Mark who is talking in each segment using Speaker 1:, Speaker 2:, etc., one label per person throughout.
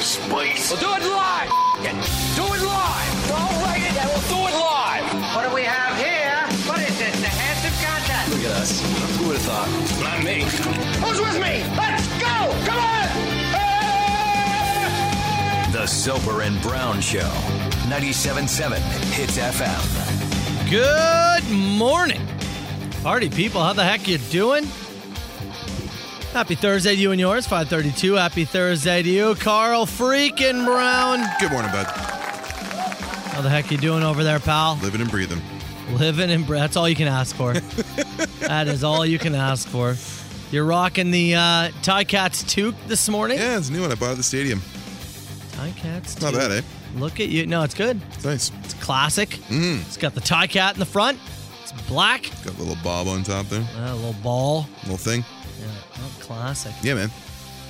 Speaker 1: space.
Speaker 2: We'll do it live. Do it live. Don't write it, and we'll do it live.
Speaker 3: What do we have here? What is this? The handsome contest.
Speaker 1: Look at us. Who would have thought? Not me.
Speaker 3: Who's with me? Let's go! Come on!
Speaker 4: The Soper and Brown Show, 97.7 Hits FM.
Speaker 5: Good morning, party people. How the heck you doing? Happy Thursday to you and yours. Five thirty-two. Happy Thursday to you, Carl freaking Brown.
Speaker 6: Good morning, bud.
Speaker 5: How the heck you doing over there, pal?
Speaker 6: Living and breathing.
Speaker 5: Living and breath. That's all you can ask for. that is all you can ask for. You're rocking the uh, Tie Cats toque this morning.
Speaker 6: Yeah, it's a new one I bought at the stadium.
Speaker 5: Tie Cats.
Speaker 6: Not
Speaker 5: toque.
Speaker 6: bad, eh?
Speaker 5: Look at you. No, it's good.
Speaker 6: It's nice.
Speaker 5: It's classic.
Speaker 6: Mm.
Speaker 5: It's got the Tie Cat in the front. It's black.
Speaker 6: Got a little bob on top there.
Speaker 5: Uh, a little ball.
Speaker 6: Little thing.
Speaker 5: Yeah, oh, classic.
Speaker 6: Yeah, man.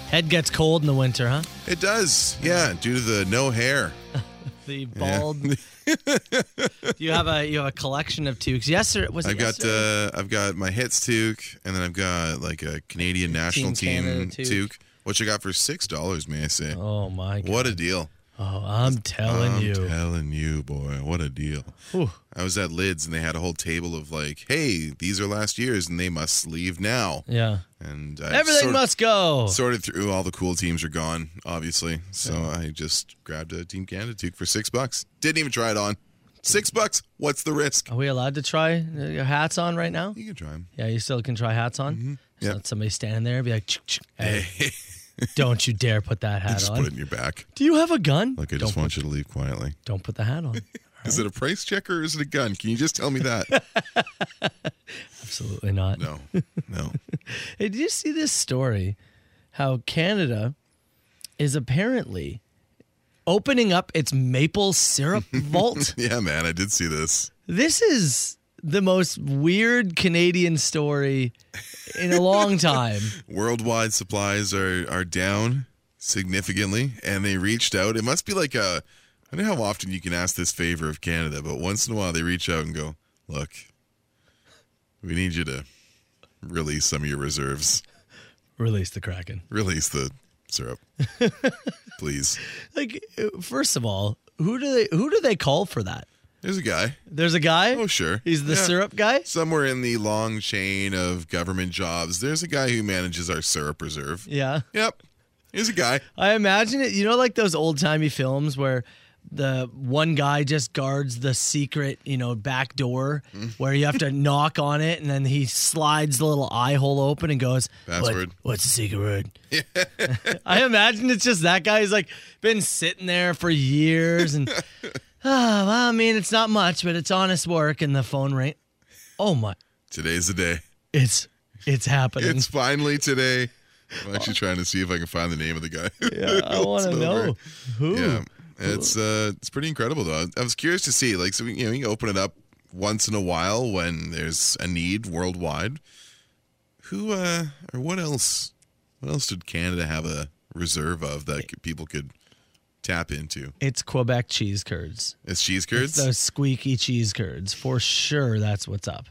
Speaker 5: Head gets cold in the winter, huh?
Speaker 6: It does. Yeah, due to the no hair.
Speaker 5: The bald. you have a you have a collection of toques. Yesterday was it
Speaker 6: I've got
Speaker 5: yesterday?
Speaker 6: uh, I've got my hits toque, and then I've got like a Canadian national team,
Speaker 5: Canada
Speaker 6: toque,
Speaker 5: toque.
Speaker 6: which I got for six dollars, may I say.
Speaker 5: oh my god!
Speaker 6: What a deal.
Speaker 5: Oh, I'm telling
Speaker 6: uh, I'm
Speaker 5: you.
Speaker 6: telling you, boy, what a deal.
Speaker 5: Whew.
Speaker 6: I was at Lids and they had a whole table of like, hey, these are last year's and they must leave now.
Speaker 5: yeah.
Speaker 6: And I
Speaker 5: Everything
Speaker 6: sort of-
Speaker 5: must go.
Speaker 6: sorted through all the cool teams are gone obviously so i just grabbed a team canada toque for six bucks didn't even try it on six bucks what's the risk
Speaker 5: Are we allowed to try uh, your hats on right now?
Speaker 6: you can try them
Speaker 5: Yeah, you still can try hats on. Just
Speaker 6: Yep.
Speaker 5: let somebody standing there and be like, "Chick, chick, hey,
Speaker 6: hey
Speaker 5: don't you dare put that hat
Speaker 6: just
Speaker 5: on.
Speaker 6: put it in your back
Speaker 5: Do you have a gun?
Speaker 6: like i
Speaker 5: don't,
Speaker 6: just want you to leave quietly
Speaker 5: don't put the hat on.
Speaker 6: is it a price checker or is it a gun can you just tell me that
Speaker 5: Absolutely not.
Speaker 6: no no
Speaker 5: Hey, did you see this story? How Canada is apparently opening up its maple syrup vault.
Speaker 6: yeah man i did see this
Speaker 5: This is the most weird Canadian story in a long time.
Speaker 6: worldwide supplies are are down significantly and they reached out it must be like a i don't know how often you can ask this favor of canada but once in a while they reach out and go look we need you to release some of your reserves
Speaker 5: Release the Kraken.
Speaker 6: release the syrup please
Speaker 5: Like, uh, first of all, who do they who do they call for that?
Speaker 6: there's a guy
Speaker 5: There's a guy.
Speaker 6: oh sure
Speaker 5: He's the
Speaker 6: Yeah.
Speaker 5: syrup guy.
Speaker 6: somewhere in the long chain of government jobs there's a guy who manages our syrup reserve
Speaker 5: Yeah.
Speaker 6: yep here's a guy
Speaker 5: I imagine it. You know, like those old timey films where the one guy just guards the secret, you know, back door
Speaker 6: Mm.
Speaker 5: where you have to knock on it, and then he slides the little eye hole open and goes, "What-
Speaker 6: Password.
Speaker 5: What's the secret word?" I imagine it's just that guy. He's like been sitting there for years, and oh, well, I mean, it's not much, but it's honest work. And the phone ring. Oh my!
Speaker 6: today's the day
Speaker 5: It's it's happening.
Speaker 6: It's finally today. I'm actually trying to see if I can find the name of the guy.
Speaker 5: yeah, I want to
Speaker 6: over.
Speaker 5: know who.
Speaker 6: yeah, it's uh, it's pretty incredible though. I was curious to see, like, so we, you know, you open it up once in a while when there's a need worldwide. Who uh, or what else? What else did Canada have a reserve of that c- people could tap into?
Speaker 5: It's Quebec cheese curds.
Speaker 6: It's cheese curds.
Speaker 5: Those squeaky cheese curds, for sure. That's what's up.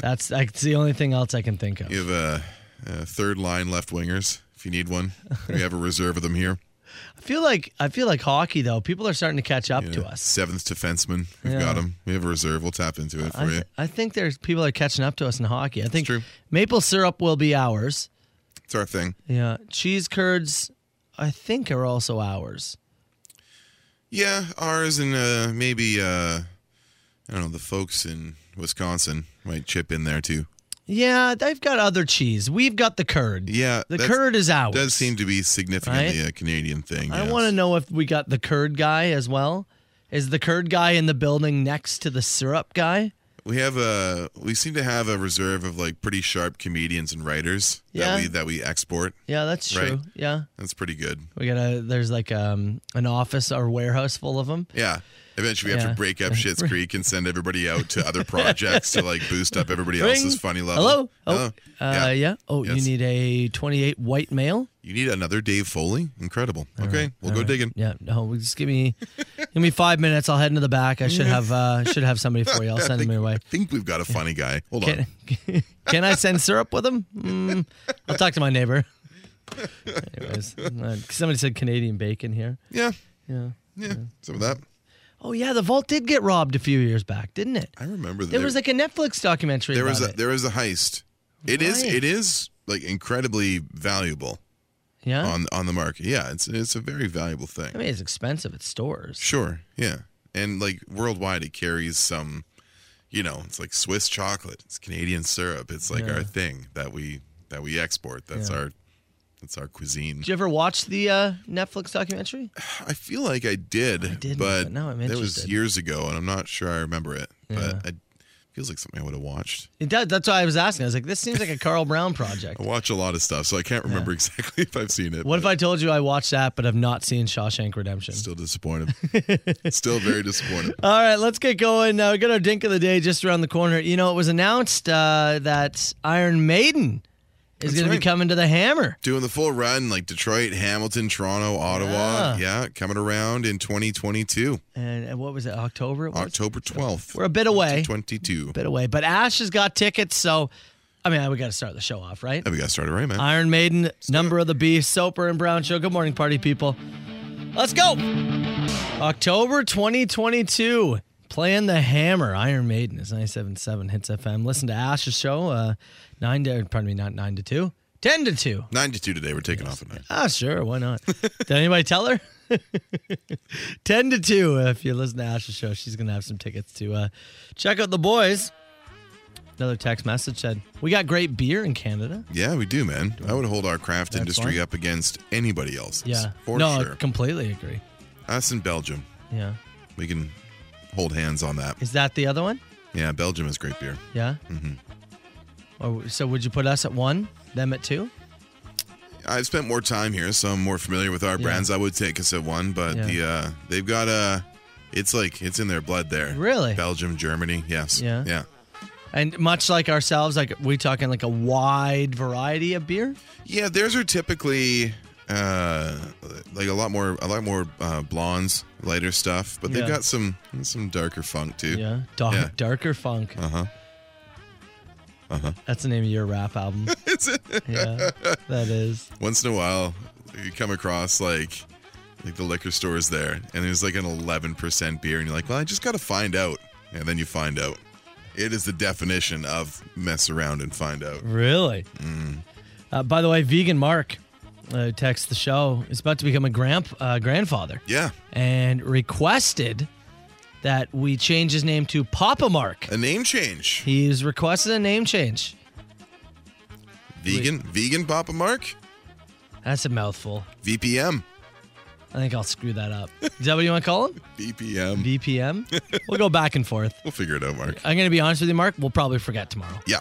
Speaker 5: that's that's the only thing else I can think of.
Speaker 6: You have a, uh third line left wingers if you need one. We have a reserve of them here.
Speaker 5: I feel like I feel like hockey though. People are starting to catch up
Speaker 6: You
Speaker 5: to
Speaker 6: know,
Speaker 5: us.
Speaker 6: Seventh defenseman. We've
Speaker 5: Yeah.
Speaker 6: got him. We have a reserve. We'll tap into it for
Speaker 5: I,
Speaker 6: you.
Speaker 5: th- I think there's people are catching up to us in hockey. I think
Speaker 6: true.
Speaker 5: maple syrup will be ours.
Speaker 6: It's our thing.
Speaker 5: Yeah, cheese curds, I think are also ours.
Speaker 6: Yeah, ours and uh, maybe uh, I don't know the folks in Wisconsin might chip in there too.
Speaker 5: Yeah, they've got other cheese. We've got the curd.
Speaker 6: Yeah,
Speaker 5: the
Speaker 6: that's-
Speaker 5: curd is ours.
Speaker 6: Does seem to be significantly
Speaker 5: Right?
Speaker 6: a Canadian thing.
Speaker 5: I
Speaker 6: yes.
Speaker 5: want to know if we got the curd guy as well. Is the curd guy in the building next to the syrup guy?
Speaker 6: We have a we seem to have a reserve of like pretty sharp comedians and writers
Speaker 5: Yeah.
Speaker 6: that we that we export.
Speaker 5: Yeah, that's true.
Speaker 6: Right.
Speaker 5: Yeah.
Speaker 6: That's pretty good.
Speaker 5: We got a there's like um an office or warehouse full of them.
Speaker 6: Yeah. Eventually, we have
Speaker 5: Yeah.
Speaker 6: to break up Shit's Creek and send everybody out to other projects to like boost up everybody else's funny level.
Speaker 5: Hello. Oh,
Speaker 6: Oh,
Speaker 5: uh, yeah. Oh,
Speaker 6: Yes.
Speaker 5: you need a 28 white male.
Speaker 6: You need another Dave Foley? Incredible. okay, we'll
Speaker 5: All
Speaker 6: go
Speaker 5: right.
Speaker 6: digging.
Speaker 5: Yeah. No, we just give me give me five minutes. I'll head into the back. I should have uh should have somebody for you. I'll
Speaker 6: I
Speaker 5: send
Speaker 6: think,
Speaker 5: them your way.
Speaker 6: I think we've got a funny guy. Hold on.
Speaker 5: Can, can I send syrup with them? Mm, I'll talk to my neighbor. Anyways, uh, somebody said Canadian bacon here.
Speaker 6: Yeah.
Speaker 5: Yeah.
Speaker 6: Yeah. Some of that.
Speaker 5: Oh yeah, the vault did get robbed a few years back, didn't it?
Speaker 6: I remember that
Speaker 5: There was like a Netflix documentary.
Speaker 6: there
Speaker 5: about
Speaker 6: was a
Speaker 5: it.
Speaker 6: there was a heist. It is
Speaker 5: Right.
Speaker 6: it is like incredibly valuable
Speaker 5: yeah.
Speaker 6: on on the market. Yeah, it's it's a very valuable thing.
Speaker 5: I mean, it's expensive at stores.
Speaker 6: Sure. Yeah. And like worldwide, it carries some, you know, it's like Swiss chocolate, it's Canadian syrup, it's like
Speaker 5: Yeah.
Speaker 6: our thing that we that we export. That's
Speaker 5: Yeah.
Speaker 6: our that's our cuisine.
Speaker 5: Did you ever watch the uh, Netflix documentary?
Speaker 6: I feel like I did,
Speaker 5: didn't,
Speaker 6: but,
Speaker 5: but now I'm
Speaker 6: that was
Speaker 5: interested.
Speaker 6: years ago, and I'm not sure I remember it.
Speaker 5: Yeah.
Speaker 6: But it feels like something I would have watched.
Speaker 5: It does. That's why I was asking. I was like, this seems like a Carl Brown project.
Speaker 6: I watch a lot of stuff, so I can't remember exactly if I've seen it.
Speaker 5: What if
Speaker 6: but
Speaker 5: I told you I watched that, but I've not seen Shawshank Redemption?
Speaker 6: Still disappointed. Still very disappointed.
Speaker 5: All right, let's get going. Now we got our dink of the day just around the corner. You know, it was announced uh, that Iron Maiden is
Speaker 6: That's
Speaker 5: going
Speaker 6: right.
Speaker 5: to be coming to the Hammer.
Speaker 6: Doing the full run like Detroit, Hamilton, Toronto, Ottawa. Yeah,
Speaker 5: Yeah.
Speaker 6: coming around in 2022,
Speaker 5: And, and what was it? October. It was?
Speaker 6: October 12th.
Speaker 5: We're a bit away.
Speaker 6: 22.
Speaker 5: bit away. But Ash has got tickets, so I mean, we got to start the show off, right?
Speaker 6: Oh, we got started right, man.
Speaker 5: Iron Maiden, Number of the Beast, Soper and Brown Show. Good morning, party people. Let's go. October 2022. Playing the hammer, Iron Maiden is 97.7 Hits FM. Listen to Ash's show, uh, 9 to, pardon me, not 9 to 2, 10 to 2.
Speaker 6: 92 today. We're taking off at night.
Speaker 5: Ah, sure, why not? Did anybody tell her? 10 to 2. uh, If you listen to Ash's show, she's going to have some tickets to uh, check out the boys. Another text message said, We got great beer in Canada.
Speaker 6: Yeah, we do, man. I would hold our craft
Speaker 5: That's
Speaker 6: industry
Speaker 5: fine.
Speaker 6: up against anybody else's.
Speaker 5: Yeah.
Speaker 6: For
Speaker 5: no, I
Speaker 6: sure.
Speaker 5: completely agree.
Speaker 6: Us in Belgium.
Speaker 5: Yeah.
Speaker 6: We can hold hands on that.
Speaker 5: Is that the other one?
Speaker 6: Yeah, Belgium is great beer.
Speaker 5: Yeah.
Speaker 6: Mm-hmm.
Speaker 5: Or, so would you put us at one, them at two?
Speaker 6: I've spent more time here, so I'm more familiar with our brands. I would take us at one, but
Speaker 5: Yeah.
Speaker 6: the uh, they've got a. It's like it's in their blood there.
Speaker 5: Really?
Speaker 6: Belgium, Germany, yes.
Speaker 5: Yeah.
Speaker 6: Yeah.
Speaker 5: And much like ourselves, like we talking like a wide variety of beer.
Speaker 6: Yeah, theirs are typically uh, like a lot more, a lot more uh, blondes, lighter stuff, but they've
Speaker 5: Yeah.
Speaker 6: got some some darker funk too.
Speaker 5: Yeah. Dark,
Speaker 6: Yeah.
Speaker 5: Darker funk.
Speaker 6: Uh huh.
Speaker 5: That's the name of your rap album.
Speaker 6: It's
Speaker 5: yeah. That is.
Speaker 6: once in a while you come across like like the liquor store is there, and there's like an 11% beer, and you're like, well, I just got to find out, and then you find out. It is the definition of mess around and find out.
Speaker 5: Really?
Speaker 6: Mm.
Speaker 5: Uh, by the way, Vegan Mark uh, texts the show. is about to become a grandp- uh, grandfather
Speaker 6: Yeah,
Speaker 5: and requested that we change his name to Papa Mark.
Speaker 6: a name change.
Speaker 5: He's requested a name change.
Speaker 6: Vegan, vegan Papa Mark,
Speaker 5: That's a mouthful.
Speaker 6: VPM,
Speaker 5: I think I'll screw that up. Is that what you want to call him?
Speaker 6: VPM.
Speaker 5: VPM? We'll go back and forth.
Speaker 6: we'll figure it out, Mark.
Speaker 5: I'm going to be honest with you, Mark. We'll probably forget tomorrow.
Speaker 6: Yeah.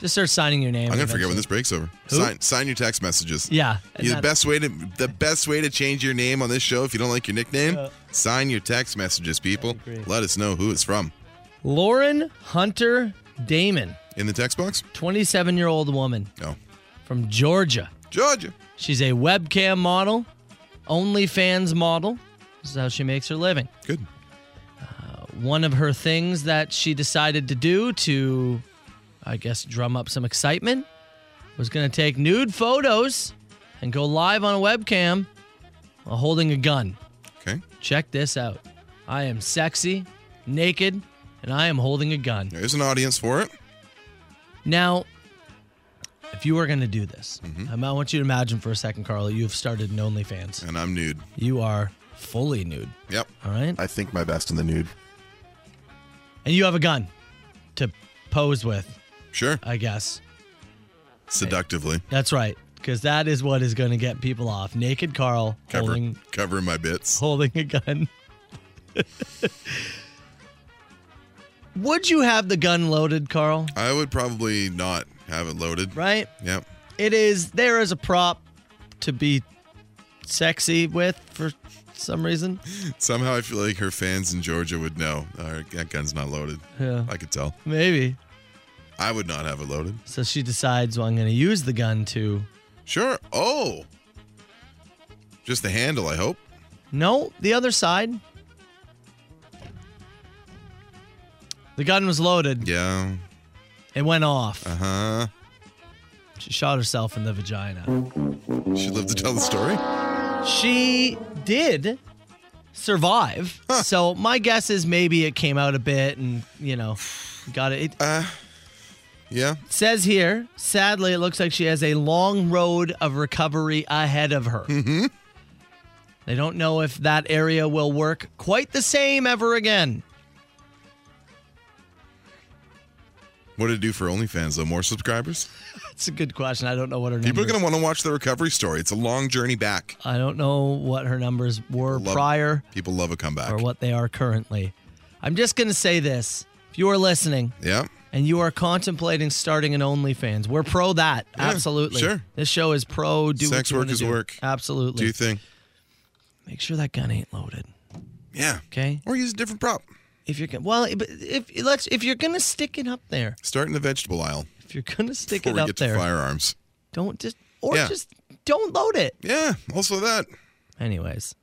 Speaker 5: Just start signing your name.
Speaker 6: I'm gonna forget
Speaker 5: eventually.
Speaker 6: when this break's over. Sign sign your text messages.
Speaker 5: Yeah. and
Speaker 6: You- The
Speaker 5: that-
Speaker 6: best way to the best way to change your name on this show if you don't like your nickname, sign your text messages, people. Let us know who it's from.
Speaker 5: Lauren Hunter Damon,
Speaker 6: In the text box?
Speaker 5: 27 year old woman
Speaker 6: No.
Speaker 5: from Georgia.
Speaker 6: Georgia.
Speaker 5: She's a webcam model, OnlyFans model. This is how she makes her living.
Speaker 6: Good.
Speaker 5: one of her things that she decided to do to, I guess, drum up some excitement was going to take nude photos and go live on a webcam while holding a gun.
Speaker 6: Okay.
Speaker 5: Check this out I am sexy, naked, and I am holding a gun.
Speaker 6: There's an audience for it.
Speaker 5: Now, if you were going to do this, I want you to imagine for a second, Carla, you have started an OnlyFans.
Speaker 6: And I'm nude.
Speaker 5: You are fully nude,
Speaker 6: Yep.
Speaker 5: all right?
Speaker 6: I think my best in the nude.
Speaker 5: And you have a gun to pose with,
Speaker 6: Sure.
Speaker 5: I guess.
Speaker 6: Seductively.
Speaker 5: That's right, because that is what is going to get people off. Naked Carl
Speaker 6: Cover
Speaker 5: holding
Speaker 6: covering my bits.
Speaker 5: holding a gun. Would you have the gun loaded, Carl?
Speaker 6: I would probably not have it loaded.
Speaker 5: Right?
Speaker 6: Yep.
Speaker 5: It is there as a prop to be sexy with for some reason.
Speaker 6: Somehow I feel like her fans in Georgia would know. All right, that gun's not loaded.
Speaker 5: Yeah.
Speaker 6: I could tell.
Speaker 5: Maybe.
Speaker 6: I would not have it loaded.
Speaker 5: So she decides, well, I'm going to use the gun to.
Speaker 6: Sure. Oh. Just the handle, I hope.
Speaker 5: No, the other side. The gun was loaded.
Speaker 6: Yeah. Uh-huh.
Speaker 5: It went off.
Speaker 6: Uh huh.
Speaker 5: She shot herself in the vagina.
Speaker 6: She lived to tell the story.
Speaker 5: She did survive. So my guess is maybe it came out a bit and, you know, got it. It
Speaker 6: Yeah.
Speaker 5: says here, sadly, it looks like she has a long road of recovery ahead of her.
Speaker 6: Mm-hmm.
Speaker 5: They don't know if that area will work quite the same ever again.
Speaker 6: What did it do for OnlyFans though? More subscribers?
Speaker 5: That's a good question. I don't know what her
Speaker 6: People
Speaker 5: numbers.
Speaker 6: are gonna want to watch the recovery story. It's a long journey back.
Speaker 5: I don't know what her numbers were
Speaker 6: Love-
Speaker 5: prior
Speaker 6: People love a comeback.
Speaker 5: or what they are currently. I'm just going to say this. If you are listening
Speaker 6: Yeah.
Speaker 5: and you are contemplating starting an OnlyFans, we're pro that.
Speaker 6: Yeah,
Speaker 5: Absolutely.
Speaker 6: sure.
Speaker 5: This show is pro do what
Speaker 6: Sex
Speaker 5: you
Speaker 6: work
Speaker 5: wanna
Speaker 6: is
Speaker 5: do.
Speaker 6: work.
Speaker 5: Absolutely.
Speaker 6: Do you think?
Speaker 5: Make sure that gun ain't loaded.
Speaker 6: Yeah.
Speaker 5: Okay.
Speaker 6: Or use a different prop.
Speaker 5: If you're gonna- well, but if let's if you're gonna stick it up there,
Speaker 6: Start in the vegetable aisle
Speaker 5: if you're gonna stick
Speaker 6: before
Speaker 5: it
Speaker 6: we
Speaker 5: up
Speaker 6: get
Speaker 5: there,
Speaker 6: to firearms.
Speaker 5: don't just or
Speaker 6: Yeah.
Speaker 5: just don't load it.
Speaker 6: Yeah. Also that.
Speaker 5: Anyways,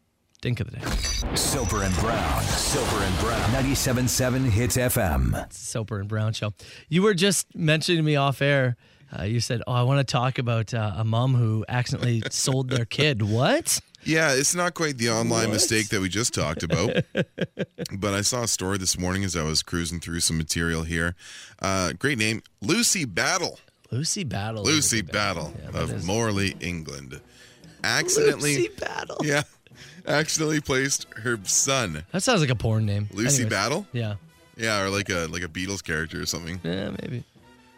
Speaker 5: dink of the day.
Speaker 4: Soper and Brown. Soper and Brown. 97.7 Hits FM.
Speaker 5: Soper and Brown show. You were just mentioning to me off air. Uh, you said, "Oh, I want to talk about uh, a mom who accidentally sold their kid." What?
Speaker 6: Yeah, it's not quite the online mistake that we just talked about. but I saw a story this morning as I was cruising through some material here. Uh, great name, Lucy Battle.
Speaker 5: Lucy Battle.
Speaker 6: Lucy Battle
Speaker 5: Yeah, that
Speaker 6: of
Speaker 5: is-
Speaker 6: Morley, England. Accidentally,
Speaker 5: Lucy Battle.
Speaker 6: yeah, accidentally placed her son,
Speaker 5: That sounds like a porn name.
Speaker 6: Lucy
Speaker 5: Anyways,
Speaker 6: Battle.
Speaker 5: Yeah.
Speaker 6: Yeah, or like a like a Beatles character or something.
Speaker 5: Yeah, maybe.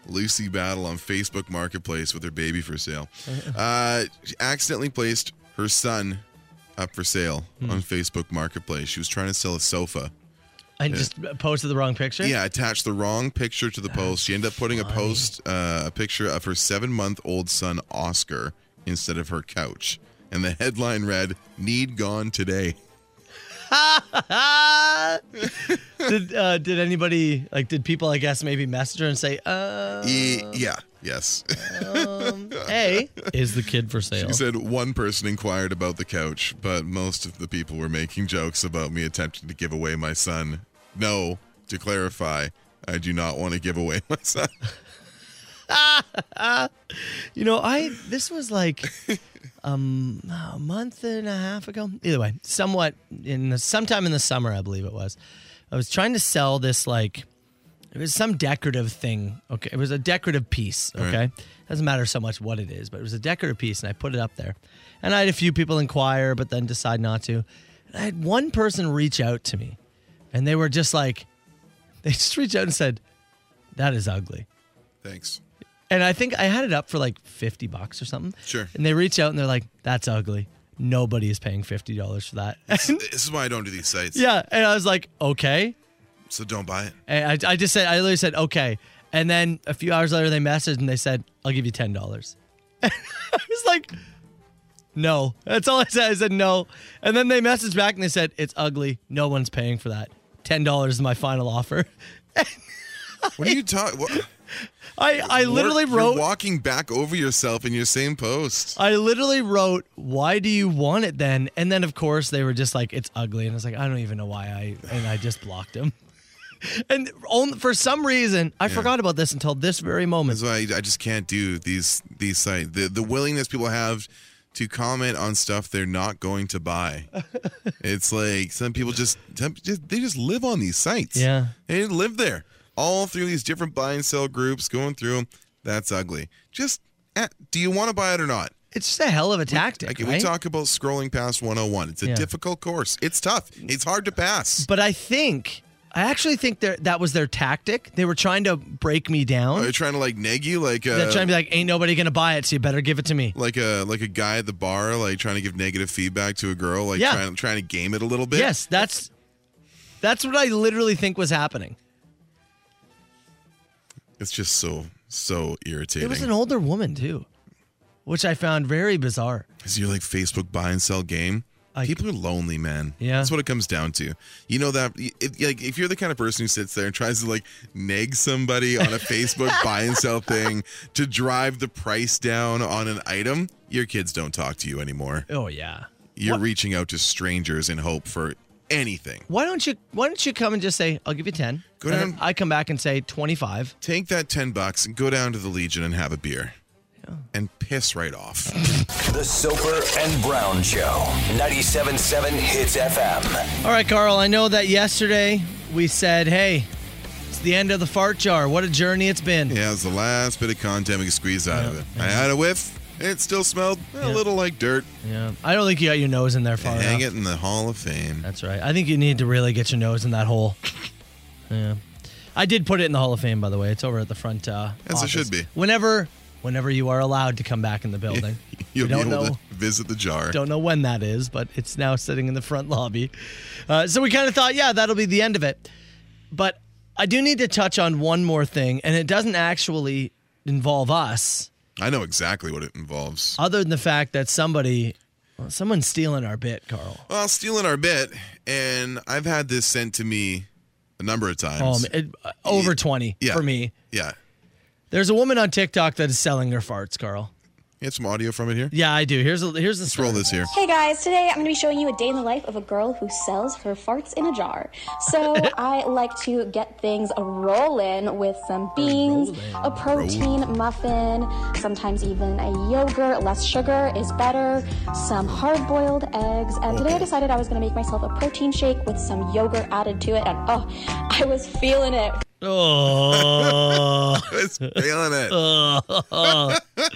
Speaker 6: Lucy Battle on Facebook Marketplace with her baby for sale. Uh, she accidentally placed her son up for sale on Facebook Marketplace. She was trying to sell a sofa.
Speaker 5: I just posted the wrong picture.
Speaker 6: Yeah, attached the wrong picture to the post. She ended up putting a post, uh, a picture of her seven-month-old son Oscar instead of her couch, and the headline read "Need gone today."
Speaker 5: Ah! did uh, did anybody like did people I guess maybe message her and say, uh,
Speaker 6: E- yeah, yes.
Speaker 5: "Hey, is the kid for sale?"
Speaker 6: She said one person inquired about the couch, but most of the people were making jokes about me attempting to give away my son. No, to clarify, I do not want to give away my son.
Speaker 5: You know, I this was like um, a month and a half ago. Either way, somewhat in the, sometime in the summer, I believe it was. I was trying to sell this like it was some decorative thing. Okay, it was a decorative piece. Okay, doesn't matter so much what it is, but it was a decorative piece, and I put it up there. And I had a few people inquire, but then decide not to. And I had one person reach out to me, and they were just like, they just reached out and said, "That is ugly."
Speaker 6: Thanks.
Speaker 5: And I think I had it up for like 50 bucks or something.
Speaker 6: Sure.
Speaker 5: And they reach out and they're like, that's ugly. Nobody is paying $50 for that.
Speaker 6: This is why I don't do these sites.
Speaker 5: yeah. And I was like, okay.
Speaker 6: So don't buy it.
Speaker 5: And I, I just said, I literally said, okay. And then a few hours later, they messaged and they said, I'll give you $10. I was like, no. That's all I said. I said, no. And then they messaged back and they said, it's ugly. No one's paying for that. $10 is my final offer.
Speaker 6: What are you talking? What-
Speaker 5: I, I literally
Speaker 6: You're
Speaker 5: wrote.
Speaker 6: walking back over yourself in your same post.
Speaker 5: I literally wrote, "Why do you want it then?" And then, of course, they were just like, "It's ugly," and I was like, "I don't even know why I," and I just blocked him. and on, for some reason, I forgot about this until this very moment.
Speaker 6: That's why I, I just can't do these these sites. The the willingness people have to comment on stuff they're not going to buy. it's like some people just, some- just they just live on these sites.
Speaker 5: Yeah.
Speaker 6: they live there all through these different buy and sell groups, going through 'em. That's ugly. Just eh, do you want to buy it or not?
Speaker 5: It's just a hell of a tactic,
Speaker 6: Like we
Speaker 5: right?
Speaker 6: talk about scrolling past 101. It's a
Speaker 5: Yeah.
Speaker 6: difficult course. It's tough. It's hard to pass.
Speaker 5: but I think, I actually think that that was their tactic. They were trying to break me
Speaker 6: Are
Speaker 5: down.
Speaker 6: you trying to like neg you? Like uh,
Speaker 5: They're trying to be like, "Ain't nobody gonna buy it, so you better give it to me."
Speaker 6: like a like a guy at the bar like trying to give negative feedback to a girl like
Speaker 5: Yeah.
Speaker 6: trying trying to game it a little bit.
Speaker 5: Yes, that's that's what I literally think was happening.
Speaker 6: It's just so so irritating.
Speaker 5: It was an older woman too, which I found very bizarre.
Speaker 6: Is your like Facebook buy and sell game?
Speaker 5: Like-
Speaker 6: People are lonely, man.
Speaker 5: Yeah.
Speaker 6: that's what it comes down to. You know that it, like if you're the kind of person who sits there and tries to like nag somebody on a Facebook buy and sell thing to drive the price down on an item, your kids don't talk to you anymore.
Speaker 5: Oh yeah.
Speaker 6: You're reaching out to strangers in hope for anything.
Speaker 5: why don't you why don't you come and just say i'll give you 10
Speaker 6: Go
Speaker 5: And
Speaker 6: down-
Speaker 5: then i come back and say 25
Speaker 6: Take that ten bucks and go down to the Legion and have a beer. and piss right off.
Speaker 4: The Soper and Brown Show. 97.7 Hits FM.
Speaker 5: All right, Carl, I know that yesterday we said, hey, it's the end of the fart jar. What a journey it's been.
Speaker 6: Yeah, it was the last bit of content we could squeeze out of it. I had a whiff, and it still smelled a
Speaker 5: Yeah. Oh,
Speaker 6: little like dirt.
Speaker 5: Yeah. I don't think you got your nose in there far
Speaker 6: Hang
Speaker 5: enough.
Speaker 6: it in the Hall of Fame.
Speaker 5: That's right. I think you need to really get your nose in that hole. yeah. I did put it in the Hall of Fame, by the way. It's over at the front. Uh,
Speaker 6: As it
Speaker 5: office.
Speaker 6: should be.
Speaker 5: Whenever, whenever you are allowed to come back in the building.
Speaker 6: You'll
Speaker 5: We
Speaker 6: be
Speaker 5: don't
Speaker 6: able to
Speaker 5: know.
Speaker 6: visit the jar.
Speaker 5: Don't know when that is, but it's now sitting in the front lobby. Uh, so we kind of thought, yeah, that'll be the end of it. But I do need to touch on one more thing, and it doesn't actually involve us,
Speaker 6: I know exactly what it involves.
Speaker 5: other than the fact that somebody, well, someone's stealing our bit, Carl.
Speaker 6: Well, stealing our bit, and I've had this sent to me a number of times.
Speaker 5: Um, it, over 20
Speaker 6: Yeah.
Speaker 5: for me.
Speaker 6: yeah.
Speaker 5: There's a woman on TikTok that is selling her farts, Carl.
Speaker 6: You have some audio from it here?
Speaker 5: Yeah, I do. Here's a, here's the
Speaker 6: Let's roll this here.
Speaker 7: Hey guys, today I'm going to be showing you a day in the life of a girl who sells her farts in a jar. So I like to get things rolling with some beans, a protein muffin, sometimes even a yogurt. Less sugar is better, some hard boiled eggs. And today I decided I was going to make myself a protein shake with some yogurt added to it. And oh, I was feeling it.
Speaker 5: Oh.
Speaker 6: I was feeling it.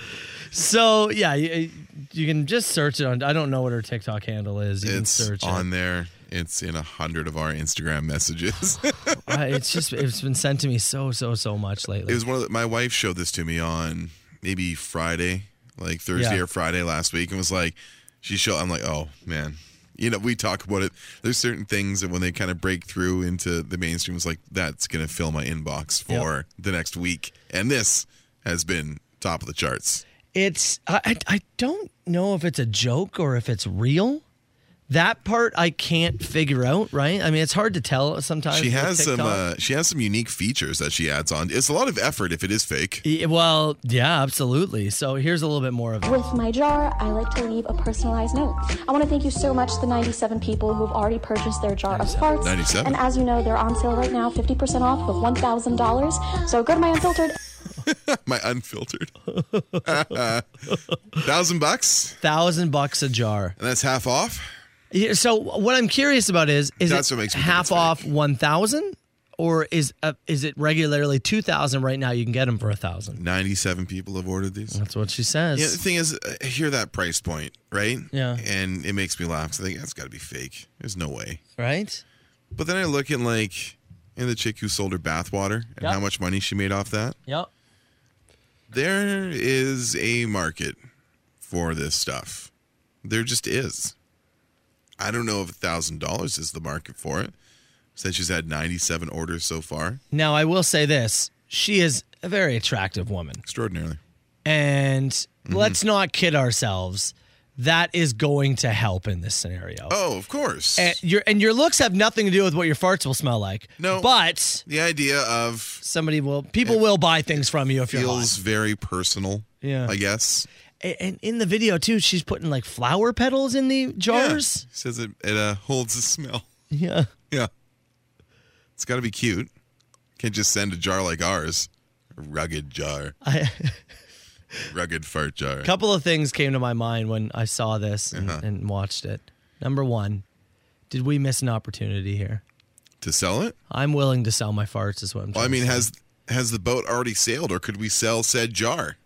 Speaker 5: so, yeah, you, you can just search it on. I don't know what her TikTok handle is. You
Speaker 6: it's
Speaker 5: can search it.
Speaker 6: on there. It's in a hundred of our Instagram messages. it
Speaker 5: I, Uh, it's just it's been sent to me so so so much lately.
Speaker 6: was one of the, my wife showed this to me on maybe Friday, like Thursday
Speaker 5: Yeah.
Speaker 6: or Friday last week, and was like, she showed. I'm like, oh man, you know, we talk about it. There's certain things that when they kind of break through into the mainstream, it's like that's gonna fill my inbox for the next week, and this has been top of the charts.
Speaker 5: it's I, I I don't know if it's a joke or if it's real. That part I can't figure out. Right? I mean, it's hard to tell sometimes.
Speaker 6: She
Speaker 5: with
Speaker 6: has some.
Speaker 5: TikTok.
Speaker 6: Uh, she has some unique features that she adds on. It's a lot of effort if it is fake.
Speaker 5: Y- well, yeah, absolutely. So here's a little bit more of it.
Speaker 7: With my jar, I like to leave a personalized note. I want to thank you so much to the 97 people who've already purchased their jar of farts.
Speaker 6: 97.
Speaker 7: And as you know, they're on sale right now, 50% off with $1,000. So go to my unfiltered
Speaker 6: My unfiltered. Thousand bucks,
Speaker 5: Thousand bucks a jar.
Speaker 6: and that's half off.
Speaker 5: Yeah, So what I'm curious about is is
Speaker 6: That's
Speaker 5: it
Speaker 6: what makes me think it's
Speaker 5: half
Speaker 6: fake.
Speaker 5: off one thousand, or is uh, is it regularly two thousand? Right now, you can get them for a thousand.
Speaker 6: Ninety-seven people have ordered these.
Speaker 5: That's what she says.
Speaker 6: Yeah, the thing is, uh, I hear that price point, right?
Speaker 5: Yeah.
Speaker 6: And it makes me laugh. 'cause I think that's got to be fake. There's no way.
Speaker 5: Right?
Speaker 6: But then I look at like, and the chick who sold her bathwater and
Speaker 5: Yeah.
Speaker 6: how much money she made off that.
Speaker 5: Yep.
Speaker 6: There is a market for this stuff. There just is. I don't know if thousand dollars is the market for it. Since she's had ninety-seven orders so far,
Speaker 5: Now, I will say this she is a very attractive woman.
Speaker 6: extraordinarily.
Speaker 5: And
Speaker 6: Mm-hmm.
Speaker 5: let's not kid ourselves. That is going to help in this scenario.
Speaker 6: Oh, of course.
Speaker 5: And, your, and your looks have nothing to do with what your farts will smell like.
Speaker 6: No.
Speaker 5: But
Speaker 6: the idea of
Speaker 5: somebody will, people will buy things from you if you're
Speaker 6: feels
Speaker 5: hot.
Speaker 6: very personal.
Speaker 5: Yeah.
Speaker 6: I guess.
Speaker 5: A- And in the video, too, she's putting like flower petals in the jars.
Speaker 6: Yeah. Says it, it uh, holds the smell.
Speaker 5: Yeah.
Speaker 6: Yeah. It's got to be cute. Can't just send a jar like ours. A rugged jar.
Speaker 5: I,
Speaker 6: Rugged fart jar.
Speaker 5: couple of things came to my mind when I saw this and,
Speaker 6: Uh-huh.
Speaker 5: and watched it. Number one, did we miss an opportunity here?
Speaker 6: to sell it?
Speaker 5: I'm willing to sell my farts, is what I'm.
Speaker 6: Well,
Speaker 5: Trying
Speaker 6: I mean,
Speaker 5: to say.
Speaker 6: has has the boat already sailed, or could we sell said jar?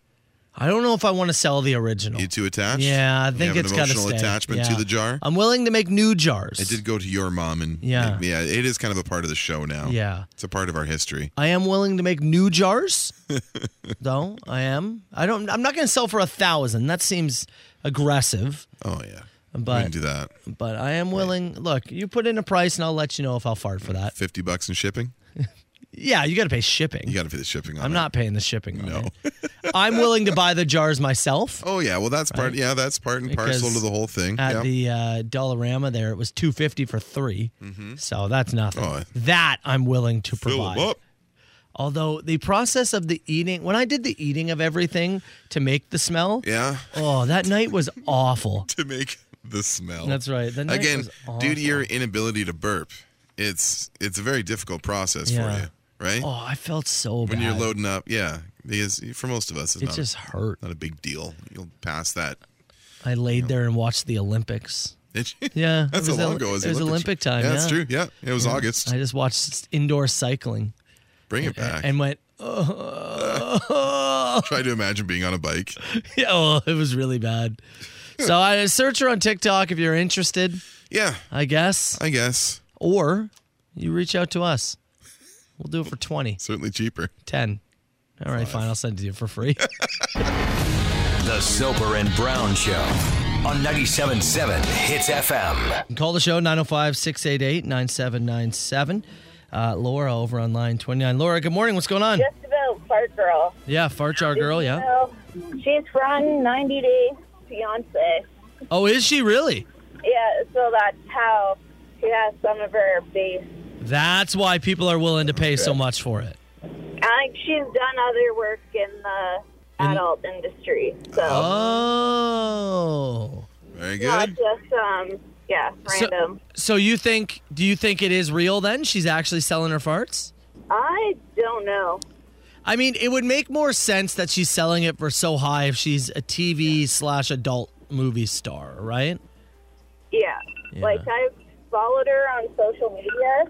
Speaker 5: I don't know if I want to sell the original.
Speaker 6: You two attached?
Speaker 5: yeah, I
Speaker 6: You
Speaker 5: think
Speaker 6: have
Speaker 5: it's
Speaker 6: an
Speaker 5: got to
Speaker 6: emotional
Speaker 5: stay.
Speaker 6: attachment to
Speaker 5: Yeah.
Speaker 6: the jar.
Speaker 5: I'm willing to make new jars.
Speaker 6: it did go to your mom, and
Speaker 5: Yeah.
Speaker 6: yeah, it is kind of a part of the show now.
Speaker 5: Yeah.
Speaker 6: it's a part of our history.
Speaker 5: I am willing to make new jars. though I am. I don't. I'm not going to sell for a thousand. That seems aggressive.
Speaker 6: Oh yeah, we can
Speaker 5: But
Speaker 6: do that.
Speaker 5: but I am willing. Look, you put in a price, and I'll let you know if I'll fart for that.
Speaker 6: Fifty bucks in shipping.
Speaker 5: Yeah, you got to pay shipping.
Speaker 6: You got to pay the shipping on.
Speaker 5: I'm
Speaker 6: it.
Speaker 5: not paying the shipping. on it. I'm willing to buy the jars myself.
Speaker 6: Oh yeah, well that's part. Yeah, that's part and
Speaker 5: Because
Speaker 6: parcel to the whole thing. Yeah.
Speaker 5: At the uh, Dollarama, there it was two fifty for 3 So that's nothing.
Speaker 6: Mm-hmm. Oh, I-
Speaker 5: that I'm willing to
Speaker 6: Fill 'em
Speaker 5: provide.
Speaker 6: up.
Speaker 5: Although the process of the eating, when I did the eating of everything to make the smell,
Speaker 6: Yeah,
Speaker 5: oh, that night was awful.
Speaker 6: to make the smell.
Speaker 5: That's right. The night
Speaker 6: Again,
Speaker 5: was awful.
Speaker 6: due to your inability to burp, it's it's a very difficult process
Speaker 5: Yeah.
Speaker 6: for you, right?
Speaker 5: Oh, I felt so
Speaker 6: when
Speaker 5: bad.
Speaker 6: you're loading up, yeah, because for most of us, it's
Speaker 5: It
Speaker 6: not,
Speaker 5: just hurt.
Speaker 6: not a big deal. You'll pass that.
Speaker 5: I laid there and watched the Olympics.
Speaker 6: Did you?
Speaker 5: Yeah, it
Speaker 6: that's
Speaker 5: was
Speaker 6: how long
Speaker 5: Oli-
Speaker 6: ago.
Speaker 5: it was Olympic time,
Speaker 6: Yeah, that's
Speaker 5: yeah.
Speaker 6: true. Yeah, it was August.
Speaker 5: I just watched indoor cycling
Speaker 6: Bring it back.
Speaker 5: and went, oh,
Speaker 6: Try to imagine being on a bike.
Speaker 5: yeah, well, it was really bad. So I search her on TikTok if you're interested,
Speaker 6: Yeah,
Speaker 5: I guess,
Speaker 6: I guess
Speaker 5: or you reach out to us. We'll do it for 20,
Speaker 6: certainly cheaper.
Speaker 5: 10. All right, fine. I'll send it to you for free.
Speaker 4: The Soper and Brown Show on 97.7 Hits FM.
Speaker 5: Call the show 905 688 9797. Uh, Laura over on line 29. Laura, good morning. What's going on?
Speaker 8: Just about Fart Girl.
Speaker 5: Yeah, fart jar girl. Yeah.
Speaker 8: So she's from 90 Day Fiance.
Speaker 5: Oh, is she really?
Speaker 8: Yeah, so that's how she has some of her base.
Speaker 5: That's why people are willing to pay so much for it.
Speaker 8: I, she's done other work in the adult industry. So
Speaker 5: Oh.
Speaker 6: Very
Speaker 8: not
Speaker 6: good.
Speaker 8: just, um, yeah,
Speaker 5: So,
Speaker 8: random.
Speaker 5: so you think? Do you think it is real? Then she's actually selling her farts.
Speaker 8: I don't know.
Speaker 5: I mean, it would make more sense that she's selling it for so high if she's a TV slash adult movie star, right?
Speaker 8: Yeah.
Speaker 5: Yeah.
Speaker 8: Like, I've followed her on social media,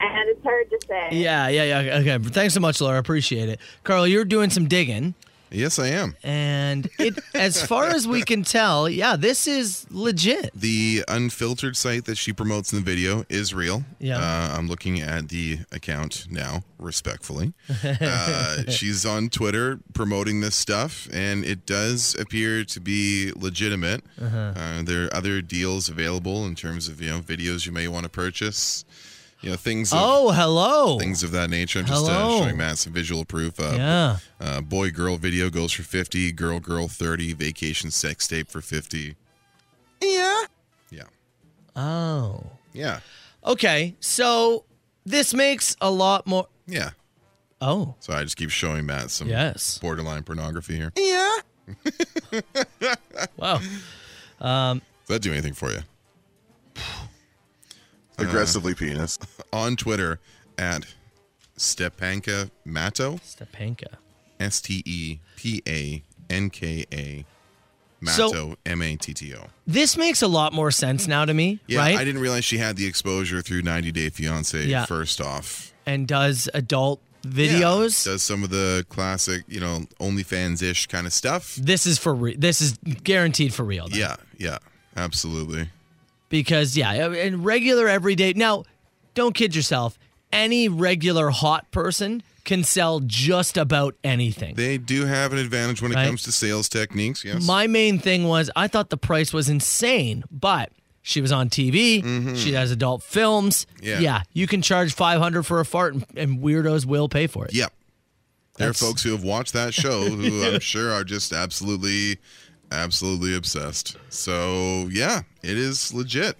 Speaker 8: and it's hard to say.
Speaker 5: Yeah, yeah, yeah. Okay, but thanks so much, Laura. Appreciate it, Carl. You're doing some digging,
Speaker 6: Yes, I am.
Speaker 5: and it, as far as we can tell, yeah, this is legit.
Speaker 6: The unfiltered site that she promotes in the video is real.
Speaker 5: Yeah.
Speaker 6: Uh, I'm looking at the account now, respectfully. Uh, she's on Twitter promoting this stuff, and it does appear to be legitimate.
Speaker 5: Uh-huh.
Speaker 6: Uh, there are other deals available in terms of you know videos you may want to purchase, you know things. of-
Speaker 5: Oh, hello.
Speaker 6: Things of that nature. I'm just uh,
Speaker 5: Hello.
Speaker 6: showing Matt some visual proof. Uh,
Speaker 5: Yeah.
Speaker 6: Uh, boy girl video goes for 50, girl girl 30, vacation sex tape for 50. Yeah. Yeah.
Speaker 5: Oh.
Speaker 6: Yeah.
Speaker 5: Okay, so this makes a lot more.
Speaker 6: Yeah.
Speaker 5: Oh,
Speaker 6: So I just keep showing Matt some
Speaker 5: yes.
Speaker 6: borderline pornography here.
Speaker 5: Wow.
Speaker 6: Does that do anything for you?
Speaker 9: Aggressively penis.
Speaker 6: On Twitter at Stepanka Mato,
Speaker 5: Stepanka.
Speaker 6: S T E P A N K A
Speaker 5: So-
Speaker 6: Mato, M A T T O.
Speaker 5: This makes a lot more sense now to me,
Speaker 6: Yeah,
Speaker 5: right?
Speaker 6: I didn't realize she had the exposure through 90 Day Fiance
Speaker 5: Yeah.
Speaker 6: first off.
Speaker 5: and does adult
Speaker 6: Yeah,
Speaker 5: videos.
Speaker 6: does some of the classic, you know, OnlyFans ish kind of stuff.
Speaker 5: This is for re- this is guaranteed for real. then.
Speaker 6: Yeah, yeah, absolutely.
Speaker 5: Because yeah, and regular everyday. Now, don't kid yourself. Any regular hot person can sell just about anything.
Speaker 6: They do have an advantage when it
Speaker 5: Right.
Speaker 6: comes to sales techniques. Yes.
Speaker 5: My main thing was I thought the price was insane, but she was on TV. She does adult films.
Speaker 6: Mm-hmm. Yeah.
Speaker 5: you can charge five hundred for a fart, and, and weirdos will pay for it.
Speaker 6: yep. There are
Speaker 5: That's-
Speaker 6: folks who have watched that show who I'm sure are just absolutely, absolutely obsessed. So, yeah, it is legit.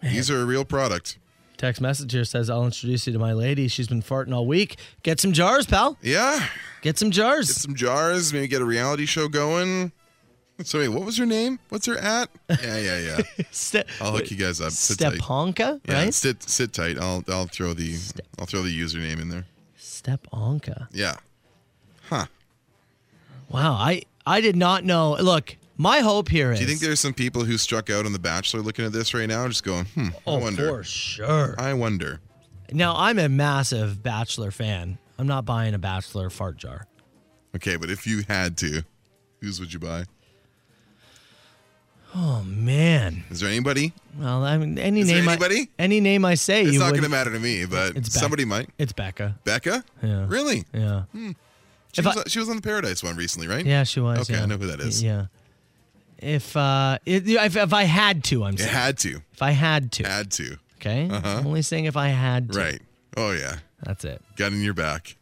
Speaker 6: These are a real product.
Speaker 5: Text message here says, "I'll introduce you to my lady. She's been farting all week. Get some jars, pal.
Speaker 6: Yeah.
Speaker 5: Get some jars."
Speaker 6: Get some jars, maybe get a reality show going. So, wait, what was her name? What's her at? Yeah, yeah, yeah.
Speaker 5: Ste-
Speaker 6: I'll hook you guys up. Sit tight.
Speaker 5: Stepanka,
Speaker 6: Yeah,
Speaker 5: right?
Speaker 6: sit sit tight. I'll I'll throw the I'll throw the username in there.
Speaker 5: Stepanka.
Speaker 6: Yeah.
Speaker 5: Wow, I I did not know. Look, my hope here is.
Speaker 6: Do you think there's some people who struck out on The Bachelor looking at this right now, just going, hmm, I
Speaker 5: Oh,
Speaker 6: wonder.
Speaker 5: for sure.
Speaker 6: I wonder.
Speaker 5: Now I'm a massive Bachelor fan. I'm not buying a Bachelor fart jar.
Speaker 6: Okay, but if you had to, whose would you buy?
Speaker 5: Oh, Man,
Speaker 6: Is there anybody?
Speaker 5: well, I mean, any
Speaker 6: Is there
Speaker 5: name,
Speaker 6: anybody?
Speaker 5: I, any name I say,
Speaker 6: It's
Speaker 5: you
Speaker 6: not
Speaker 5: would-
Speaker 6: going to matter to me, but
Speaker 5: It's Becca.
Speaker 6: somebody might.
Speaker 5: It's Becca.
Speaker 6: Becca?
Speaker 5: Yeah.
Speaker 6: Really?
Speaker 5: Yeah,
Speaker 6: She
Speaker 5: If
Speaker 6: was,
Speaker 5: I-
Speaker 6: on- she was on the Paradise one recently, right?
Speaker 5: yeah, she was.
Speaker 6: Okay,
Speaker 5: yeah.
Speaker 6: I know who that is.
Speaker 5: Yeah. If uh, it, if, if I had to, I'm
Speaker 6: It
Speaker 5: saying
Speaker 6: had to.
Speaker 5: if I had to,
Speaker 6: Had to.
Speaker 5: okay. I'm only saying if I had to.
Speaker 6: Uh-huh. Right. Oh, yeah.
Speaker 5: That's it.
Speaker 6: Gun in your back.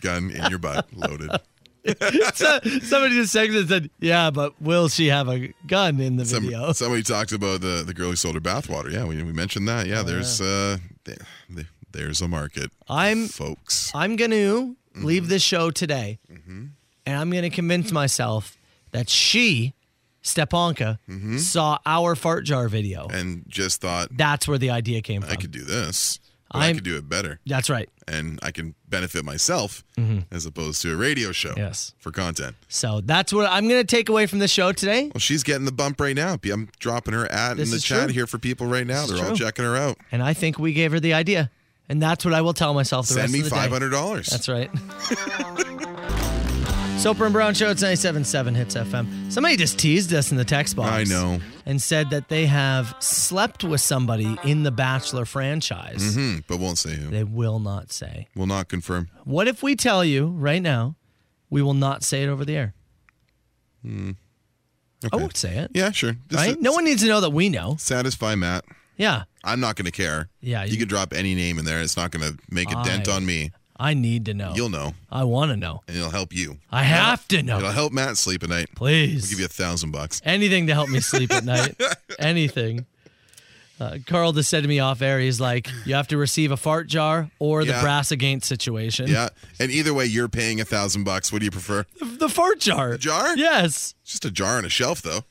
Speaker 6: Gun in your butt. Loaded.
Speaker 5: So- somebody just texted and said, "Yeah, but will she have a gun in the
Speaker 6: Some,
Speaker 5: video?"
Speaker 6: somebody talked about the, the girl who sold her bathwater. Yeah, we, we mentioned that.
Speaker 5: Oh,
Speaker 6: Yeah, there's uh, there, there- there's a market.
Speaker 5: I'm-
Speaker 6: folks.
Speaker 5: I'm going to
Speaker 6: Mm-hmm.
Speaker 5: leave this show today, and I'm going to convince myself that she, Stepanka, saw our fart jar video.
Speaker 6: Mm-hmm. and just thought
Speaker 5: That's where the idea came from.
Speaker 6: I could do this. but i
Speaker 5: I'm-
Speaker 6: could do it better
Speaker 5: That's right.
Speaker 6: and I can benefit myself as opposed to a radio show
Speaker 5: Mm-hmm. Yes.
Speaker 6: for content.
Speaker 5: So that's what I'm going to take away from the show today.
Speaker 6: Well, she's getting the bump right now. I'm dropping her ad
Speaker 5: This
Speaker 6: in the
Speaker 5: is
Speaker 6: chat
Speaker 5: true.
Speaker 6: here for people right now.
Speaker 5: This is
Speaker 6: They're all
Speaker 5: true.
Speaker 6: checking her out.
Speaker 5: And I think we gave her the idea. And that's what I will tell myself the
Speaker 6: Send
Speaker 5: rest
Speaker 6: me
Speaker 5: of the day.
Speaker 6: five hundred dollars.
Speaker 5: That's right. Soper and Brown Show, it's 97.7 Hits FM. Somebody just teased us in the text box.
Speaker 6: I know.
Speaker 5: And said that they have slept with somebody in the Bachelor franchise.
Speaker 6: Hmm, but won't say who.
Speaker 5: They will not say.
Speaker 6: Will not confirm.
Speaker 5: What if we tell you right now we will not say it over the air? I won't say it.
Speaker 6: Hmm. Yeah, sure. Just
Speaker 5: right?
Speaker 6: to
Speaker 5: No one needs to know that we know.
Speaker 6: satisfy Matt.
Speaker 5: Yeah.
Speaker 6: I'm not going to care.
Speaker 5: Yeah,
Speaker 6: you,
Speaker 5: you-
Speaker 6: can drop any name in there. It's not going to make a dent
Speaker 5: I- Oh.
Speaker 6: on me.
Speaker 5: I need to know.
Speaker 6: You'll know,
Speaker 5: I want to know.
Speaker 6: and it'll help you.
Speaker 5: I have to know.
Speaker 6: It'll help Matt sleep at night.
Speaker 5: Please.
Speaker 6: Give you a thousand bucks.
Speaker 5: anything to help me sleep at night. Anything. Uh, Carl just said to me off air, he's like, you have to receive a fart jar or the
Speaker 6: Yeah.
Speaker 5: brass against situation.
Speaker 6: Yeah, and either way, you're paying a thousand bucks. What do you prefer?
Speaker 5: The fart jar.
Speaker 6: jar?
Speaker 5: Yes.
Speaker 6: It's just a jar on a shelf, though.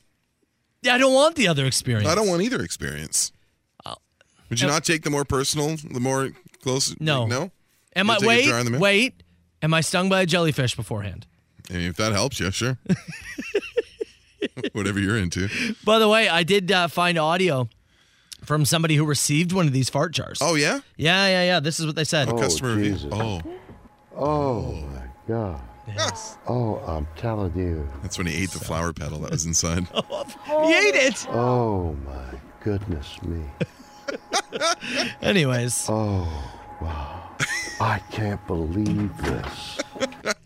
Speaker 5: Yeah, I don't want the other experience.
Speaker 6: I don't want either experience. Would you
Speaker 5: Uh,
Speaker 6: not take the more personal, the more close?
Speaker 5: No.
Speaker 6: no.
Speaker 5: Am I
Speaker 6: You'll take a
Speaker 5: wait,
Speaker 6: jar in the mail?
Speaker 5: wait. Am I stung by a jellyfish beforehand?
Speaker 6: I mean, if that helps you, sure. Whatever you're into.
Speaker 5: By the way, I did uh, find audio from somebody who received one of these fart jars.
Speaker 6: Oh yeah,
Speaker 5: Yeah, yeah, yeah. This is what they said.
Speaker 6: customer
Speaker 9: Jesus.
Speaker 6: review. Oh,
Speaker 9: God.
Speaker 5: Yes.
Speaker 9: Oh, I'm telling you.
Speaker 6: that's when he ate the flower petal that was inside.
Speaker 5: He ate it.
Speaker 9: Oh, my goodness me.
Speaker 5: Anyways,
Speaker 9: I can't believe this.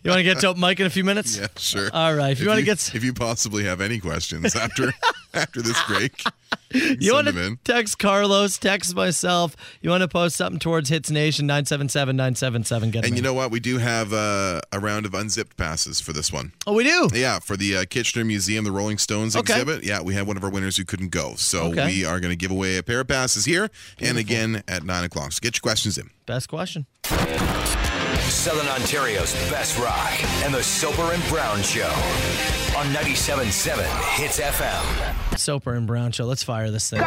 Speaker 5: you want to get to open mic in a few minutes?
Speaker 6: Yeah, sure.
Speaker 5: All right. If you want to get,
Speaker 6: if you possibly have any questions after after this break,
Speaker 5: You
Speaker 6: send
Speaker 5: want
Speaker 6: them
Speaker 5: to
Speaker 6: in.
Speaker 5: text Carlos, text myself. You want to post something towards Hits Nation 977 977. Get them
Speaker 6: And you
Speaker 5: in.
Speaker 6: know what? We do have uh, a round of unzipped passes for this one.
Speaker 5: oh, we do.
Speaker 6: Yeah, for the uh, Kitchener Museum, the Rolling Stones
Speaker 5: Okay.
Speaker 6: exhibit. Yeah, we had one of our winners who couldn't go. So
Speaker 5: Okay.
Speaker 6: we are going to give away a pair of passes here and again at 9 o'clock. So get your questions in.
Speaker 5: Best question.
Speaker 4: Southern Ontario's best rock and the Soper and Brown Show on 97.7 Hits FM.
Speaker 5: Soper and Brown Show. Let's fire this thing.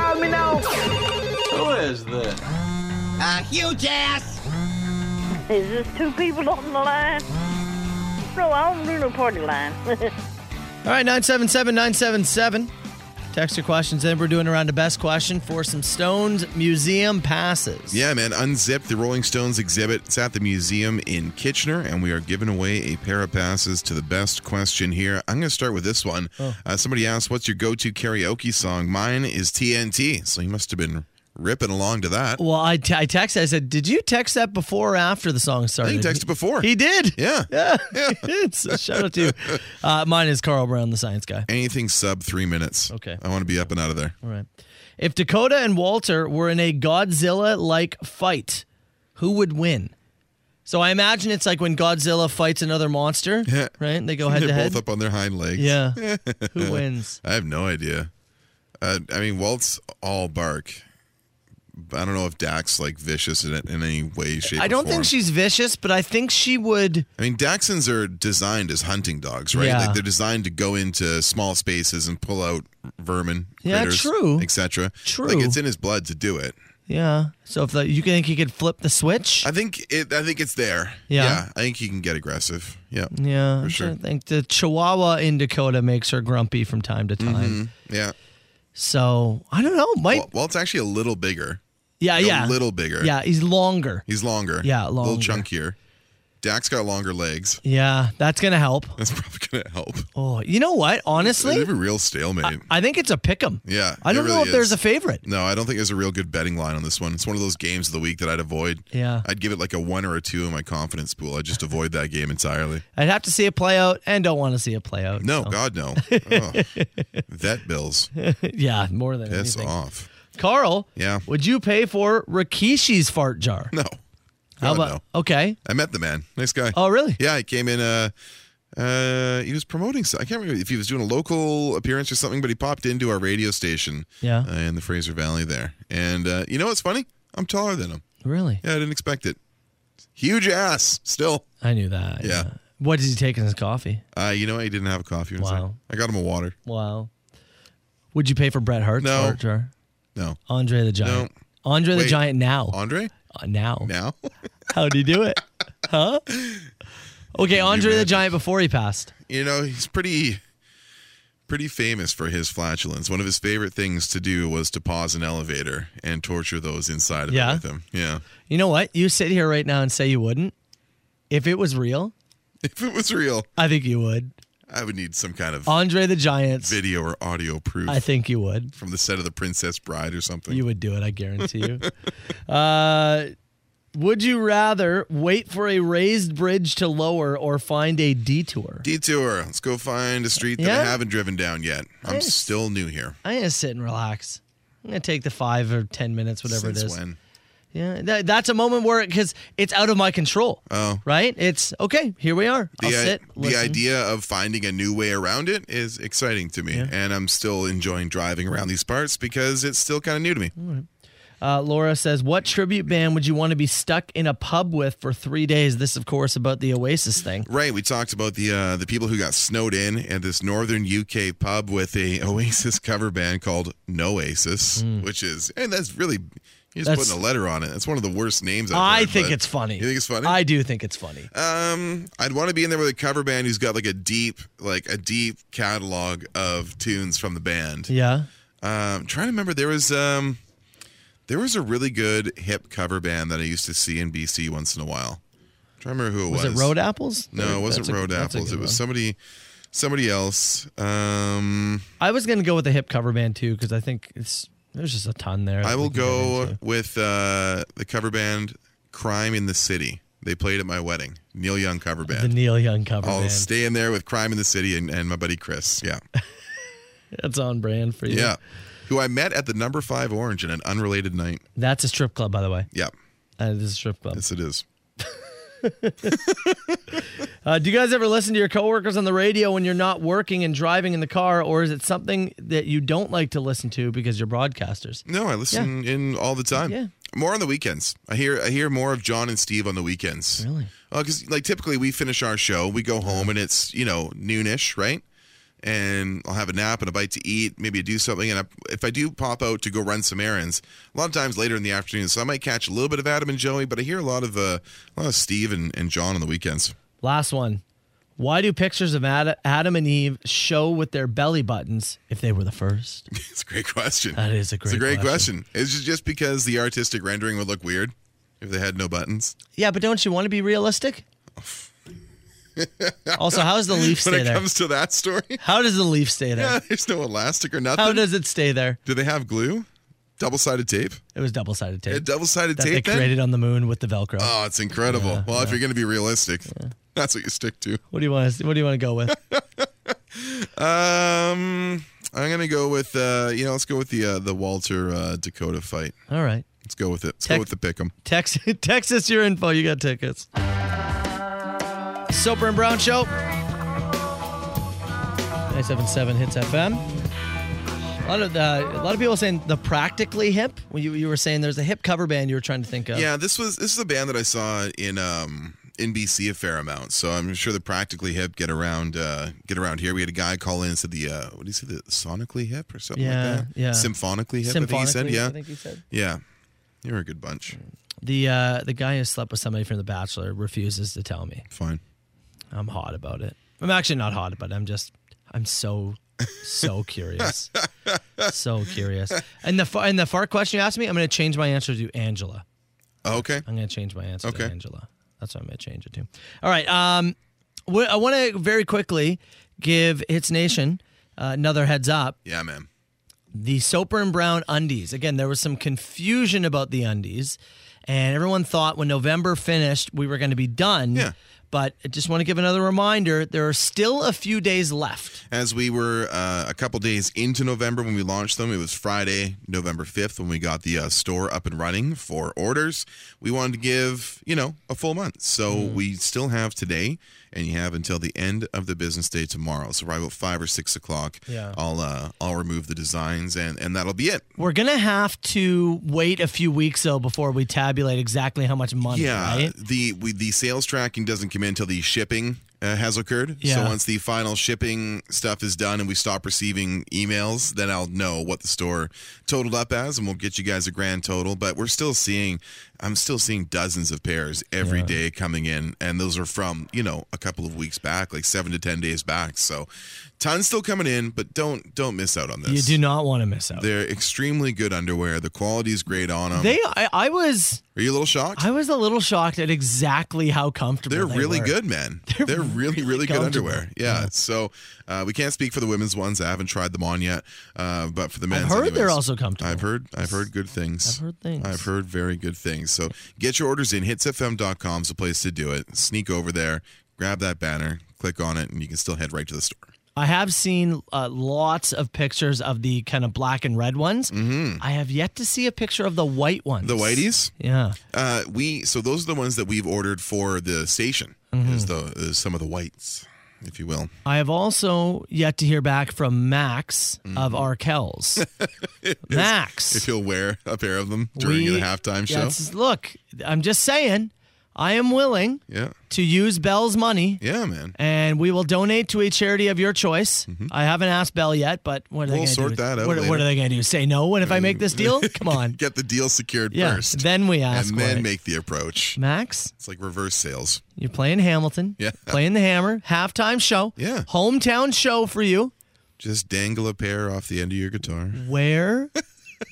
Speaker 8: Is this two people on the line?
Speaker 5: Uh,
Speaker 8: No, I don't do no party line.
Speaker 5: All right, 977 977. Text your questions in. We're doing around the best question for some Stones Museum passes.
Speaker 6: Yeah, man. Unzip the Rolling Stones exhibit. It's at the museum in Kitchener, and we are giving away a pair of passes to the best question here. I'm going to start with this one.
Speaker 5: Oh.
Speaker 6: Uh, somebody asked, What's your go to karaoke song? Mine is TNT. So you must have been ripping along to that.
Speaker 5: Well, I, t- I texted. I said, "Did you text that before or after the song started?"
Speaker 6: texted before.
Speaker 5: He did.
Speaker 6: Yeah.
Speaker 5: Yeah. he did. So shout out to you. Uh, mine is Carl Brown, the Science Guy.
Speaker 6: Anything sub three minutes.
Speaker 5: Okay.
Speaker 6: I want to be up and out of there.
Speaker 5: All right. If Dakota and Walter were in a Godzilla like fight, who would win? So I imagine it's like when Godzilla fights another monster,
Speaker 6: Yeah.
Speaker 5: right? They go head
Speaker 6: They're
Speaker 5: to head.
Speaker 6: both up on their hind legs.
Speaker 5: Yeah. who wins?
Speaker 6: I have no idea. Uh, I mean, Walt's all bark. I don't know if Dax like vicious in, in any way, shape.
Speaker 5: I
Speaker 6: or
Speaker 5: don't
Speaker 6: form.
Speaker 5: think she's vicious, but I think she would.
Speaker 6: I mean, Dachshunds are designed as hunting dogs, right?
Speaker 5: Yeah.
Speaker 6: Like they're designed to go into small spaces and pull out vermin,
Speaker 5: Yeah,
Speaker 6: critters,
Speaker 5: true.
Speaker 6: etc.
Speaker 5: True.
Speaker 6: Like it's in his blood to do it.
Speaker 5: Yeah. So if the, you think he could flip the switch?
Speaker 6: I think it. I think it's there.
Speaker 5: Yeah.
Speaker 6: I think he can get aggressive. Yeah.
Speaker 5: yeah. I'm
Speaker 6: sure.
Speaker 5: trying to think the Chihuahua in Dakota makes her grumpy from time to time.
Speaker 6: Mm-hmm. Yeah.
Speaker 5: So I don't know. Might.
Speaker 6: Wal- Walt's actually a little bigger.
Speaker 5: yeah.
Speaker 6: a
Speaker 5: Yeah.
Speaker 6: little bigger.
Speaker 5: Yeah. He's longer.
Speaker 6: He's longer.
Speaker 5: Yeah,
Speaker 6: A little
Speaker 5: longer.
Speaker 6: chunkier. Dax got longer legs.
Speaker 5: Yeah. That's gonna help.
Speaker 6: That's probably gonna help.
Speaker 5: Oh, you know what?
Speaker 6: They
Speaker 5: Honestly,
Speaker 6: have a real stalemate.
Speaker 5: I think it's a pick 'em.
Speaker 6: Yeah,
Speaker 5: I
Speaker 6: it
Speaker 5: don't know
Speaker 6: really
Speaker 5: if there's
Speaker 6: is.
Speaker 5: a favorite.
Speaker 6: no, I don't think there's a real good betting line on this one. It's one of those games of the week that I'd avoid.
Speaker 5: Yeah.
Speaker 6: I'd give it like a one or a two in my confidence pool. I just avoid that game entirely.
Speaker 5: I'd have to see it play out and don't want to see it play out.
Speaker 6: No,
Speaker 5: so.
Speaker 6: God no. Oh, vet bills.
Speaker 5: yeah, more than
Speaker 6: Piss
Speaker 5: anything.
Speaker 6: off.
Speaker 5: Carl,
Speaker 6: Yeah.
Speaker 5: would you pay for Rikishi's fart jar?
Speaker 6: No.
Speaker 5: How
Speaker 6: God,
Speaker 5: about
Speaker 6: no.
Speaker 5: okay?
Speaker 6: I met the man. Nice guy.
Speaker 5: Oh, really?
Speaker 6: Yeah, he came in. Uh, uh, he was promoting. so- I can't remember if he was doing a local appearance or something, but he popped into our radio station.
Speaker 5: Yeah.
Speaker 6: uh, in the Fraser Valley there, and uh, you know what's funny? I'm taller than him.
Speaker 5: Really?
Speaker 6: Yeah, I didn't expect it. Huge ass. Still,
Speaker 5: I knew that.
Speaker 6: Yeah.
Speaker 5: What did he take in his coffee?
Speaker 6: uh, you know what? He didn't have a coffee. or
Speaker 5: Wow.
Speaker 6: something. I got him a water.
Speaker 5: Wow. Would you pay for Bret Hart's
Speaker 6: No.
Speaker 5: fart jar?
Speaker 6: No,
Speaker 5: Andre the Giant.
Speaker 6: No.
Speaker 5: Andre the
Speaker 6: Wait.
Speaker 5: Giant now.
Speaker 6: Andre.
Speaker 5: Uh, now.
Speaker 6: now?
Speaker 5: How'd he do it? Huh? Okay, Andre the
Speaker 6: imagine?
Speaker 5: Giant before he passed.
Speaker 6: you know, he's pretty pretty famous for his flatulence. One of his favorite things to do was to pause an elevator and torture those inside of
Speaker 5: Yeah?
Speaker 6: it with him. Yeah.
Speaker 5: You know what? You sit here right now and say you wouldn't. If it was real,
Speaker 6: If it was real,
Speaker 5: I think you would.
Speaker 6: I would need some kind of
Speaker 5: Andre the Giant's.
Speaker 6: video or audio proof
Speaker 5: I think you would.
Speaker 6: from the set of The Princess Bride or something.
Speaker 5: You would do it, I guarantee you. uh, would you rather wait for a raised bridge to lower or find a detour?
Speaker 6: Detour. Let's go find a street that
Speaker 5: Yeah?
Speaker 6: I haven't driven down yet. I'm
Speaker 5: Nice.
Speaker 6: still new here.
Speaker 5: I'm gonna sit and relax. I'm gonna take the five or ten minutes, whatever
Speaker 6: Since
Speaker 5: it is.
Speaker 6: when?
Speaker 5: Yeah, that, that's a moment where because it's out of my control.
Speaker 6: Oh.
Speaker 5: right. It's okay. Here we are.
Speaker 6: The,
Speaker 5: I'll
Speaker 6: i-
Speaker 5: sit.
Speaker 6: the
Speaker 5: listen.
Speaker 6: idea of finding a new way around it is exciting to me. And I'm still enjoying driving around these parts because it's still kind of new to
Speaker 5: Mm.
Speaker 6: me.
Speaker 5: Uh, Laura says, "What tribute band would you want to be stuck in a pub with for three days?" This, of course, about the Oasis thing.
Speaker 6: Right, we talked about the uh, the people who got snowed in at this northern UK pub with a Oasis cover band called Noasis, which is and that's really you're just
Speaker 5: Mm. That's-
Speaker 6: putting a letter on it. That's one of the worst names. I've
Speaker 5: I
Speaker 6: heard,
Speaker 5: think
Speaker 6: but-
Speaker 5: it's funny.
Speaker 6: You think it's funny?
Speaker 5: I do think it's funny.
Speaker 6: um, I'd want to be in there with a cover band who's got like a deep like a deep catalog of tunes from the band.
Speaker 5: yeah.
Speaker 6: Um, trying to remember, there was um, there was a really good hip cover band that I used to see in BC once in a while. trying to remember who it was.
Speaker 5: Was it Road Apples?
Speaker 6: No, it wasn't
Speaker 5: That's a-
Speaker 6: Road
Speaker 5: that's a
Speaker 6: Apples.
Speaker 5: good
Speaker 6: It was
Speaker 5: one.
Speaker 6: somebody, somebody else. Um,
Speaker 5: I was gonna go with a hip cover band too because I think it's there's just a ton there.
Speaker 6: I
Speaker 5: that we
Speaker 6: will
Speaker 5: can get
Speaker 6: go
Speaker 5: into.
Speaker 6: with uh, the cover band "Crime in the City." They played at my wedding. Neil Young cover
Speaker 5: the
Speaker 6: band.
Speaker 5: Neil Young cover
Speaker 6: I'll
Speaker 5: band.
Speaker 6: stay in there with "Crime in the City" and, and my buddy Chris. Yeah,
Speaker 5: That's on brand for you.
Speaker 6: yeah. Who I met at the Number Five Orange in an unrelated night.
Speaker 5: That's a strip club, by the way.
Speaker 6: Yeah,
Speaker 5: Uh, this is a strip club.
Speaker 6: yes, it is.
Speaker 5: Uh, do you guys ever listen to your coworkers on the radio when you're not working and driving in the car, or is it something that you don't like to listen to because you're broadcasters?
Speaker 6: No, I listen in all the time.
Speaker 5: Yeah.
Speaker 6: More on the weekends. I hear I hear more of John and Steve on the weekends.
Speaker 5: Really?
Speaker 6: because like typically we finish our show, we go home, and it's you know noonish, right? And I'll have a nap and a bite to eat, maybe do something. And I, if I do pop out to go run some errands, a lot of times later in the afternoon, so I might catch a little bit of Adam and Joey, but I hear a lot of uh, a lot of Steve and, and John on the weekends.
Speaker 5: Last one. Why do pictures of Ad- Adam and Eve show with their belly buttons if they were the first?
Speaker 6: It's a great question.
Speaker 5: That is a
Speaker 6: it's a
Speaker 5: great
Speaker 6: great
Speaker 5: question.
Speaker 6: question. Is it just because the artistic rendering would look weird if they had no buttons?
Speaker 5: yeah, but don't you want to be realistic? also, how does the leaf
Speaker 6: When
Speaker 5: stay
Speaker 6: it
Speaker 5: there?
Speaker 6: comes to that story,
Speaker 5: How does the leaf stay there?
Speaker 6: yeah, there's no elastic or nothing.
Speaker 5: How does it stay there?
Speaker 6: Do they have glue? Double sided tape?
Speaker 5: It was double sided
Speaker 6: A
Speaker 5: tape
Speaker 6: double sided
Speaker 5: that they
Speaker 6: tape then?
Speaker 5: created on the moon with the Velcro.
Speaker 6: Oh, it's incredible. well, if you're going to be realistic, that's what you stick to.
Speaker 5: What do you want? To, what do you want to go with?
Speaker 6: Um, I'm going to go with uh, you know, let's go with the uh, the Walter uh, Dakota fight.
Speaker 5: All right.
Speaker 6: Let's go with it. Let's
Speaker 5: Tech-
Speaker 6: go with the pick'em.
Speaker 5: Text text us your info. You got tickets. Soper and Brown Show. 977 hits FM. A lot of uh, a lot of people saying the practically hip. Well, you, you were saying there's a hip cover band you were trying to think of.
Speaker 6: Yeah, this was this is a band that I saw in um in BC a fair amount. So I'm sure the practically hip get around uh get around here. We had a guy call in and said the uh what do you say the sonically hip or something
Speaker 5: Yeah,
Speaker 6: like that?
Speaker 5: yeah.
Speaker 6: Symphonically hip, I think he said,
Speaker 5: Symphonically,
Speaker 6: yeah.
Speaker 5: I think he said.
Speaker 6: yeah. You're a good bunch.
Speaker 5: The uh, the guy who slept with somebody from The Bachelor refuses to tell me.
Speaker 6: Fine.
Speaker 5: I'm hot about it. I'm actually not hot about it. I'm just I'm so so curious, so curious. And the far, and the fart question you asked me, I'm going to change my answer to Angela.
Speaker 6: Oh, Okay.
Speaker 5: I'm going to change my answer
Speaker 6: Okay.
Speaker 5: to Angela. That's what I'm going to change it to. All right. Um, wh- I want to very quickly give Hits Nation uh, another heads up.
Speaker 6: Yeah, man.
Speaker 5: The Soper and Brown undies. Again, there was some confusion about the undies, and everyone thought when November finished, we were going to be done.
Speaker 6: Yeah.
Speaker 5: But I just want to give another reminder there are still a few days left.
Speaker 6: As we were uh, a couple days into November when we launched them, it was Friday, November 5th, when we got the uh, store up and running for orders. We wanted to give, you know, a full month. So we still have today, and you have until the end of the business day tomorrow. So, right about five or six o'clock,
Speaker 5: Yeah.
Speaker 6: I'll, uh, I'll remove the designs, and, and that'll be it.
Speaker 5: We're going to have to wait a few weeks, though, before we tabulate exactly how much money,
Speaker 6: Yeah,
Speaker 5: right?
Speaker 6: the we, the sales tracking doesn't come in until the shipping uh, has occurred. So
Speaker 5: Yeah.
Speaker 6: once the final shipping stuff is done and we stop receiving emails, then I'll know what the store totaled up as, and we'll get you guys a grand total. But we're still seeing, I'm still seeing dozens of pairs every day coming in, and those are from you know a couple of weeks back, like seven to ten days back. So tons still coming in, but don't don't miss out on this.
Speaker 5: You do not want to miss out.
Speaker 6: They're extremely good underwear. The quality is great on them.
Speaker 5: They, I, I was,
Speaker 6: are you a little shocked?
Speaker 5: I was a little shocked at exactly how comfortable
Speaker 6: They're
Speaker 5: they
Speaker 6: really
Speaker 5: were.
Speaker 6: good, man. They're, really, really good
Speaker 5: comfortable.
Speaker 6: underwear. Yeah. So uh, we can't speak for the women's ones. I haven't tried them on yet. Uh, but for the men's,
Speaker 5: heard they're
Speaker 6: anyways,
Speaker 5: also comfortable.
Speaker 6: I've heard. I've heard good things.
Speaker 5: I've heard things.
Speaker 6: I've heard very good things. So get your orders in. Hitsfm.com is the place to do it. Sneak over there, grab that banner, click on it, and you can still head right to the store.
Speaker 5: I have seen uh, lots of pictures of the kind of black and red ones. I have yet to see a picture of the white ones.
Speaker 6: Mm-hmm. The whiteys.
Speaker 5: Yeah.
Speaker 6: Uh, we so those are the ones that we've ordered for the station.
Speaker 5: Mm-hmm.
Speaker 6: Is the is some of the whites, if you will.
Speaker 5: I have also yet to hear back from Max
Speaker 6: Mm-hmm.
Speaker 5: of Arkells. Max.
Speaker 6: If you'll wear a pair of them during the
Speaker 5: We-
Speaker 6: halftime
Speaker 5: Yeah,
Speaker 6: show.
Speaker 5: it's- Look, I'm just saying, I am willing
Speaker 6: Yeah.
Speaker 5: to use Bell's money.
Speaker 6: Yeah, man.
Speaker 5: And we will donate to a charity of your choice. I haven't asked Bell yet, but what
Speaker 6: Mm-hmm. We'll
Speaker 5: are they gonna
Speaker 6: sort
Speaker 5: do?
Speaker 6: that out
Speaker 5: What, what
Speaker 6: later.
Speaker 5: are they going to do? Say no? When if I make this deal? Come on.
Speaker 6: Get the deal secured
Speaker 5: Yeah.
Speaker 6: first.
Speaker 5: Then we ask.
Speaker 6: and
Speaker 5: for
Speaker 6: then
Speaker 5: it.
Speaker 6: make the approach.
Speaker 5: Max,
Speaker 6: It's like reverse sales.
Speaker 5: you're playing Hamilton.
Speaker 6: Yeah.
Speaker 5: Playing the Hammer. Halftime show.
Speaker 6: Yeah.
Speaker 5: Hometown show for you.
Speaker 6: Just dangle a pair off the end of your guitar.
Speaker 5: Mm-hmm. Wear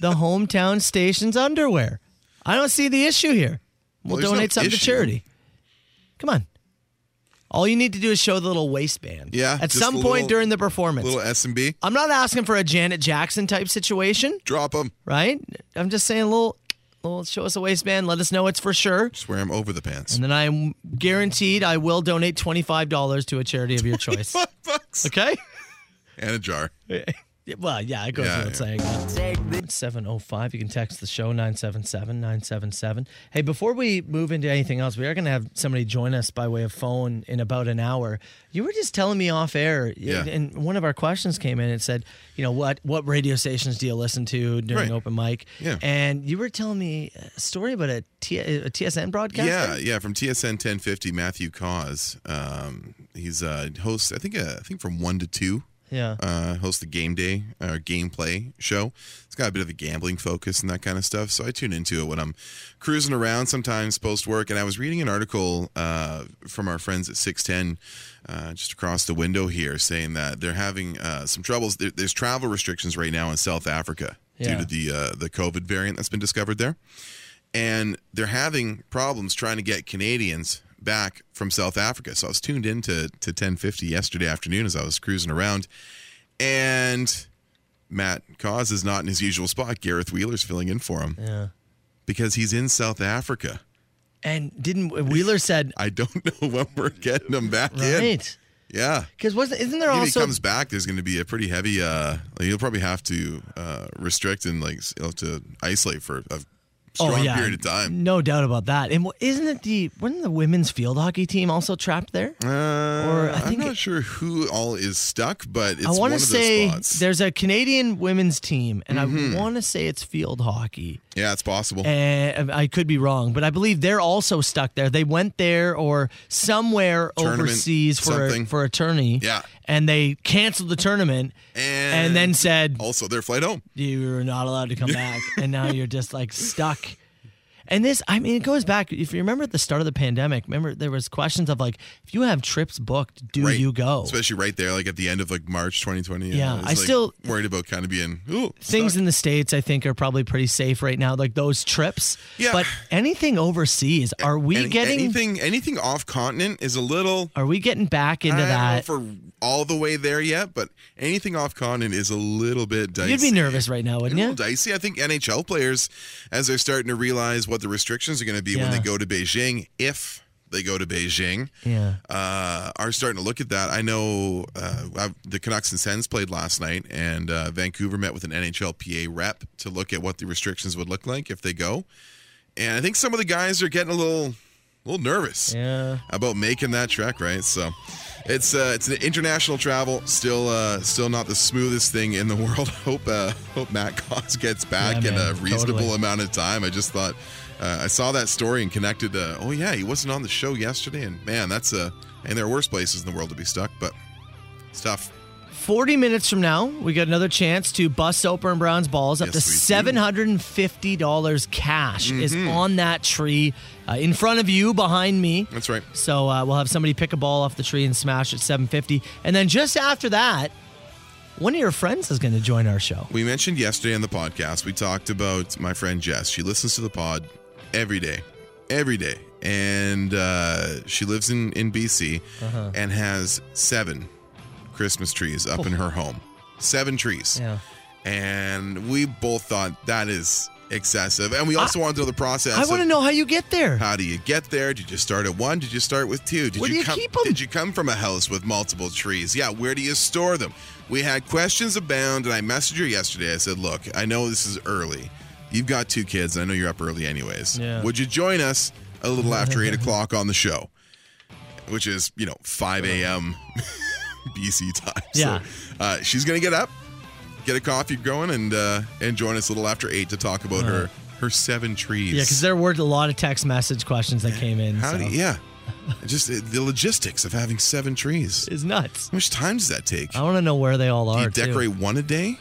Speaker 5: the hometown station's underwear. I don't see the issue here. We'll,
Speaker 6: Well, there's no
Speaker 5: donate something to
Speaker 6: issue.
Speaker 5: charity. Come on. All you need to do is show the little waistband.
Speaker 6: Yeah,
Speaker 5: At
Speaker 6: just
Speaker 5: some
Speaker 6: a
Speaker 5: point
Speaker 6: little-
Speaker 5: during the performance.
Speaker 6: Little S and B.
Speaker 5: I'm not asking for a Janet Jackson type situation,
Speaker 6: Drop them.
Speaker 5: right? I'm just saying a little, little show us a waistband, let us know it's for sure.
Speaker 6: Just wear them over the pants.
Speaker 5: And then I'm guaranteed I will donate $25 to a charity of your choice.
Speaker 6: Bucks.
Speaker 5: Okay? Mm-hmm.
Speaker 6: And a jar.
Speaker 5: Yeah, Well, yeah, it goes
Speaker 6: Yeah,
Speaker 5: without saying. It's 705. You can text the show 977 977. Hey, before we move into anything else, we are going to have somebody join us by way of phone in about an hour. You were just telling me off air,
Speaker 6: Yeah.
Speaker 5: and one of our questions came in. It said, you know, what what radio stations do you listen to during
Speaker 6: Right.
Speaker 5: open mic?
Speaker 6: Yeah.
Speaker 5: And you were telling me a story about a, T- a TSN broadcast.
Speaker 6: Yeah, yeah. From TSN 1050, Matthew Cause. Um, he's a host. I think. Uh, I think from one to two.
Speaker 5: Yeah.
Speaker 6: uh, host the game day or gameplay show. It's got a bit of a gambling focus and that kind of stuff. So I tune into it when I'm cruising around sometimes post work. And I was reading an article uh, from our friends at 610 uh, just across the window here saying that they're having uh, some troubles. There, there's travel restrictions right now in South Africa due
Speaker 5: Yeah.
Speaker 6: to the uh, the COVID variant that's been discovered there and they're having problems trying to get Canadians back from South Africa. So I was tuned in to, to 1050 yesterday afternoon as I was cruising around, and Matt Cause is not in his usual spot. Gareth Wheeler's filling in for him
Speaker 5: Yeah.
Speaker 6: because he's in South Africa.
Speaker 5: And didn't Wheeler said,
Speaker 6: I don't know when we're getting him back in.
Speaker 5: right?
Speaker 6: Yeah.
Speaker 5: Because wasn't isn't there
Speaker 6: If
Speaker 5: also
Speaker 6: he comes back, there's going to be a pretty heavy. Uh, like, he'll probably have to uh, restrict and like s- he'll have to isolate for
Speaker 5: Oh,
Speaker 6: a strong period of time.
Speaker 5: No doubt about that. And wha- isn't it the wasn't the women's field hockey team also trapped there?
Speaker 6: Uh,
Speaker 5: Or I
Speaker 6: I'm
Speaker 5: think
Speaker 6: not
Speaker 5: it-
Speaker 6: sure who all is stuck, but it's
Speaker 5: I
Speaker 6: one
Speaker 5: want
Speaker 6: of
Speaker 5: to
Speaker 6: those
Speaker 5: say
Speaker 6: spots. Mm-hmm.
Speaker 5: there's a Canadian women's team, and I want to say it's field hockey.
Speaker 6: Yeah, it's possible.
Speaker 5: And I could be wrong, but I believe they're also stuck there. They went there or somewhere
Speaker 6: Tournament,
Speaker 5: overseas for
Speaker 6: something.
Speaker 5: a, for a tourney.
Speaker 6: Yeah.
Speaker 5: and they canceled the tournament
Speaker 6: And,
Speaker 5: then said
Speaker 6: also their flight home.
Speaker 5: you're not allowed to come back and now you're just like stuck and this i mean it goes back if you remember at the start of the pandemic remember there was questions of like if you have trips booked do
Speaker 6: Right.
Speaker 5: you go
Speaker 6: Especially right there, like at the end of like March 2020. and
Speaker 5: Yeah,
Speaker 6: was,
Speaker 5: I
Speaker 6: like,
Speaker 5: still-
Speaker 6: worried about kind of being ooh
Speaker 5: things
Speaker 6: stuck.
Speaker 5: in the states i think are probably pretty safe right now like those trips
Speaker 6: Yeah.
Speaker 5: but anything overseas are we
Speaker 6: Any-
Speaker 5: getting
Speaker 6: anything anything off continent is a little
Speaker 5: are we getting back
Speaker 6: I
Speaker 5: into
Speaker 6: don't know
Speaker 5: that
Speaker 6: for all the way there yet, but anything off continent is a little bit dicey.
Speaker 5: you'd be nervous right now wouldn't
Speaker 6: a little
Speaker 5: you
Speaker 6: dicey. I think NHL players, as they're starting to realize what the restrictions are going to be when
Speaker 5: Yeah.
Speaker 6: they go to Beijing, if they go to Beijing,
Speaker 5: yeah
Speaker 6: uh, are starting to look at that. I know uh, I've- the Canucks and Sens played last night, and uh, Vancouver met with an NHLPA rep to look at what the restrictions would look like if they go. And I think some of the guys are getting a little, little nervous
Speaker 5: yeah
Speaker 6: about making that trek, right? So It's uh, it's an international travel. Still, uh, still not the smoothest thing in the world. hope uh, hope Matt Cos gets back
Speaker 5: Yeah,
Speaker 6: in
Speaker 5: man,
Speaker 6: a reasonable
Speaker 5: totally.
Speaker 6: amount of time. I just thought uh, I saw that story and connected. To, oh yeah, he wasn't on the show yesterday, and man, that's a and there are worse places in the world to be stuck, but it's tough.
Speaker 5: 40 minutes from now, we got another chance to bust Soper and Brown's balls. Up
Speaker 6: Yes, we
Speaker 5: to $750 cash is
Speaker 6: Mm-hmm.
Speaker 5: on that tree uh, in front of you, behind me.
Speaker 6: That's right.
Speaker 5: So uh, we'll have somebody pick a ball off the tree and smash at 750. And then just after that, one of your friends is going to join our show.
Speaker 6: We mentioned yesterday on the podcast, we talked about my friend Jess. She listens to the pod every day, every day. And uh, she lives in, in BC
Speaker 5: Uh-huh.
Speaker 6: and has seven Christmas trees up in her home. Seven trees.
Speaker 5: Oh. Yeah.
Speaker 6: And we both thought that is excessive. And we also wanted to know the process.
Speaker 5: I want to
Speaker 6: of
Speaker 5: know how you get there.
Speaker 6: How do you get there? Did you start at one? Did you start with two? Did
Speaker 5: Where do you
Speaker 6: come,
Speaker 5: keep 'em?
Speaker 6: Did you come from a house with multiple trees? Yeah, where do you store them? We had questions abound, and I messaged her yesterday. I said, "Look, I know this is early. You've got two kids, and I know you're up early anyways.
Speaker 5: Yeah.
Speaker 6: Would you join us a little after eight o'clock on the show, which is you know five a.m. BC time?
Speaker 5: Yeah.
Speaker 6: So, uh, she's gonna get up, get a coffee going, and uh, and join us a little after eight to talk about her her seven trees.
Speaker 5: Yeah, because there were a lot of text message questions that came in.
Speaker 6: How
Speaker 5: so.
Speaker 6: do you, yeah. Just uh, the logistics of having seven trees.
Speaker 5: It's nuts.
Speaker 6: How much time does that take?
Speaker 5: I want to know where they all
Speaker 6: do
Speaker 5: are.
Speaker 6: you
Speaker 5: too.
Speaker 6: decorate one a day?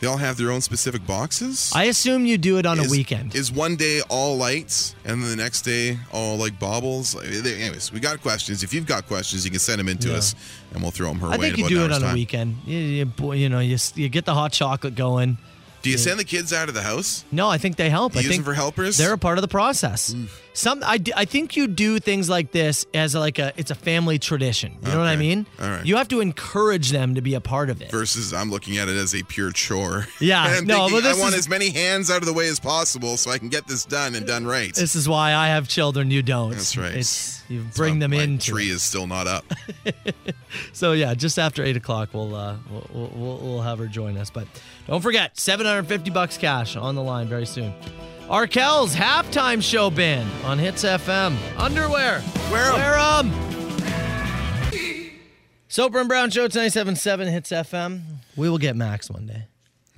Speaker 6: They all have their own specific boxes?
Speaker 5: I assume you do it on
Speaker 6: is,
Speaker 5: a weekend.
Speaker 6: Is one day all lights and then the next day all like baubles? Like, they- Anyways, we got questions. If you've got questions, you can send them in to
Speaker 5: Yeah.
Speaker 6: us and we'll throw them her
Speaker 5: I
Speaker 6: way
Speaker 5: think
Speaker 6: in
Speaker 5: you
Speaker 6: about
Speaker 5: do
Speaker 6: an
Speaker 5: it
Speaker 6: hour's
Speaker 5: on a
Speaker 6: time.
Speaker 5: weekend. You, you, bo- you know, you, s- you get the hot chocolate going.
Speaker 6: Do you send the kids out of the house?
Speaker 5: No, I think they help.
Speaker 6: You
Speaker 5: I
Speaker 6: use
Speaker 5: think
Speaker 6: them for helpers?
Speaker 5: They're a part of the process. Some I, d- I think you do things like this as like a it's a family tradition. You know what I
Speaker 6: Okay.
Speaker 5: mean?
Speaker 6: All right.
Speaker 5: You have to encourage them to be a part of it.
Speaker 6: Versus I'm looking at it as a pure chore.
Speaker 5: Yeah,
Speaker 6: and I'm
Speaker 5: no,
Speaker 6: thinking,
Speaker 5: but this
Speaker 6: I want
Speaker 5: is-
Speaker 6: as many hands out of the way as possible so I can get this done and done right.
Speaker 5: this is why I have children. You don't.
Speaker 6: That's right.
Speaker 5: It's you
Speaker 6: That's
Speaker 5: bring
Speaker 6: why
Speaker 5: them
Speaker 6: my
Speaker 5: in.
Speaker 6: Tree is still not up.
Speaker 5: So yeah, just after eight o'clock, we'll uh, we'll, we'll- we'll we'll have her join us. But don't forget, seven hundred fifty bucks cash on the line very soon. Arkell's halftime show band on Hits FM. Underwear.
Speaker 6: Wear 'em.
Speaker 5: Wear 'em. Soper and Brown Show, 97.7 Hits FM. We will get Max one day.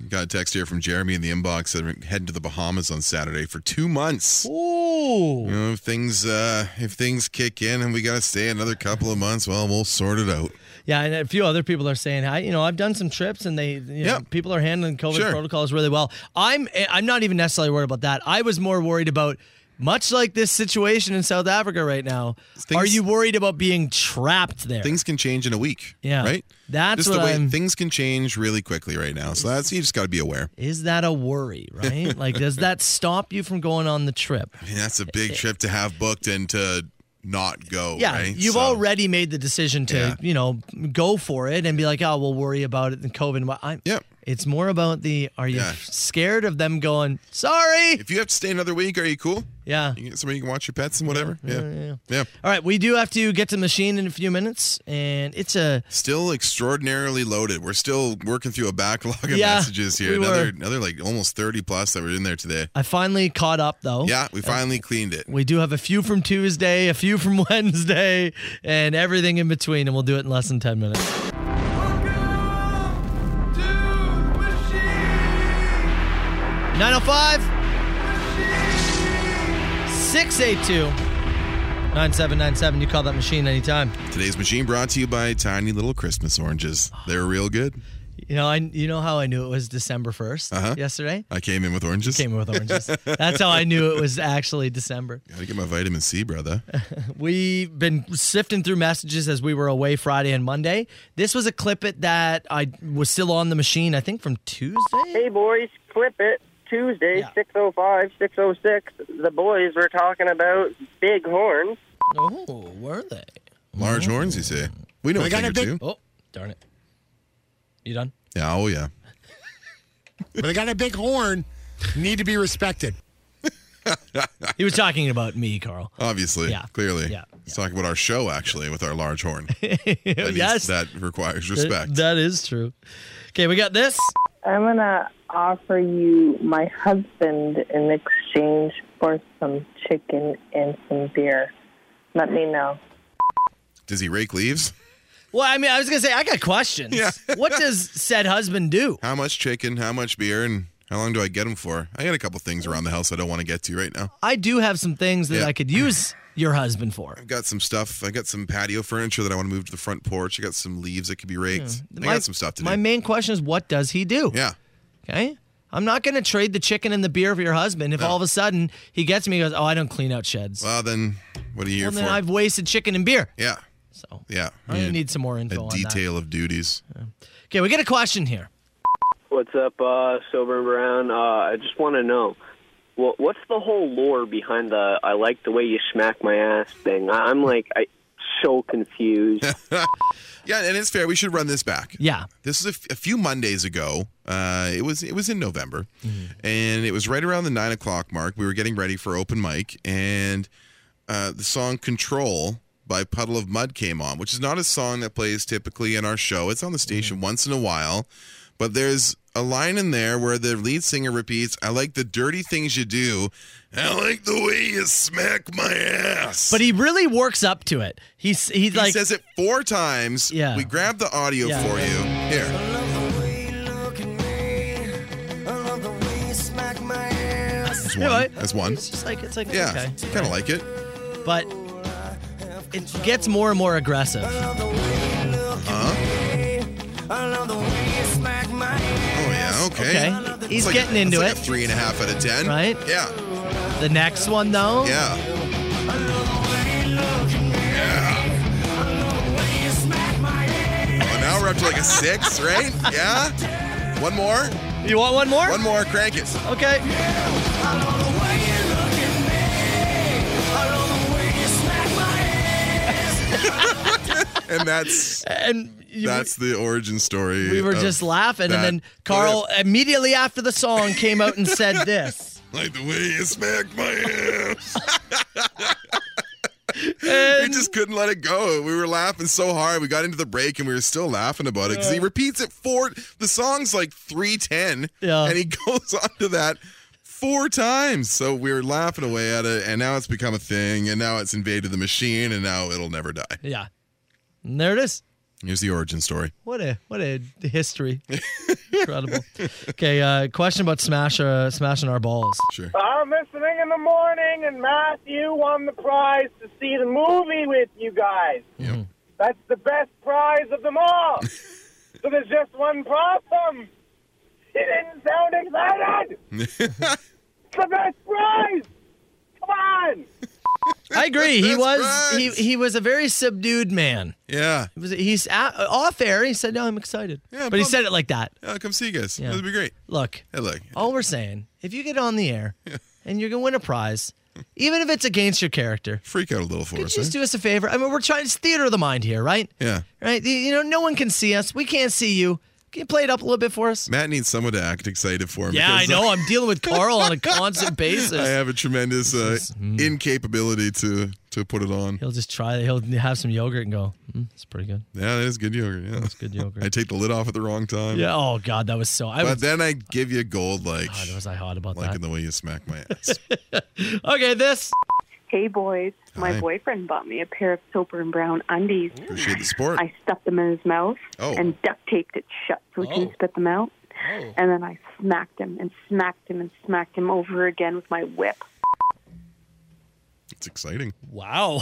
Speaker 6: Got a text here from Jeremy in the inbox that we're heading to the Bahamas on Saturday for two months.
Speaker 5: Ooh.
Speaker 6: You know, if things uh, if things kick in and we gotta stay another couple of months, well, we'll sort it out.
Speaker 5: Yeah, and a few other people are saying, "Hi, you know, I've done some trips, and they, you know,
Speaker 6: Yeah.
Speaker 5: people are handling COVID
Speaker 6: Sure.
Speaker 5: protocols really well." I'm, eh, I'm not even necessarily worried about that. I was more worried about, much like this situation in South Africa right now.
Speaker 6: Things-
Speaker 5: are you worried about being trapped there?
Speaker 6: Things can change in a week.
Speaker 5: Yeah.
Speaker 6: Right.
Speaker 5: That's
Speaker 6: just the
Speaker 5: what
Speaker 6: way
Speaker 5: I'm-
Speaker 6: things can change really quickly right now. So that's you just gotta be aware.
Speaker 5: Is that a worry? Right? like, does that stop you from going on the trip?
Speaker 6: I mean, that's a big trip to have booked and to not go.
Speaker 5: Yeah,
Speaker 6: right?
Speaker 5: you've
Speaker 6: So-
Speaker 5: already made the decision to,
Speaker 6: Yeah.
Speaker 5: you know, go for it and be like, oh, we'll worry about it and COVID. Well, I'm,
Speaker 6: Yep.
Speaker 5: It's more about the, are you
Speaker 6: Yeah.
Speaker 5: scared of them going, sorry?
Speaker 6: If you have to stay another week, are you cool?
Speaker 5: Yeah.
Speaker 6: You get somebody you can watch your pets and whatever. Yeah. Yeah.
Speaker 5: All right, we do have to get to the machine in a few minutes, and it's a
Speaker 6: Still extraordinarily loaded. We're still working through a backlog of
Speaker 5: Yeah,
Speaker 6: messages here.
Speaker 5: we
Speaker 6: another
Speaker 5: were.
Speaker 6: another like almost 30 plus that were in there today.
Speaker 5: I finally caught up though.
Speaker 6: Yeah, we finally cleaned it.
Speaker 5: We do have a few from Tuesday, a few from Wednesday, and everything in between, and we'll do it in less than 10 minutes. Nine oh five. 682 9797. You call that machine anytime.
Speaker 6: Today's machine brought to you by tiny little Christmas oranges. They're real good.
Speaker 5: You know, I you know how I knew it was December 1st yesterday?
Speaker 6: I came in with oranges.
Speaker 5: Came in with oranges. That's how I knew it was actually December.
Speaker 6: Gotta get my vitamin C, brother.
Speaker 5: We've been sifting through messages as we were away Friday and Monday. This was a clip it that I was still on the machine, I think from Tuesday.
Speaker 8: Hey, boys, clip it. Tuesday,
Speaker 5: Yeah.
Speaker 8: 605, 606. The boys were talking about big horns.
Speaker 5: Oh, were they?
Speaker 6: Large horns, you say? We know a thing or two.
Speaker 5: Oh, darn it. You done?
Speaker 6: Yeah, oh yeah.
Speaker 10: But I got a big horn. Need to be respected.
Speaker 5: He was talking about me, Carl.
Speaker 6: Obviously.
Speaker 5: Yeah.
Speaker 6: Clearly.
Speaker 5: Yeah,
Speaker 6: Let's talk about our show actually with our large horn. That needs-
Speaker 5: yes,
Speaker 6: that requires
Speaker 5: th-
Speaker 6: respect.
Speaker 5: that is true. Okay, we got this.
Speaker 11: I'm gonna offer you my husband in exchange for some chicken and some beer. Let me know.
Speaker 6: Does he rake leaves?
Speaker 5: Well, I mean, I was gonna say I got questions. What does said husband do?
Speaker 6: How much chicken? How much beer? And how long do I get them for? I got a couple things around the house I don't want to get to right now.
Speaker 5: I do have some things that
Speaker 6: Yeah.
Speaker 5: I could use your husband for.
Speaker 6: I've got some stuff. I got some patio furniture that I want to move to the front porch. I got some leaves that could be raked. I
Speaker 5: Hmm. My-
Speaker 6: got some stuff to
Speaker 5: My
Speaker 6: do.
Speaker 5: main question is, what does he do?
Speaker 6: Yeah.
Speaker 5: Okay. I'm not going to trade the chicken and the beer for your husband if all of a sudden he gets me and goes, oh, I don't clean out sheds.
Speaker 6: Well, then what are you here
Speaker 5: Well, then
Speaker 6: for?
Speaker 5: I've wasted chicken and beer.
Speaker 6: yeah.
Speaker 5: So
Speaker 6: Yeah.
Speaker 5: I need some more info
Speaker 6: A
Speaker 5: on that.
Speaker 6: detail of duties.
Speaker 5: Okay, we got a question here.
Speaker 12: What's up, uh, Sober and Brown? Uh, I just want to know wha what's the whole lore behind the "I like the way you smack my ass" thing. I, I'm like, I so confused.
Speaker 6: yeah, and it's fair. We should run this back.
Speaker 5: Yeah.
Speaker 6: This is a, f- a few Mondays ago. Uh, it was it was in November,
Speaker 5: Mm-hmm.
Speaker 6: and it was right around the nine o'clock mark. We were getting ready for open mic, and uh, the song "Control" by Puddle of Mud came on, which is not a song that plays typically in our show. It's on the station
Speaker 5: Mm-hmm.
Speaker 6: once in a while, but there's a line in there where the lead singer repeats, "I like the dirty things you do. I like the way you smack my ass."
Speaker 5: But he really works up to it. He's he's
Speaker 6: He
Speaker 5: like
Speaker 6: says it four times.
Speaker 5: Yeah.
Speaker 6: We grab the audio
Speaker 5: Yeah.
Speaker 6: for you. Here. That's
Speaker 5: Yeah,
Speaker 6: one.
Speaker 5: right?
Speaker 6: That's one.
Speaker 5: It's just like it's like
Speaker 6: Yeah.
Speaker 5: okay.
Speaker 6: Kind of like it.
Speaker 5: But it gets more and more aggressive.
Speaker 6: Huh? Oh, yeah. Okay.
Speaker 5: Okay. He's
Speaker 6: It's like
Speaker 5: getting
Speaker 6: a,
Speaker 5: into
Speaker 6: it's
Speaker 5: it.
Speaker 6: Like a three and a half out of ten.
Speaker 5: Right?
Speaker 6: Yeah.
Speaker 5: The next one though.
Speaker 6: Yeah. Well, Oh, now we're up to like a six, right? Yeah. One more.
Speaker 5: You want one more?
Speaker 6: One more. Crank it.
Speaker 5: Okay.
Speaker 6: And that's
Speaker 5: And you,
Speaker 6: that's the origin story.
Speaker 5: we were
Speaker 6: of
Speaker 5: just laughing and
Speaker 6: that. oh,
Speaker 5: then Carl immediately after the song came out and said this.
Speaker 6: Like the way you smack my ass. we just couldn't let it go. We were laughing so hard. We got into the break and we were still laughing about it because he repeats it four. The song's like three ten,
Speaker 5: Yeah.
Speaker 6: and he goes on to that four times. So we were laughing away at it, and now it's become a thing, and now it's invaded the machine, and now it'll never die.
Speaker 5: Yeah. And there it is.
Speaker 6: Here's the origin story.
Speaker 5: What a what a history. Incredible. Okay, uh, question about smash uh, smashing our balls.
Speaker 6: Sure.
Speaker 13: I'm listening in the morning, and Matthew won the prize to see the movie with you guys.
Speaker 6: Mm.
Speaker 13: That's the best prize of them all. so there's just one problem. It didn't sound excited. it's the best prize. Come on.
Speaker 5: I agree. He
Speaker 13: That's
Speaker 5: was
Speaker 13: right.
Speaker 5: he, he was a very subdued man.
Speaker 6: Yeah.
Speaker 5: He was, he's at, off air. He said, "No, I'm excited."
Speaker 6: Yeah,
Speaker 5: but he
Speaker 6: bum-
Speaker 5: said it like that.
Speaker 6: Yeah, come see you guys.
Speaker 5: Yeah.
Speaker 6: That'd be great.
Speaker 5: Look,
Speaker 6: Hey, look.
Speaker 5: all we're saying, if you get on the air and you're gonna win a prize, even if it's against your character,
Speaker 6: Freak out a little for
Speaker 5: could you
Speaker 6: us.
Speaker 5: just
Speaker 6: eh?
Speaker 5: do us a favor? I mean, we're trying it's theater of the mind here, right?
Speaker 6: yeah.
Speaker 5: Right? You- You know, no one can see us. We can't see you. Can you play it up a little bit for us?
Speaker 6: Matt needs someone to act excited for him.
Speaker 5: Yeah, I
Speaker 6: because, uh,
Speaker 5: know. I'm dealing with Carl on a constant
Speaker 6: I
Speaker 5: basis.
Speaker 6: have a tremendous uh,
Speaker 5: hmm.
Speaker 6: incapability to to put it on.
Speaker 5: He'll just try. He'll have some yogurt and go. Mm, it's pretty good.
Speaker 6: Yeah, that is good yogurt. Yeah, that's
Speaker 5: good yogurt.
Speaker 6: I take the lid off at the wrong time.
Speaker 5: Yeah. Oh God, that was so. I
Speaker 6: but
Speaker 5: was.
Speaker 6: then I give you gold, like
Speaker 5: God, was I hot about
Speaker 6: like
Speaker 5: that?
Speaker 6: in the way you smack my ass.
Speaker 5: Okay, this.
Speaker 14: Hey boys, my
Speaker 6: Hi.
Speaker 14: boyfriend bought me a pair of sober and brown undies.
Speaker 6: Appreciate the sport.
Speaker 14: I stuffed them in his mouth
Speaker 6: Oh.
Speaker 14: and duct taped it shut so he couldn't spit them out. And then I smacked him and smacked him and smacked him over again with my whip.
Speaker 6: It's exciting.
Speaker 5: Wow.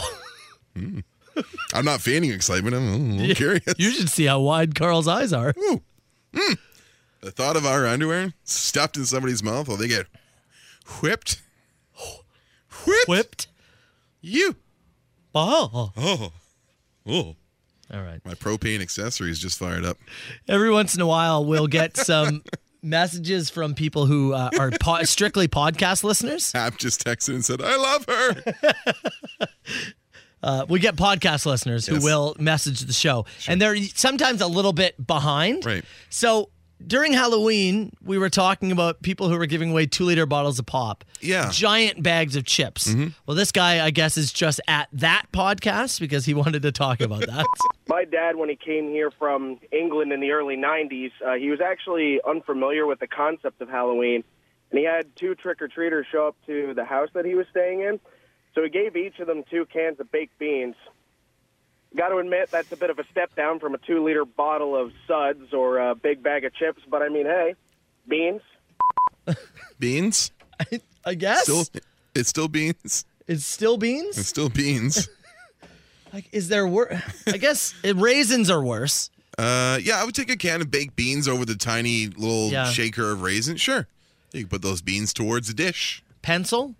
Speaker 6: I'm not feigning excitement. I'm a little curious.
Speaker 5: You should see how wide Carl's eyes are.
Speaker 6: The thought of our underwear stuffed in somebody's mouth while they get whipped. Whipped.
Speaker 5: Whipped.
Speaker 6: You.
Speaker 5: Oh.
Speaker 6: Oh. Oh.
Speaker 5: All right.
Speaker 6: My propane accessories just fired up.
Speaker 5: Every once in a while, we'll get some messages from people who uh, are po- strictly podcast listeners.
Speaker 6: Hap just texted and said, "I love her."
Speaker 5: Uh, we get podcast listeners who
Speaker 6: Yes.
Speaker 5: will message the show, and they're sometimes a little bit behind.
Speaker 6: Right.
Speaker 5: So during Halloween, we were talking about people who were giving away two liter bottles of pop.
Speaker 6: Yeah. Mm-hmm.
Speaker 5: Giant bags of chips. Well, this guy, I guess, is just at that podcast because he wanted to talk about that.
Speaker 15: My dad, when he came here from England in the early 90s, uh, he was actually unfamiliar with the concept of Halloween. And he had two trick or treaters show up to the house that he was staying in. So he gave each of them two cans of baked beans. Got to admit, that's a bit of a step down from a two liter bottle of suds or a big bag of chips, but I mean, hey, beans.
Speaker 6: Beans?
Speaker 5: I, I guess.
Speaker 6: Still, it's still beans.
Speaker 5: It's still beans?
Speaker 6: It's still beans.
Speaker 5: like, is there wor- I guess uh, raisins are worse.
Speaker 6: Uh, yeah, I would take a can of baked beans over the tiny little
Speaker 5: Yeah.
Speaker 6: shaker of raisin. Sure. You can put those beans towards a dish.
Speaker 5: Pencil?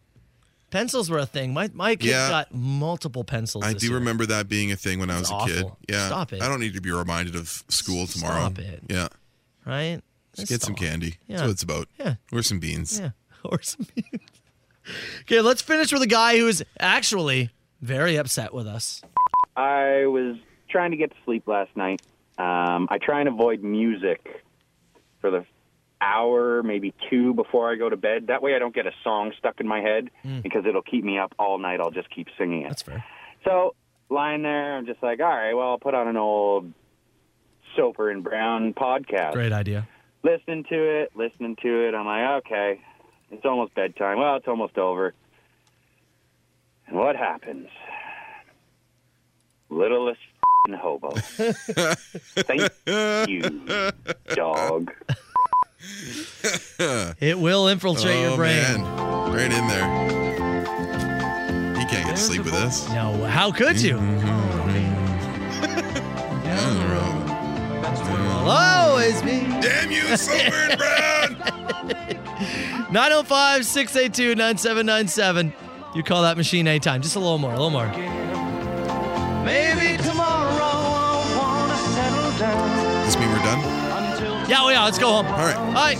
Speaker 5: Pencils were a thing. My my kids
Speaker 6: Yeah.
Speaker 5: got multiple pencils.
Speaker 6: I
Speaker 5: this
Speaker 6: do
Speaker 5: year.
Speaker 6: remember that being a thing when I was
Speaker 5: It's
Speaker 6: a kid.
Speaker 5: awful.
Speaker 6: Yeah.
Speaker 5: Stop it.
Speaker 6: I don't need to be reminded of school tomorrow.
Speaker 5: Stop it.
Speaker 6: Yeah.
Speaker 5: Right?
Speaker 6: Just get some candy. That's
Speaker 5: Yeah.
Speaker 6: what it's about.
Speaker 5: Yeah.
Speaker 6: Or some beans.
Speaker 5: Yeah. Or some beans. Okay, let's finish with a guy who is actually very upset with us.
Speaker 16: I was trying to get to sleep last night. Um, I try and avoid music for the hour, maybe two before I go to bed. That way I don't get a song stuck in my head
Speaker 17: Mm.
Speaker 16: because it'll keep me up all night. I'll just keep singing it.
Speaker 17: That's fair.
Speaker 16: So lying there, I'm just like, all right, well, I'll put on an old Soper and Brown podcast.
Speaker 5: Great idea.
Speaker 16: Listening to it, listening to it. I'm like, okay, it's almost bedtime. Well, it's almost over. And what happens? Littlest f***ing hobo. Thank you, dog.
Speaker 5: It will infiltrate your
Speaker 6: Oh,
Speaker 5: brain.
Speaker 6: man. Right in there. You can't get to sleep with this.
Speaker 5: No, how could you?
Speaker 6: Mm-hmm.
Speaker 5: Hello, it's me.
Speaker 6: Damn you, Silver and Brown!
Speaker 5: 905 682 9797. You call that machine anytime. Just a little more, a little more.
Speaker 2: Maybe tomorrow I'll wanna settle down.
Speaker 6: Does this mean we're done?
Speaker 5: Yeah, well, yeah, let's go home. All
Speaker 6: right.
Speaker 5: All right.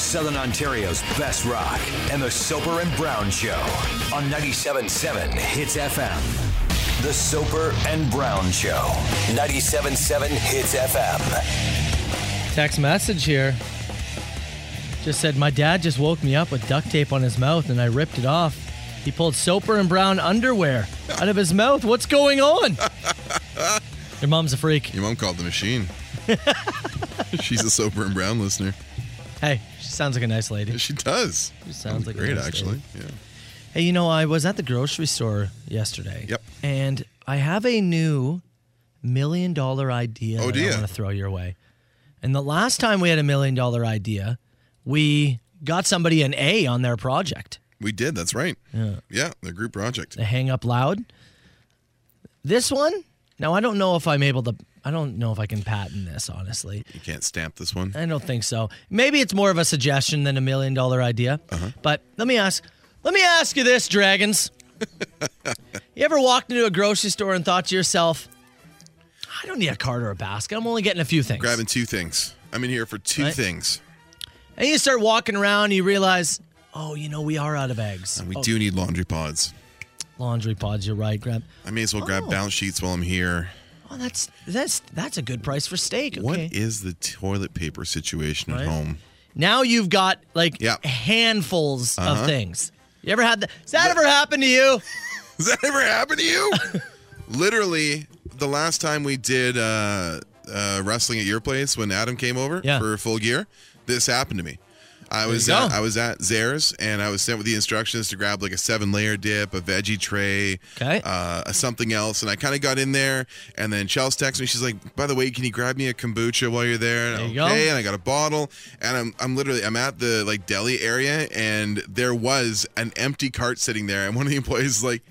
Speaker 4: Southern Ontario's best rock and the Soper and Brown Show on 97.7 Hits FM. The Soper and Brown Show, 97.7 Hits FM.
Speaker 5: Text message here. Just said, My dad just woke me up with duct tape on his mouth and I ripped it off. He pulled Soper and Brown underwear out of his mouth. What's going on? Your mom's a freak.
Speaker 6: Your mom called the machine. She's a Soper and Brown listener.
Speaker 5: Hey, she sounds like a nice lady.
Speaker 6: She does.
Speaker 5: She sounds like a
Speaker 6: Great,
Speaker 5: nice
Speaker 6: actually.
Speaker 5: lady.
Speaker 6: Yeah.
Speaker 5: Hey, you know, I was at the grocery store yesterday. Yep. And I have a new million dollar idea
Speaker 6: Oh,
Speaker 5: that
Speaker 6: do
Speaker 5: I
Speaker 6: ya?
Speaker 5: want to throw your way. And the last time we had a million dollar idea, we got somebody an A on their project.
Speaker 6: We did. That's right. Yeah. Yeah. The group project.
Speaker 5: The hang up loud. This one, now I don't know if I'm able to, I don't know if I can patent this, honestly.
Speaker 6: You can't stamp this one.
Speaker 5: I don't think so. Maybe it's more of a suggestion than a million dollar idea.
Speaker 6: Uh-huh.
Speaker 5: But let me ask, let me ask you this, dragons. you ever walked into a grocery store and thought to yourself, I don't need a cart or a basket. I'm only getting a few things.
Speaker 6: Grabbing two things. I'm in here for two
Speaker 5: Right.
Speaker 6: things.
Speaker 5: And you start walking around, and you realize, oh, you know, we are out of eggs.
Speaker 6: We
Speaker 5: Oh,
Speaker 6: do need laundry pods.
Speaker 5: laundry pods. You're right. Grab.
Speaker 6: I may as well grab
Speaker 5: Oh.
Speaker 6: balance sheets while I'm here.
Speaker 5: Oh, that's that's that's a good price for steak. Okay.
Speaker 6: What is the toilet paper situation
Speaker 5: Right.
Speaker 6: at home?
Speaker 5: Now you've got like handfuls
Speaker 6: Uh-huh.
Speaker 5: of things. You ever had that? Has that ever happened to you?
Speaker 6: Has that ever happened to you? Literally, the last time we did uh, uh, wrestling at your place when Adam came over for full gear, this happened to me. I was
Speaker 18: you go.
Speaker 6: at, I was at Zare's and I was sent with the instructions to grab like a seven layer dip, a veggie tray, uh, a something else, and I kind of got in there. And then Chelsea texts me, she's like, "By the way, can you grab me a kombucha while you're there?" And
Speaker 18: There you go.
Speaker 6: okay, and I got a bottle, and I'm I'm literally I'm at the like deli area, and there was an empty cart sitting there, and one of the employees is like,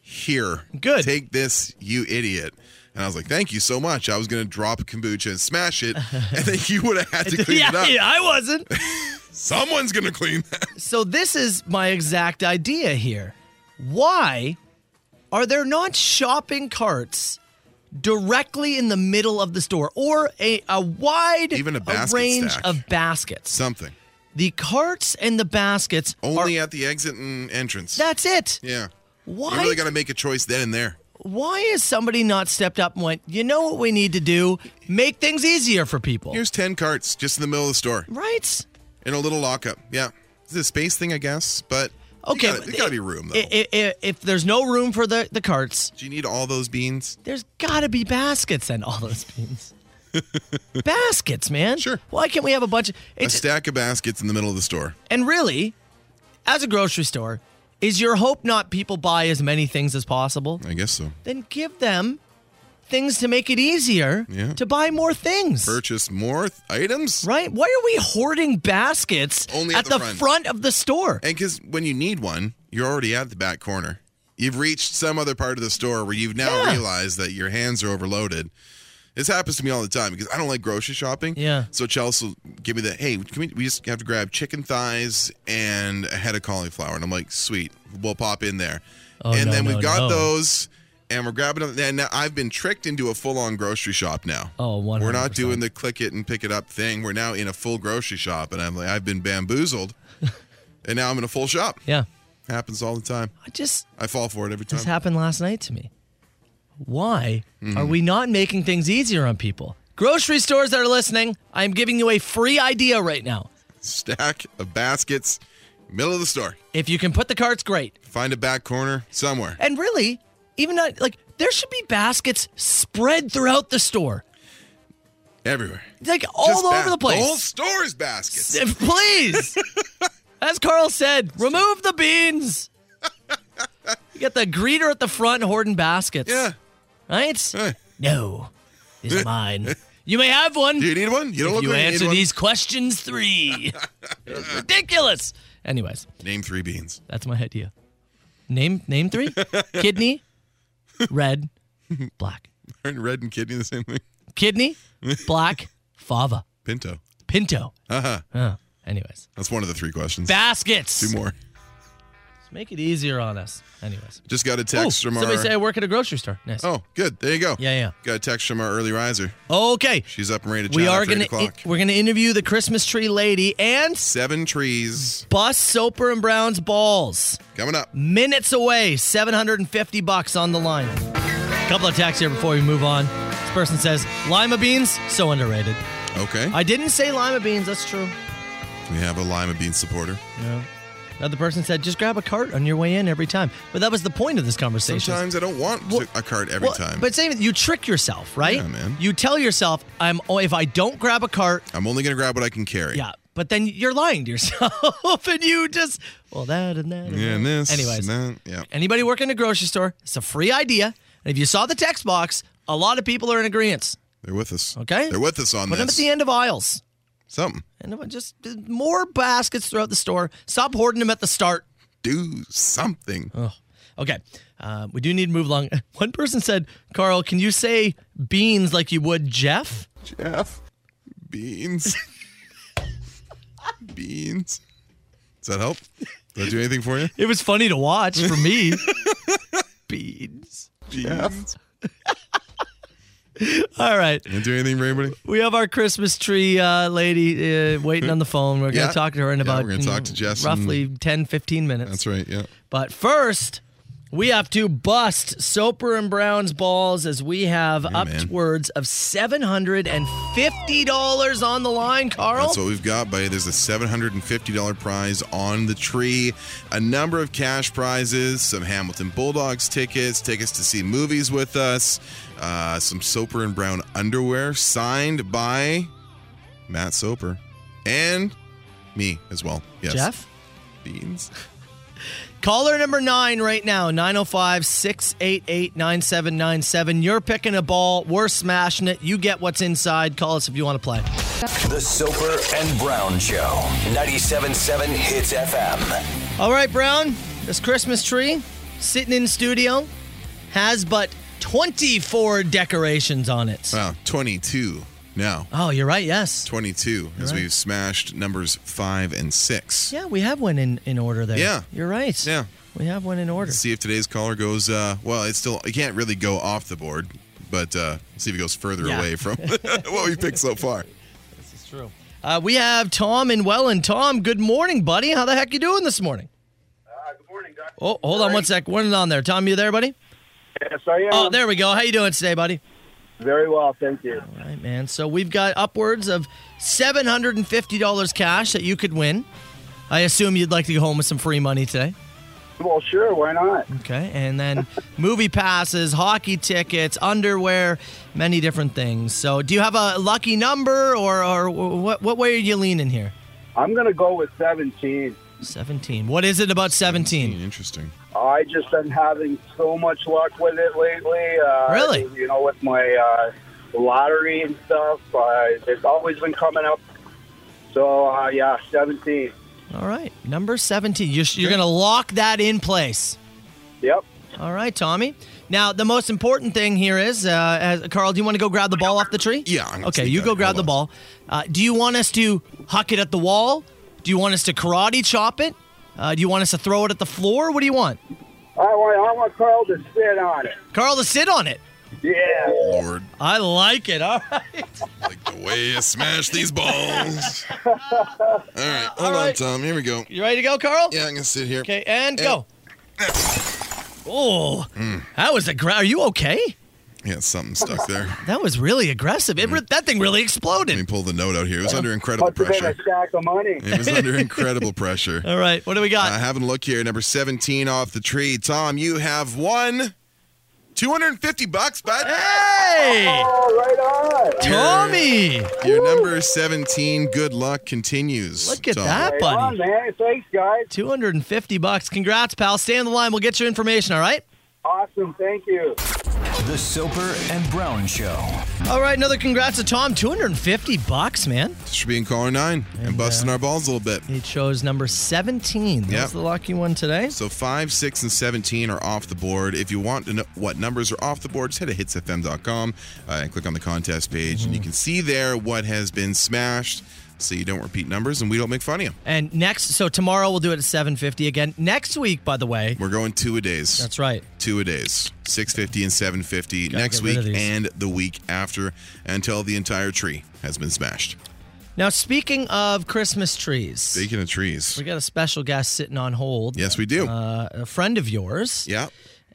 Speaker 6: here.
Speaker 5: Good.
Speaker 6: Take this, you idiot. And I was like, thank you so much. I was going to drop kombucha and smash it, and then you would have had to clean
Speaker 5: yeah,
Speaker 6: it up.
Speaker 5: yeah, I wasn't.
Speaker 6: Someone's going to clean that.
Speaker 5: So this is my exact idea here. Why are there not shopping carts directly in the middle of the store or a, a wide
Speaker 6: Even a basket
Speaker 5: range
Speaker 6: stack.
Speaker 5: of baskets?
Speaker 6: Something.
Speaker 5: The carts and the baskets
Speaker 6: Only
Speaker 5: are,
Speaker 6: at the exit and entrance.
Speaker 5: That's it.
Speaker 6: yeah.
Speaker 5: Why
Speaker 6: You really got to make a choice then and there.
Speaker 5: why has somebody not stepped up and went, you know what we need to do? Make things easier for people.
Speaker 6: Here's 10 carts just in the middle of the store.
Speaker 5: Right?
Speaker 6: In a little lockup. Yeah. It's a space thing, I guess, but
Speaker 5: Okay,
Speaker 6: there's got to be room, though.
Speaker 5: I- I- I- if there's no room for the, the carts,
Speaker 6: Do you need all those beans?
Speaker 5: there's got to be baskets and all those beans. baskets, man. Sure. Why can't we have a bunch of.
Speaker 6: a stack of baskets in the middle of the store.
Speaker 5: And really, as a grocery store, Is your hope not people buy as many things as possible?
Speaker 6: I guess so.
Speaker 5: Then give them things to make it easier to buy more things.
Speaker 6: Purchase more th- items?
Speaker 5: Right? Why are we hoarding baskets
Speaker 6: Only
Speaker 5: at, the, front. of the store.
Speaker 6: And because when you need one, you're already at the back corner. You've reached some other part of the store where you've now realized that your hands are overloaded. This happens to me all the time because I don't like grocery shopping.
Speaker 5: Yeah.
Speaker 6: So Chelsea will give me the hey, can we, we just have to grab chicken thighs and a head of cauliflower, and I'm like, sweet, we'll pop in there.
Speaker 17: Oh,
Speaker 6: and
Speaker 17: no,
Speaker 6: then we've
Speaker 17: no,
Speaker 6: got
Speaker 17: no.
Speaker 6: those, and we're grabbing them. And now I've been tricked into a full-on grocery shop now.
Speaker 5: Oh, one.
Speaker 6: We're not doing the click it and pick it up thing. We're now in a full grocery shop, and I'm like, I've been bamboozled, and now I'm in a full shop.
Speaker 5: Yeah,
Speaker 6: happens all the time. I
Speaker 5: just
Speaker 6: I fall for it every time.
Speaker 5: This happened last night to me. Why are we not making things easier on people? Grocery stores that are listening, I am giving you a free idea right now.
Speaker 6: Stack of baskets, middle of the store.
Speaker 5: If you can put the carts, great.
Speaker 6: Find a back corner somewhere.
Speaker 5: And really, even not like there should be baskets spread throughout the store,
Speaker 6: Everywhere.
Speaker 5: like all
Speaker 6: Just
Speaker 5: over
Speaker 6: bas-
Speaker 5: the place.
Speaker 6: The whole store is baskets.
Speaker 5: S- Please, as Carl said, remove the beans. You get the greeter at the front hoarding baskets. Yeah. Right? No, these are mine. You may have one. Do
Speaker 6: you need one? You don't
Speaker 5: if
Speaker 6: look
Speaker 5: you
Speaker 6: like you need
Speaker 5: answer
Speaker 6: one.
Speaker 5: these questions three. It's ridiculous. Anyways,
Speaker 6: name three beans.
Speaker 5: That's my idea. Name name three. Kidney, red, black.
Speaker 6: Aren't red and kidney the same thing?
Speaker 5: Kidney, black, fava,
Speaker 6: Pinto.
Speaker 5: pinto.
Speaker 6: Uh huh.
Speaker 5: Oh, anyways.
Speaker 6: That's one of the three questions.
Speaker 5: Baskets.
Speaker 6: Two more.
Speaker 5: Let's make it easier on us. Anyways.
Speaker 6: Just got a text
Speaker 5: Ooh,
Speaker 6: from our.
Speaker 5: Oh, somebody say I work at a grocery store. Nice.
Speaker 6: oh, good. There you go.
Speaker 5: Yeah, yeah.
Speaker 6: Got a text from our early riser.
Speaker 5: Okay.
Speaker 6: She's up and ready to chat
Speaker 5: we are
Speaker 6: after eight
Speaker 5: gonna
Speaker 6: o'clock.
Speaker 5: we're gonna interview the Christmas tree lady and
Speaker 6: seven trees.
Speaker 5: Bus Soper and Brown's balls
Speaker 6: coming up
Speaker 5: minutes away. Seven hundred and fifty bucks on the line. Couple of texts here before we move on. This person says lima beans so underrated.
Speaker 6: Okay.
Speaker 5: I didn't say lima beans. That's true.
Speaker 6: We have a lima bean supporter.
Speaker 5: No. Another person said just grab a cart on your way in every time. But that was the point of this conversation.
Speaker 6: Sometimes I don't want to- a cart every
Speaker 5: Well,
Speaker 6: time.
Speaker 5: But same, you trick yourself, right?
Speaker 6: Yeah, man.
Speaker 5: You tell yourself, "I'm oh, if I don't grab a cart,
Speaker 6: I'm only gonna grab what I can carry."
Speaker 5: Yeah, but then you're lying to yourself, and you just well that and that. And
Speaker 6: Yeah,
Speaker 5: that.
Speaker 6: and this.
Speaker 5: Anyways,
Speaker 6: and that. Yeah.
Speaker 5: anybody working in a grocery store, it's a free idea. And if you saw the text box, a lot of people are in agreement.
Speaker 6: They're with us.
Speaker 5: Okay.
Speaker 6: They're with us on
Speaker 5: Put them at
Speaker 6: this.
Speaker 5: the end of aisles.
Speaker 6: Something.
Speaker 5: And just uh, more baskets throughout the store. Stop hoarding them at the start.
Speaker 6: Do something.
Speaker 5: Oh. Okay. Uh, we do need to move along. One person said, Carl, can you say beans like you would Jeff?
Speaker 6: Jeff. Beans. beans. Does that help? Does that do anything for you?
Speaker 5: It was funny to watch for me. beans.
Speaker 6: Beans.
Speaker 5: All right.
Speaker 6: Didn't do anything for anybody?
Speaker 5: We have our Christmas tree uh, lady uh, waiting on the phone. We're going
Speaker 6: Yeah.
Speaker 5: to talk to her in
Speaker 6: Yeah,
Speaker 5: about
Speaker 6: we're gonna
Speaker 5: mm,
Speaker 6: talk to Jess
Speaker 5: roughly 10, 15 minutes.
Speaker 6: That's right. Yeah.
Speaker 5: But first, we have to bust Soper and Brown's balls as we have upwards of $750 on the line, Carl.
Speaker 6: That's what we've got, buddy. There's a $750 prize on the tree, a number of cash prizes, some Hamilton Bulldogs tickets, tickets to see movies with us, uh, some Soper and Brown underwear signed by Matt Soper and me as well. Yes.
Speaker 5: Jeff?
Speaker 6: Beans.
Speaker 5: Caller number nine oh right now, 905 688 9797. You're picking a ball. We're smashing it. You get what's inside. Call us if you want to play.
Speaker 4: The Soper and Brown Show. 97.7 Hits FM.
Speaker 5: All right, Brown, this Christmas tree sitting in studio has but 24 decorations on it.
Speaker 6: Wow, 22 Uh, now.
Speaker 5: Oh, you're right. Yes.
Speaker 6: 22 as
Speaker 5: You're right.
Speaker 6: we've smashed numbers five and six.
Speaker 5: Yeah, we have one in, in order there.
Speaker 6: Yeah.
Speaker 5: You're right.
Speaker 6: Yeah.
Speaker 5: We have one in order.
Speaker 6: See if today's caller goes. Uh, well, it's still. It can't really go off the board, but uh, see if it goes further
Speaker 5: Yeah.
Speaker 6: away from what we picked so far.
Speaker 5: It's true. Uh, we have Tom in Welland. Tom, good morning, buddy. How the heck you doing this morning? Uh, good morning, guys. Oh, hold on one sec. One on there. Tom, you there, buddy?
Speaker 18: Yes, I am.
Speaker 5: Oh, there we go. How you doing today, buddy?
Speaker 18: Very well, thank you.
Speaker 5: All right, man. So we've got upwards of seven hundred and fifty dollars cash that you could win. I assume you'd like to go home with some free money today.
Speaker 18: Well, sure, why not?
Speaker 5: Okay, and then movie passes, hockey tickets, underwear, many different things. So, do you have a lucky number, or, or what? What way are you leaning here?
Speaker 18: I'm going to go with 17.
Speaker 5: 17. What is it about 17?
Speaker 6: Interesting.
Speaker 18: I just been having so much luck with it lately. Uh,
Speaker 5: Really?
Speaker 18: You know, with my uh, lottery and stuff, uh, it's always been coming up. So uh, yeah, seventeen.
Speaker 5: All right. Number 17. You're, you're going to lock that in place.
Speaker 18: Yep.
Speaker 5: All right, Tommy. Now, the most important thing here is, uh, as, Carl, do you want to go grab the ball off the tree? Yeah. okay, you go grab the ball. Uh, do you want us to huck it at the wall? Do you want us to karate chop it? Uh, do you want us to throw it at the floor? What do you want?
Speaker 18: I want I want Carl to sit on it.
Speaker 5: Carl to sit on it.
Speaker 18: Yeah.
Speaker 6: Lord,
Speaker 5: I like it. All right.
Speaker 6: the way you smash these balls. All right, hold on, Tom. Here we go.
Speaker 5: You ready to go, Carl?
Speaker 6: Yeah, I'm gonna sit here.
Speaker 5: Okay, and go. Oh,
Speaker 6: Mm.
Speaker 5: that was a. Gra- Are you okay?
Speaker 6: Yeah, something stuck there.
Speaker 5: That was really aggressive. It, re- That thing really exploded.
Speaker 6: Mm. Let me pull the note out here. It was under incredible
Speaker 18: Must have been
Speaker 6: pressure.
Speaker 18: a stack of money.
Speaker 6: It was under incredible pressure.
Speaker 5: All right, what do we got?
Speaker 6: Uh, having a look here, number 17 off the tree. Tom, you have won 250 bucks, bud.
Speaker 5: Hey!
Speaker 18: Oh, right on.
Speaker 5: Tommy!
Speaker 6: Your number 17 good luck continues.
Speaker 5: Look at
Speaker 6: Tom.
Speaker 5: that, buddy.
Speaker 18: man. Thanks, guys.
Speaker 5: 250 bucks. Congrats, pal. Stay on the line. We'll get your information, all right?
Speaker 18: Awesome. Thank you.
Speaker 4: The Soper and Brown Show.
Speaker 5: All right, another congrats to Tom. 250 bucks, man.
Speaker 6: Should be in caller nine and, busting our balls a little bit.
Speaker 5: He chose number 17. That's
Speaker 6: Yep.
Speaker 5: the lucky one today.
Speaker 6: So 5, 6, and 17 are off the board. If you want to know what numbers are off the board, just head to hitsfm.com uh, and click on the contest page,
Speaker 5: Mm-hmm.
Speaker 6: and you can see there what has been smashed so you don't repeat numbers and we don't make fun of you.
Speaker 5: And next, so tomorrow we'll do it at 750 again. Next week, by the way,
Speaker 6: We're going two a days.
Speaker 5: that's right.
Speaker 6: two a days 650 and 750
Speaker 5: Gotta
Speaker 6: next
Speaker 5: get rid
Speaker 6: week
Speaker 5: of these.
Speaker 6: and the week after until the entire tree has been smashed
Speaker 5: Now, speaking of Christmas trees,
Speaker 6: speaking of trees
Speaker 5: we got a special guest sitting on hold.
Speaker 6: yes we do
Speaker 5: Uh, a friend of yours.
Speaker 6: yeah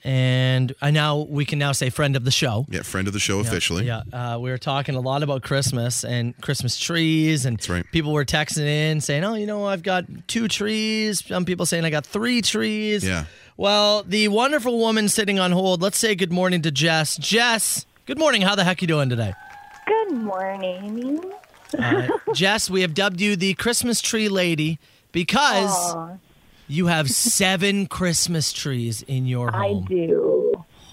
Speaker 5: And I now we can now say friend of the show.
Speaker 6: yeah friend of the show
Speaker 5: Yeah,
Speaker 6: officially
Speaker 5: Yeah, Uh, we were talking a lot about Christmas and Christmas trees, and people were texting in saying, "Oh, you know, I've got two trees." Some people saying, "I got three trees."
Speaker 6: Yeah.
Speaker 5: Well, the wonderful woman sitting on hold. Let's say good morning to Jess. Jess, good morning. How the heck you doing today?
Speaker 17: Good morning.
Speaker 5: Uh, Jess, we have dubbed you the Christmas tree lady because
Speaker 17: Aw.
Speaker 5: you have seven Christmas trees in your
Speaker 6: Oh.
Speaker 17: I
Speaker 5: home.
Speaker 17: do.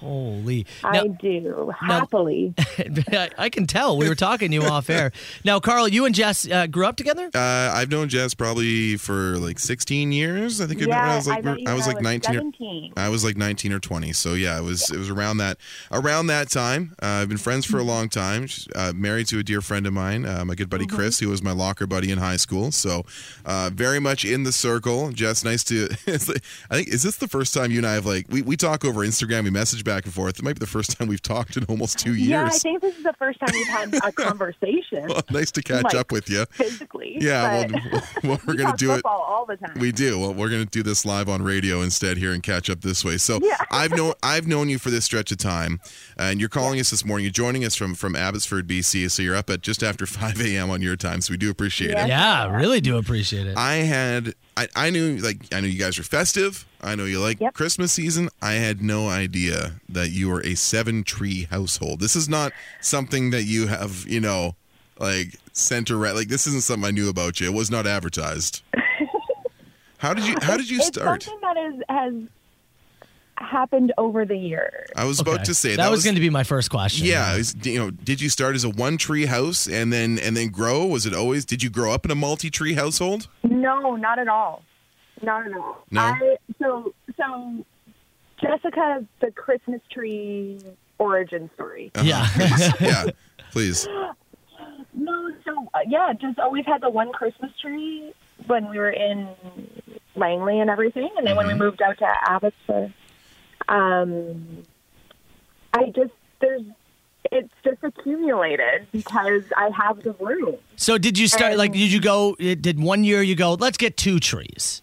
Speaker 5: Holy.
Speaker 17: I do. Happily.
Speaker 5: I I can tell. We were talking to you off air. Now, Carl, you and Jess uh, grew up together?
Speaker 6: uh, i've known jess probably for like 16 years i think I've known her when
Speaker 17: yeah,
Speaker 6: i was like
Speaker 17: met you
Speaker 6: I was like 19
Speaker 17: when
Speaker 6: or,
Speaker 17: 17.
Speaker 6: I was like 19 or 20. So yeah, it was it was around that around that time. Uh, I've been friends
Speaker 17: Mm-hmm.
Speaker 6: for a long time. She's, Uh, married to a dear friend of mine, uh, my good buddy
Speaker 17: Mm-hmm.
Speaker 6: Chris, who was my locker buddy in high school. So uh, very much in the circle. Jess, nice to. it's like- I think is this the first time you and I have like we, we talk over Instagram, we message back and forth. It might be the first time we've talked in almost two years.
Speaker 17: Yeah, I think this is the first time we've had a conversation
Speaker 6: Well, nice to catch
Speaker 17: Like,
Speaker 6: up with you.
Speaker 17: physically.
Speaker 6: Yeah,
Speaker 17: but
Speaker 6: well, well, we're
Speaker 17: we
Speaker 6: gonna
Speaker 17: talk
Speaker 6: do it.
Speaker 17: football all the time.
Speaker 6: We do. Well, we're going to do this live on radio instead here and catch up this way. So I've known I've known you for this stretch of time, and you're calling us this morning. You're joining us from from Abbotsford, BC. So you're up at just after 5 a.m. on your time. So we do appreciate it.
Speaker 5: Yeah, really do appreciate it.
Speaker 6: I had I, I knew like I knew you guys are festive. I know you like Christmas season. I had no idea that you were a seven tree household. This is not something that you have, you know, like center right like this isn't something I knew about you. It was not advertised. how did you how did you
Speaker 17: it's
Speaker 6: start?
Speaker 17: something that is, has happened over the years.
Speaker 6: I was about to say
Speaker 5: that, was, going to be my first question.
Speaker 6: yeah, it was- you know, did you start as a one tree house and then and then grow? Was it always did you grow up in a multi tree household?
Speaker 17: No, not at all. Not at all.
Speaker 6: No?
Speaker 17: I so so Jessica the Christmas tree origin story.
Speaker 6: Yeah. Please. yeah. Please.
Speaker 17: No, so uh, yeah, just always had the one Christmas tree when we were in Langley and everything, and then when we moved out to Abbotsford, um, I just there's it's just accumulated because I have the room.
Speaker 5: So, did you start, like, did you go, did one year you go, let's get two trees?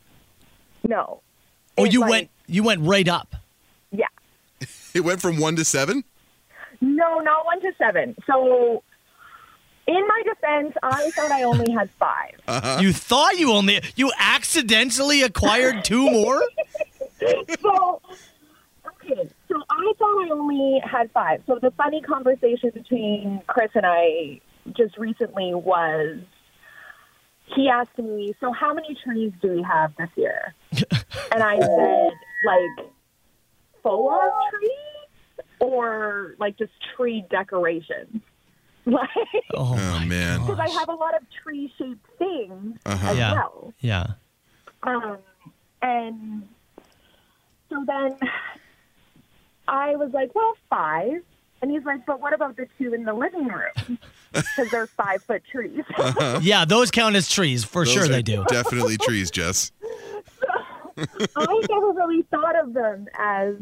Speaker 17: No,
Speaker 5: Or
Speaker 17: It's
Speaker 5: you
Speaker 17: like-
Speaker 5: went, you went right up.
Speaker 17: yeah,
Speaker 6: It went from one to seven?
Speaker 17: no, not one to seven. So, in my defense, I thought I only had five.
Speaker 6: Uh-huh.
Speaker 5: You thought you only, you accidentally acquired two more?
Speaker 17: so, okay, so I thought I only had five. So the funny conversation between Chris and I just recently was, he asked me, "So how many trees do we have this year?" and I said, "Like full on trees, or like just tree decorations." Like,
Speaker 6: Oh, man.
Speaker 17: because I have a lot of tree shaped things
Speaker 6: Uh-huh.
Speaker 17: as
Speaker 5: yeah.
Speaker 17: well.
Speaker 5: Yeah.
Speaker 17: Um, and so then I was like, well, five. And he's like, but what about the two in the living room? Because they're five foot trees.
Speaker 6: Uh-huh.
Speaker 5: Yeah, those count as trees for
Speaker 6: Those
Speaker 5: sure.
Speaker 6: are
Speaker 5: They do.
Speaker 6: Definitely trees, Jess.
Speaker 17: I never really thought of them as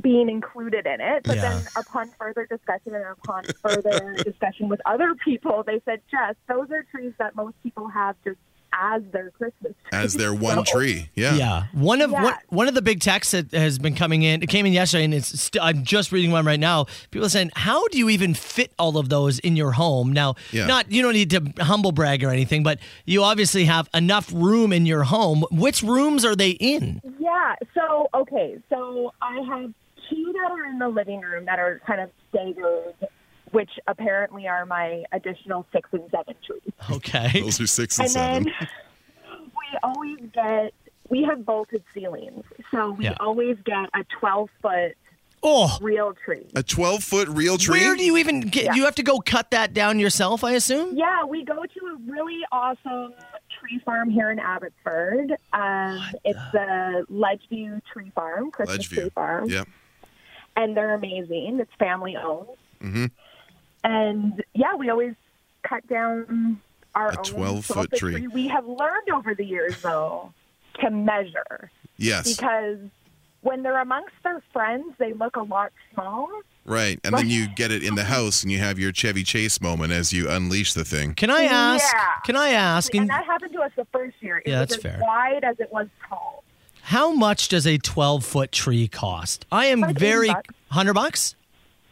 Speaker 17: being included in it. But
Speaker 6: Yeah.
Speaker 17: then upon further discussion and upon further discussion with other people, they said, Jess, those are trees that most people have just as their Christmas
Speaker 6: As their one tree. Yeah.
Speaker 5: Yeah. One of
Speaker 17: Yeah.
Speaker 5: One, one of the big texts that has been coming in. It came in yesterday, and it's. St- I'm just reading one right now. People are saying, "How do you even fit all of those in your home?" Now,
Speaker 2: Yeah.
Speaker 5: not you don't need to humble brag or anything, but you obviously have enough room in your home. Which rooms are they in?
Speaker 17: Yeah. So okay. So I have two that are in the living room that are kind of staggered, which apparently are my additional six and seven trees.
Speaker 5: Okay.
Speaker 6: Those are six and,
Speaker 17: And then
Speaker 6: seven.
Speaker 17: we always get we have vaulted ceilings, so we
Speaker 6: Yeah.
Speaker 17: always get a twelve foot
Speaker 5: oh
Speaker 17: real tree.
Speaker 6: A 12 foot real tree?
Speaker 5: Where do you even get? You have to go cut that down yourself, I assume.
Speaker 17: Yeah, we go to a really awesome tree farm here in Abbotsford. Um, it's the Ledgeview Tree Farm, Christmas Tree
Speaker 6: Ledgeview.
Speaker 17: Farm,
Speaker 6: Yep.
Speaker 17: and they're amazing. It's family owned.
Speaker 6: Mm-hmm.
Speaker 17: And yeah, we always cut down our
Speaker 6: A
Speaker 17: own
Speaker 6: 12 foot
Speaker 17: 12-foot
Speaker 6: tree.
Speaker 17: We have learned over the years, though, to measure.
Speaker 6: Yes.
Speaker 17: Because when they're amongst their friends, they look a lot small.
Speaker 6: Right. And then you get it in the house and you have your Chevy Chase moment as you unleash the thing.
Speaker 5: Can I ask?
Speaker 17: Yeah.
Speaker 5: Can I ask?
Speaker 17: And
Speaker 5: And
Speaker 17: that happened to us the first year. It
Speaker 5: Yeah,
Speaker 17: was
Speaker 5: that's
Speaker 17: as
Speaker 5: fair.
Speaker 17: wide as it was tall.
Speaker 5: how much does a 12 foot tree cost? I am
Speaker 17: Like 80
Speaker 5: very
Speaker 17: bucks.
Speaker 5: hundred bucks.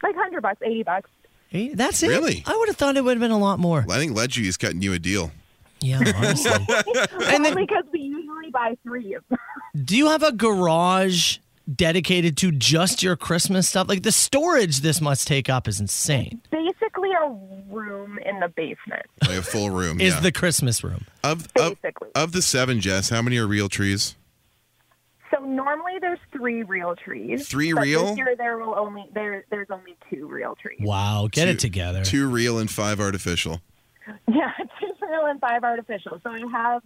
Speaker 17: Like 100 bucks, 80 bucks.
Speaker 5: Eh, That's it.
Speaker 6: Really?
Speaker 5: I would have thought it would have been a lot more.
Speaker 6: I think Ledgy is cutting you a deal.
Speaker 5: Yeah, honestly.
Speaker 17: and then, because we usually buy three of them.
Speaker 5: Do you have a garage dedicated to just your Christmas stuff? Like the storage this must take up is insane.
Speaker 17: Basically, a room in the basement.
Speaker 6: Like a full room.
Speaker 5: Is
Speaker 6: yeah.
Speaker 5: the Christmas room?
Speaker 6: of, of, of the seven, Jess, how many are real trees?
Speaker 17: So normally there's three real trees.
Speaker 6: Three
Speaker 17: but
Speaker 6: real?
Speaker 17: This year there will only there there's only two real trees.
Speaker 5: Wow, get it together.
Speaker 6: Two real and five artificial.
Speaker 17: Yeah, two real and five artificial. So I have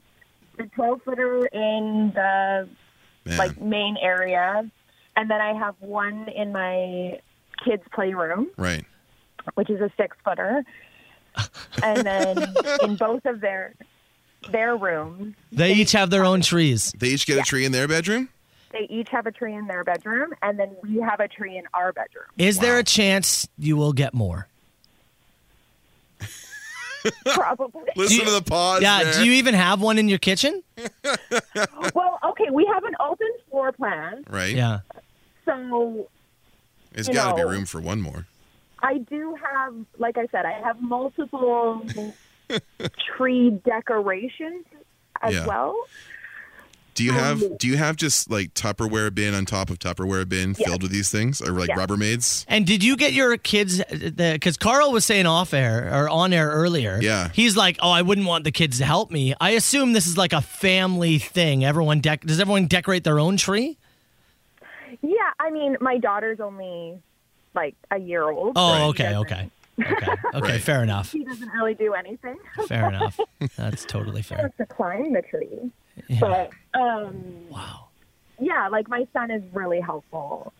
Speaker 17: the twelve footer in the
Speaker 6: Man.
Speaker 17: like main area, and then I have one in my kids' playroom,
Speaker 6: Right.
Speaker 17: which is a six footer, and then in both of their their rooms
Speaker 5: They each have their own trees.
Speaker 6: They each get a tree in their bedroom?
Speaker 17: they each have a tree in their bedroom, and then we have a tree in our bedroom.
Speaker 5: Is there a chance you will get more?
Speaker 17: Probably.
Speaker 6: Listen to the pause.
Speaker 5: yeah,
Speaker 6: there.
Speaker 5: do you even have one in your kitchen?
Speaker 17: well, okay, we have an open floor plan,
Speaker 6: Right.
Speaker 5: Yeah.
Speaker 17: so
Speaker 6: There's
Speaker 17: you
Speaker 6: got to be
Speaker 17: know.
Speaker 6: room for one more.
Speaker 17: I do have, like I said, I have multiple tree decorations as
Speaker 6: Yeah.
Speaker 17: well.
Speaker 6: Do you
Speaker 17: Um,
Speaker 6: have do you have just like Tupperware bin on top of Tupperware bin
Speaker 17: Yeah.
Speaker 6: filled with these things or like
Speaker 17: Yeah.
Speaker 6: Rubbermaids?
Speaker 5: And did you get your kids? Because Carl was saying off air or on air earlier.
Speaker 6: Yeah.
Speaker 5: He's like, oh, I wouldn't want the kids to help me. I assume this is like a family thing. Everyone dec- does everyone decorate their own tree?
Speaker 17: Yeah, I mean, my daughter's only like a year old.
Speaker 5: Oh,
Speaker 17: so
Speaker 5: okay, okay, okay, okay. Fair enough.
Speaker 17: She doesn't really do anything.
Speaker 5: Fair enough. That's totally fair.
Speaker 17: Just to climb the tree. But, um,
Speaker 5: wow.
Speaker 17: Yeah, like my son is really helpful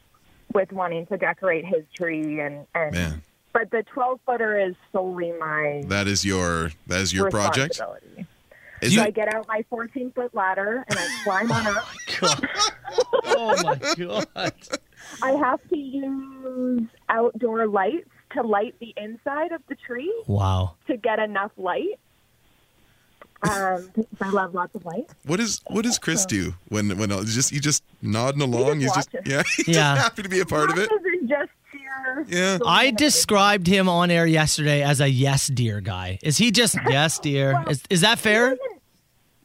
Speaker 17: with wanting to decorate his tree and, and
Speaker 6: Man.
Speaker 17: but the 12 footer is solely my
Speaker 6: That is your that is your project.
Speaker 17: responsibility.
Speaker 6: Is
Speaker 17: so
Speaker 6: that-
Speaker 17: I get out my 14 foot ladder and I climb on up.
Speaker 5: Oh my god.
Speaker 17: I have to use outdoor lights to light the inside of the tree
Speaker 5: Wow.
Speaker 17: to get enough light. Um, 'cause I love lots of light.
Speaker 6: What is what does Chris do when when just you just nodding along? He's just
Speaker 17: watches.
Speaker 6: yeah, he's
Speaker 5: Yeah.
Speaker 6: just happy to be a part of it.
Speaker 17: Isn't just sheer
Speaker 6: Yeah.
Speaker 5: I described him on air yesterday as a yes dear guy. Is he just yes dear? Is is that fair?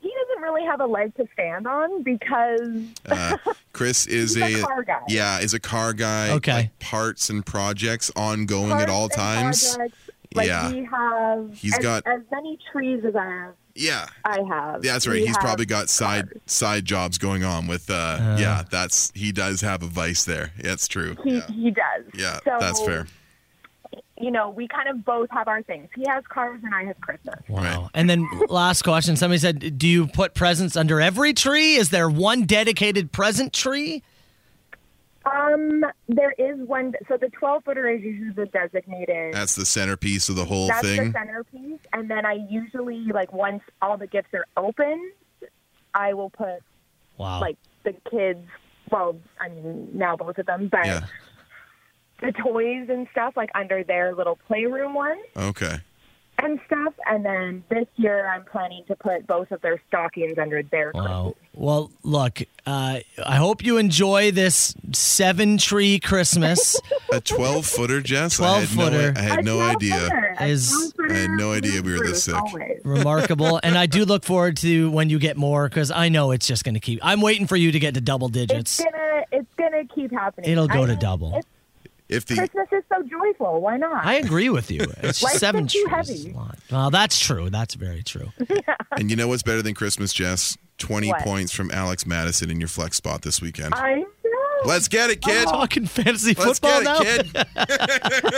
Speaker 17: He doesn't really have a leg to stand on because
Speaker 6: Uh, Chris is a,
Speaker 17: He's a car guy.
Speaker 6: yeah is a car guy.
Speaker 5: Okay.
Speaker 6: like, parts and projects ongoing at all
Speaker 17: parts and
Speaker 6: times.
Speaker 17: projects, Like
Speaker 6: Yeah.
Speaker 17: we have
Speaker 6: He's
Speaker 17: as,
Speaker 6: got-
Speaker 17: as many trees as I have.
Speaker 6: Yeah.
Speaker 17: I have.
Speaker 6: Yeah, that's right.
Speaker 17: We
Speaker 6: He's
Speaker 17: have-
Speaker 6: probably got side side jobs going on with uh, yeah, that's he does have a vice there. Yeah, That's true.
Speaker 17: He he does.
Speaker 6: Yeah,
Speaker 17: So,
Speaker 6: that's fair.
Speaker 17: You know, we kind of both have our things. He has cars and I have Christmas.
Speaker 5: Wow. And then last question. Somebody said, "Do you put presents under every tree? Is there one dedicated present tree?"
Speaker 17: Um, there is one. So the twelve footer is usually the designated.
Speaker 6: That's the centerpiece of the whole
Speaker 17: that's
Speaker 6: thing.
Speaker 17: the centerpiece, and then I usually like once all the gifts are opened, I will put
Speaker 6: Oh.
Speaker 5: Wow.
Speaker 17: like the kids. Well, I mean now both of them, but
Speaker 6: Yeah.
Speaker 17: the toys and stuff like under their little playroom one
Speaker 6: Okay.
Speaker 17: and stuff. And then this year, I'm planning to put both of their stockings under their.
Speaker 5: Wow. Well, look, uh, I hope you enjoy this seven tree Christmas.
Speaker 6: A 12 footer, Jess? I had
Speaker 5: 12 footer.
Speaker 6: No, I had
Speaker 5: A
Speaker 6: no
Speaker 5: 12
Speaker 6: idea.
Speaker 5: footer. A Is- 12
Speaker 6: I had no idea we were this sick.
Speaker 5: Remarkable. And I do look forward to when you get more because I know it's just going to keep. I'm waiting for you to get to double
Speaker 17: It's
Speaker 5: digits.
Speaker 17: gonna, it's gonna keep happening.
Speaker 5: It'll go
Speaker 17: I
Speaker 5: to
Speaker 17: mean,
Speaker 5: double.
Speaker 17: it's-
Speaker 6: If
Speaker 17: Christmas is so joyful. Why not?
Speaker 5: I agree with you. It's
Speaker 17: Life's
Speaker 5: seven
Speaker 17: been too
Speaker 5: trees.
Speaker 17: heavy.
Speaker 5: Well, that's true. That's very true.
Speaker 6: And you know what's better than Christmas, Jess? 20
Speaker 5: What?
Speaker 6: points from Alex Madison in your flex spot this weekend.
Speaker 17: I know.
Speaker 6: Let's get it, kid.
Speaker 5: Talking fantasy
Speaker 6: Let's
Speaker 5: Oh, football
Speaker 6: get it,
Speaker 5: now.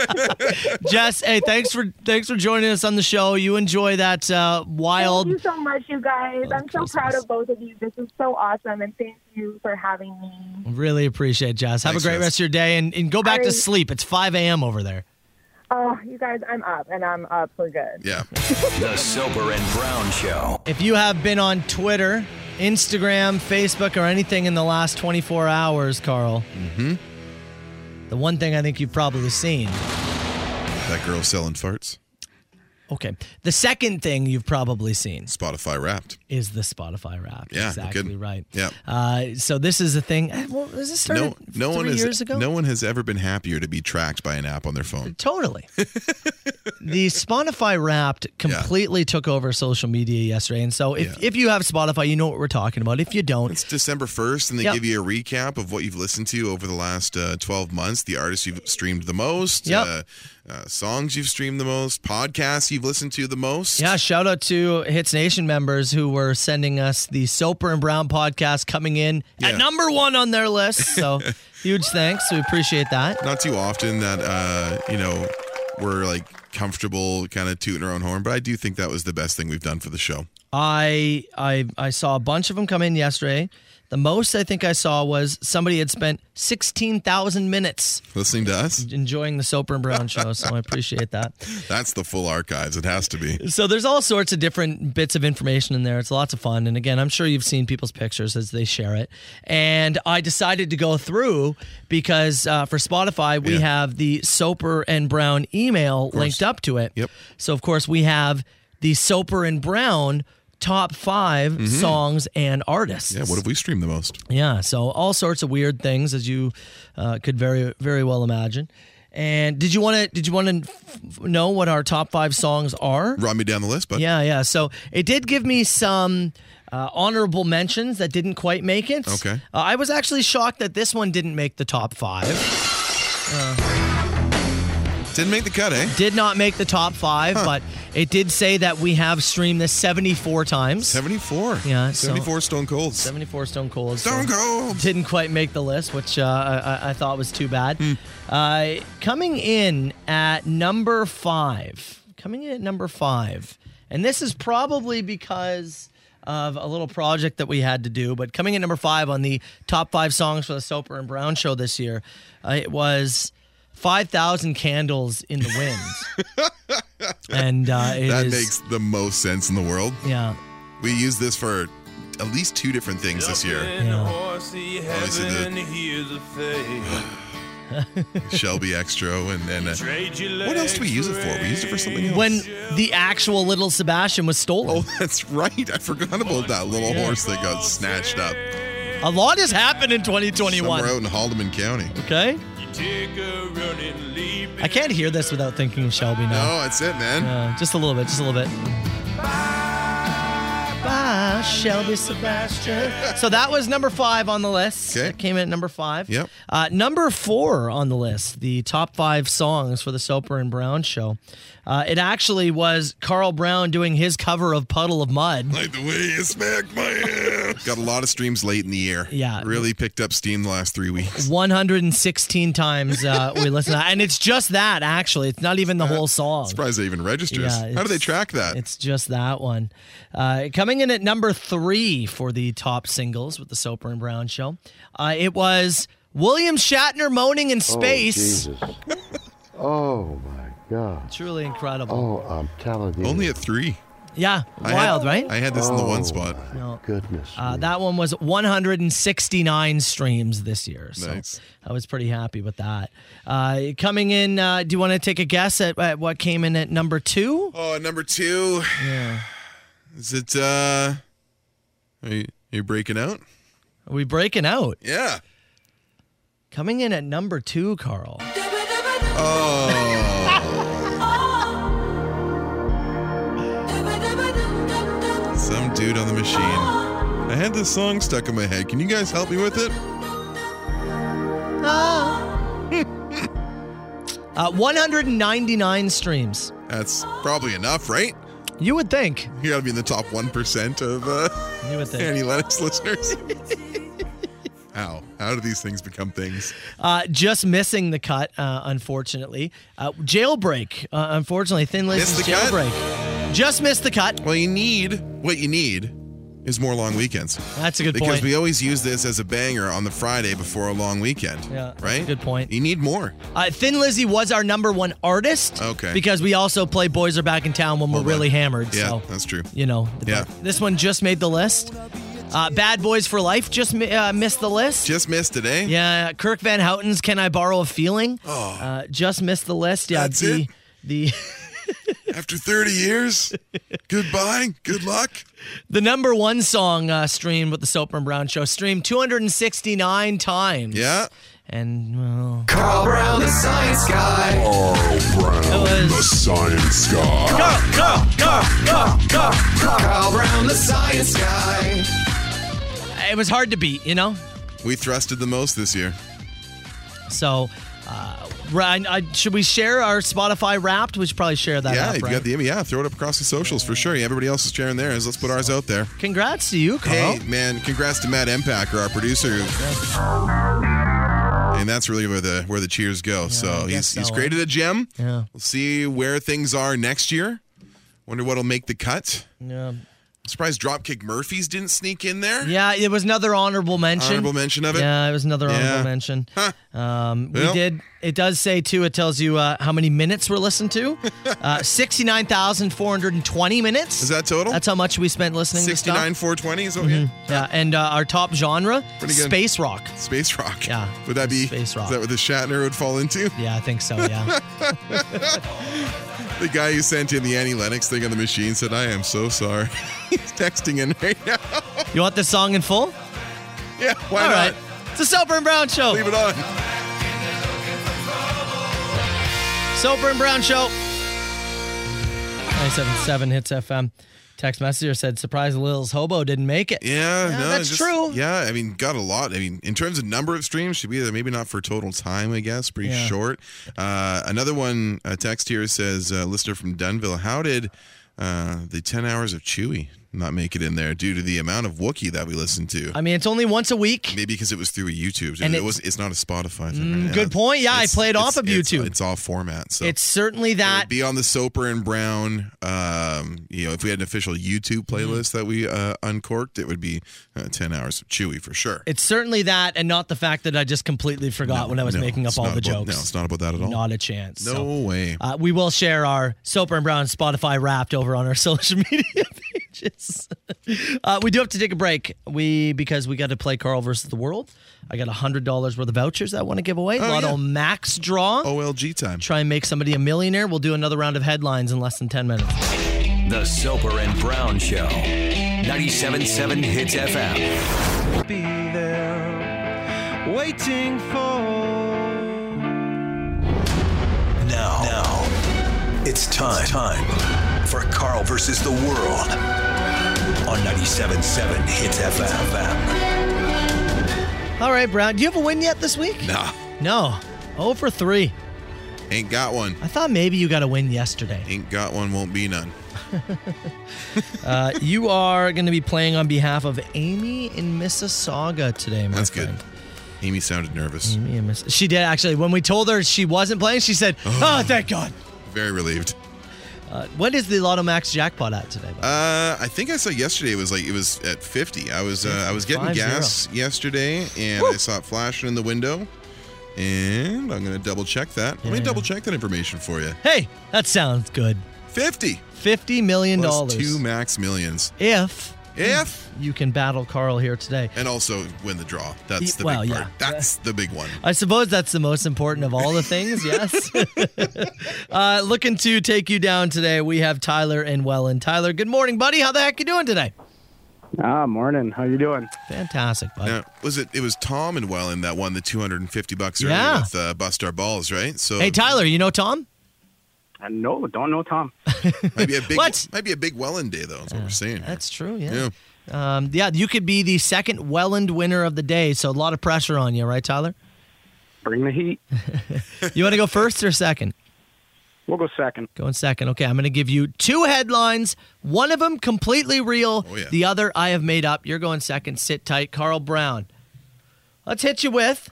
Speaker 5: Jess, hey, thanks for thanks for joining us on the show. You enjoy that uh, wild.
Speaker 17: Thank you so much, you guys.
Speaker 5: Oh,
Speaker 17: I'm so proud of both of you. This is so awesome, and thank you for having me.
Speaker 5: Really appreciate it, Jess. Have
Speaker 6: Thanks,
Speaker 5: a great
Speaker 6: Jess.
Speaker 5: rest of your day and, and go back
Speaker 17: I-
Speaker 5: to sleep. It's 5 a.m. over there.
Speaker 17: Oh, you guys, I'm up, and I'm up for good.
Speaker 6: Yeah.
Speaker 4: The Soper and Brown Show.
Speaker 5: If you have been on Twitter, Instagram, Facebook, or anything in the last 24 hours, Carl, mm-hmm.
Speaker 6: Mm-hmm.
Speaker 5: the one thing I think you've probably seen.
Speaker 6: That girl selling farts.
Speaker 5: Okay. The second thing you've probably seen
Speaker 6: Spotify Wrapped.
Speaker 5: is the Spotify rap.
Speaker 6: Yeah, no
Speaker 5: exactly
Speaker 6: kidding.
Speaker 5: right.
Speaker 6: Yeah.
Speaker 5: Uh, so this is a thing. eh, Well, is this started
Speaker 6: No, no
Speaker 5: three
Speaker 6: one is,
Speaker 5: years ago?
Speaker 6: No one has ever been happier to be tracked by an app on their phone.
Speaker 5: Totally. the Spotify Wrapped completely took over social media yesterday, and so if, if you have Spotify, you know what we're talking about. If you don't,
Speaker 6: It's December 1st, and they
Speaker 5: Yep.
Speaker 6: give you a recap of what you've listened to over the last uh, 12 months, the artists you've streamed the most,
Speaker 5: Yep.
Speaker 6: uh, uh, songs you've streamed the most, podcasts you've listened to the most.
Speaker 5: Yeah, shout out to Hits Nation members who were sending us the Soper and Brown podcast coming in
Speaker 6: Yeah.
Speaker 5: at number one on their list. So huge thanks. We appreciate that.
Speaker 6: Not too often that, uh, you know, we're like comfortable kind of tooting our own horn, but I do think that was the best thing we've done for the show.
Speaker 5: I I I saw a bunch of them come in yesterday. The most I think I saw was somebody had spent sixteen thousand minutes
Speaker 6: Listening to us,
Speaker 5: enjoying the Soper and Brown show. So I appreciate that.
Speaker 6: that's the full archives. It has to be.
Speaker 5: So there's all sorts of different bits of information in there. It's lots of fun. And again, I'm sure you've seen people's pictures as they share it. And I decided to go through because uh, for Spotify, we
Speaker 2: Yeah.
Speaker 5: have the Soper and Brown email linked up to it. Yep. So, of course, we have the Soper and Brown top 5 songs and artists.
Speaker 6: Mm-hmm. Yeah, what have we streamed the most?
Speaker 5: Yeah, so all sorts of weird things, as you uh, could very very well imagine. And did you want to did you want to f- f- know what our top five songs are?
Speaker 6: Run me down the list, but
Speaker 5: Yeah, yeah. So it did give me some uh, honorable mentions that didn't quite make it.
Speaker 6: Okay.
Speaker 5: Uh, I was actually shocked that this one didn't make the top five.
Speaker 6: Didn't make the cut, eh?
Speaker 5: Did not make the top five, but it did say that we have streamed this 74 times.
Speaker 6: 74.
Speaker 5: Yeah. so-
Speaker 6: 74 Stone Colds.
Speaker 5: 74 Stone Cold.
Speaker 6: Stone Cold.
Speaker 5: Didn't quite make the list, which uh, I, I- I thought was too bad.
Speaker 6: Hmm.
Speaker 5: Uh, coming in at number five. Coming in at number five. And this is probably because of a little project that we had to do. But coming in number five on the top five songs for the Soper and Brown show this year, uh, it was 5,000 Candles in the Wind. and uh, it
Speaker 6: that
Speaker 5: is-
Speaker 6: makes the most sense in the world.
Speaker 5: Yeah.
Speaker 6: We use this for at least two different things this year. Obviously, the Shelby Extra, and then uh, what else do we use it for? We use it for something else.
Speaker 5: When the actual little Sebastian was stolen.
Speaker 6: Oh, that's right. I forgot about that little horse that got snatched up.
Speaker 5: A lot has happened in 2021.
Speaker 6: Somewhere out in Haldeman County.
Speaker 5: Okay. I can't hear this without thinking of Shelby now. Uh,
Speaker 6: No, that's it, Oh, man.
Speaker 5: Yeah, just a little bit, just a little bit.
Speaker 2: Bye.
Speaker 5: by Shelby Sebastian. So that was number five on the list. That came in at number five.
Speaker 6: Yep.
Speaker 5: Uh, number four on the list, the top five songs for the Soper and Brown show. Uh, it actually was Carl Brown doing his cover of Puddle of Mud.
Speaker 6: Like the way you smacked my ass. Got a lot of streams late in the year.
Speaker 5: Yeah.
Speaker 6: Really picked up steam the last three weeks.
Speaker 5: 116 times uh, we listened to that. And it's just that, actually. It's not even the whole song.
Speaker 6: Surprised they even registers.
Speaker 5: Yeah,
Speaker 6: How do they
Speaker 5: it's-
Speaker 6: track that?
Speaker 5: It's just that one. Uh, coming in at number three for the top singles with the Soper and Brown show, uh, it was William Shatner moaning in space.
Speaker 9: Oh, Jesus. oh my God.
Speaker 5: Truly incredible.
Speaker 9: Oh, I'm telling you.
Speaker 6: Only at three.
Speaker 5: Yeah,
Speaker 6: I had-
Speaker 5: wild, right?
Speaker 6: I had this in the one
Speaker 9: Oh,
Speaker 6: spot.
Speaker 5: No.
Speaker 9: Goodness.
Speaker 5: Uh, that one was 169 streams this year. So
Speaker 6: Nice.
Speaker 5: I was pretty happy with that. Uh, coming in, uh, do you want to take a guess at, at what came in at number two?
Speaker 6: Oh, number two.
Speaker 5: Yeah.
Speaker 6: Is it, uh, are you, are you breaking out?
Speaker 5: Are we breaking out?
Speaker 6: Yeah.
Speaker 5: Coming in at number two, Carl.
Speaker 6: Oh, Some dude on the machine. I had this song stuck in my head. Can you guys help me with it?
Speaker 5: Uh, 199 streams.
Speaker 6: That's probably enough, right?
Speaker 5: You would think.
Speaker 6: You gotta be in the top 1% of uh,
Speaker 5: You would think.
Speaker 6: Annie Lennox listeners. How? How do these things become things?
Speaker 5: Uh, just missing the cut, uh, unfortunately. Uh, jailbreak, uh, unfortunately. Thin Lizzy's
Speaker 6: Missed the cut?
Speaker 5: jailbreak. Just missed the cut.
Speaker 6: Well, you need what you need is more long weekends.
Speaker 5: That's a good
Speaker 6: because
Speaker 5: point.
Speaker 6: we always use this as a banger on the Friday before a long weekend.
Speaker 5: Yeah, that's a
Speaker 6: Right?
Speaker 5: good point.
Speaker 6: You need more.
Speaker 5: Uh, Thin Lizzy was our number one artist.
Speaker 6: Okay. Oh,
Speaker 5: Because we also play Boys Are Back in Town when we're really hammered.
Speaker 6: Yeah,
Speaker 5: So,
Speaker 6: that's true.
Speaker 5: you know,
Speaker 6: Yeah.
Speaker 5: this one just made the list. Uh, Bad Boys for Life just mi- uh, missed the list.
Speaker 6: Just missed it, eh?
Speaker 5: Yeah, Kirk Van Houten's "Can I Borrow a Feeling?"
Speaker 6: Oh.
Speaker 5: Uh, just missed the list. Yeah,
Speaker 6: That's
Speaker 5: the
Speaker 6: it?
Speaker 5: the
Speaker 6: After 30 years, goodbye, good luck.
Speaker 5: the number one song uh, streamed with the Soper and Brown Show streamed 269 times.
Speaker 6: Yeah.
Speaker 5: and well,
Speaker 2: Carl Brown, the science guy.
Speaker 5: Brown, the
Speaker 2: science guy. Carl, Carl, Carl, Carl, Carl, Carl. Carl Brown, the science guy.
Speaker 5: it was hard to beat, you know.
Speaker 6: We thrusted the most this year.
Speaker 5: So, uh, Ryan, I, should we share our Spotify Wrapped? We should probably share that.
Speaker 6: yeah,
Speaker 5: up,
Speaker 6: if you
Speaker 5: right?
Speaker 6: got the yeah, throw it up across the socials for sure. Yeah, everybody else is sharing theirs. Let's put ours out there.
Speaker 5: Congrats to you, Carl.
Speaker 6: Hey, man, congrats to Matt Empacker, our producer. And that's really where the where the cheers go. so he's
Speaker 5: so,
Speaker 6: he's
Speaker 5: eh?
Speaker 6: created a gem.
Speaker 5: Yeah.
Speaker 6: We'll see where things are next year. Wonder what'll make the cut.
Speaker 5: Yeah.
Speaker 6: Surprised Dropkick Murphys didn't sneak in there.
Speaker 5: Yeah, it was another honorable mention.
Speaker 6: Honorable mention of it?
Speaker 5: Yeah, it was another
Speaker 6: Yeah.
Speaker 5: honorable mention. Um,
Speaker 6: Well.
Speaker 5: We did. It does say too. It tells you uh, how many minutes were listened to. Uh, Sixty-nine thousand four hundred and twenty minutes.
Speaker 6: Is that total?
Speaker 5: That's how much we spent listening.
Speaker 6: Sixty nine
Speaker 5: To
Speaker 6: four twenty is what
Speaker 5: stuff.
Speaker 6: we
Speaker 5: Mhm. Yeah, and uh, our top genre,
Speaker 6: Pretty good.
Speaker 5: space rock.
Speaker 6: Space rock.
Speaker 5: Yeah,
Speaker 6: Would that be
Speaker 5: space rock.
Speaker 6: Is that what the Shatner would fall into?
Speaker 5: Yeah, I think so. Yeah.
Speaker 6: The guy who sent in the Annie Lennox thing on the machine said, I am so sorry. He's texting in right now.
Speaker 5: you want the song in full?
Speaker 6: Yeah, why
Speaker 5: All
Speaker 6: not?
Speaker 5: right. It's the Soper and Brown Show.
Speaker 6: Leave it on.
Speaker 5: Soper and Brown Show. 97.7 Hits FM. Text messenger said, surprise Lil's hobo didn't make it.
Speaker 6: Yeah, no,
Speaker 5: that's
Speaker 6: just-
Speaker 5: true.
Speaker 6: Yeah, I mean, got a lot. I mean, in terms of number of streams, should be there. Maybe not for total time, I guess. Pretty
Speaker 5: Yeah.
Speaker 6: short. Uh, another one, a text here says, uh, listener from Dunville, how did uh, the 10 hours of Chewy not make it in there due to the amount of Wookiee that we listened to?
Speaker 5: I mean, it's only once a week.
Speaker 6: Maybe because it was through a YouTube.
Speaker 5: And
Speaker 6: it
Speaker 5: it-
Speaker 6: was. It's not a Spotify thing.
Speaker 5: Mm,
Speaker 6: right?
Speaker 5: good point. Yeah, I
Speaker 6: It's-
Speaker 5: played
Speaker 6: it's-
Speaker 5: off of
Speaker 6: it's-
Speaker 5: YouTube.
Speaker 6: It's, all formats. So.
Speaker 5: It's certainly that.
Speaker 6: be on the Soper and Brown. Um, you know, if we had an official YouTube
Speaker 5: Mm-hmm.
Speaker 6: playlist that we uh, uncorked, it would be uh, ten hours of Chewy for sure.
Speaker 5: It's certainly that, and not the fact that I just completely forgot when I was
Speaker 6: No,
Speaker 5: making up
Speaker 6: it's
Speaker 5: all
Speaker 6: not
Speaker 5: the
Speaker 6: about-
Speaker 5: jokes.
Speaker 6: No, it's not about that at all.
Speaker 5: Not a chance.
Speaker 6: no
Speaker 5: So,
Speaker 6: way.
Speaker 5: uh, we will share our Soper and Brown Spotify wrapped over on our social media pages. Uh, we do have to take a break. We because we got to play Carl versus the World. I got hundred dollars worth of vouchers that I want to give away.
Speaker 6: Oh,
Speaker 5: Lotto
Speaker 6: yeah. Oh.
Speaker 5: Max draw.
Speaker 6: OLG time.
Speaker 5: Try and make somebody a millionaire. We'll do another round of headlines in less than ten minutes.
Speaker 4: The Soper and Brown Show. 97.7 Hits FM.
Speaker 2: Be there, waiting for.
Speaker 4: Now, now, it's time, time for Carl versus the World on 97.7 97.7 Hits FM.
Speaker 5: All right, Brown. Do you have a win yet this week?
Speaker 6: Nah.
Speaker 5: No. Oh for three.
Speaker 6: Ain't got one.
Speaker 5: I thought maybe you got a win yesterday.
Speaker 6: Ain't got one, won't be none.
Speaker 5: Uh, you are going to be playing on behalf of Amy in Mississauga today. My That's good.
Speaker 6: Amy sounded nervous.
Speaker 5: Amy in Miss- she did actually. When we told her she wasn't playing, she said, "Oh, thank God."
Speaker 6: Very relieved.
Speaker 5: Uh, what is the Lotto Max jackpot at today?
Speaker 6: Uh, I think I saw yesterday it was like it was at 50. I was uh, I was getting
Speaker 5: Five zero.
Speaker 6: gas yesterday and I saw it flashing in the window. And I'm gonna double check that. Let me double check that information for you.
Speaker 5: Hey, that sounds good.
Speaker 6: 50.
Speaker 5: 50 million
Speaker 6: Plus
Speaker 5: dollars. Hmm.
Speaker 6: two max millions.
Speaker 5: If
Speaker 6: if
Speaker 5: you can battle Carl here today.
Speaker 6: And also win the draw.
Speaker 5: Ye-
Speaker 6: That's the
Speaker 5: well,
Speaker 6: big
Speaker 5: yeah.
Speaker 6: part. That's the big one.
Speaker 5: I suppose that's the most important of all the things, yes. uh, looking to take you down today, we have Tyler and Welland. Tyler, good morning, buddy. How the heck you doing today?
Speaker 19: Ah, morning. How you doing?
Speaker 5: Fantastic, buddy.
Speaker 6: Now, was it? It was Tom and Welland that won the 250 bucks earlier
Speaker 5: Yeah.
Speaker 6: with uh, Bust Our Balls, right? So
Speaker 5: Hey, Tyler, you know Tom?
Speaker 19: Uh, no, don't know Tom.
Speaker 6: might be a big might be a big Welland day though. That's what we're saying.
Speaker 5: That's true, yeah. Yeah. Um, yeah, you could be the second Welland winner of the day, so a lot of pressure on you, right, Tyler?
Speaker 19: Bring the heat.
Speaker 5: You want to go first or second?
Speaker 19: We'll go second.
Speaker 5: Going second. Okay, I'm going to give you two headlines. One of them completely real. The other I have made up. You're going second. Sit tight. Carl Brown. Let's hit you with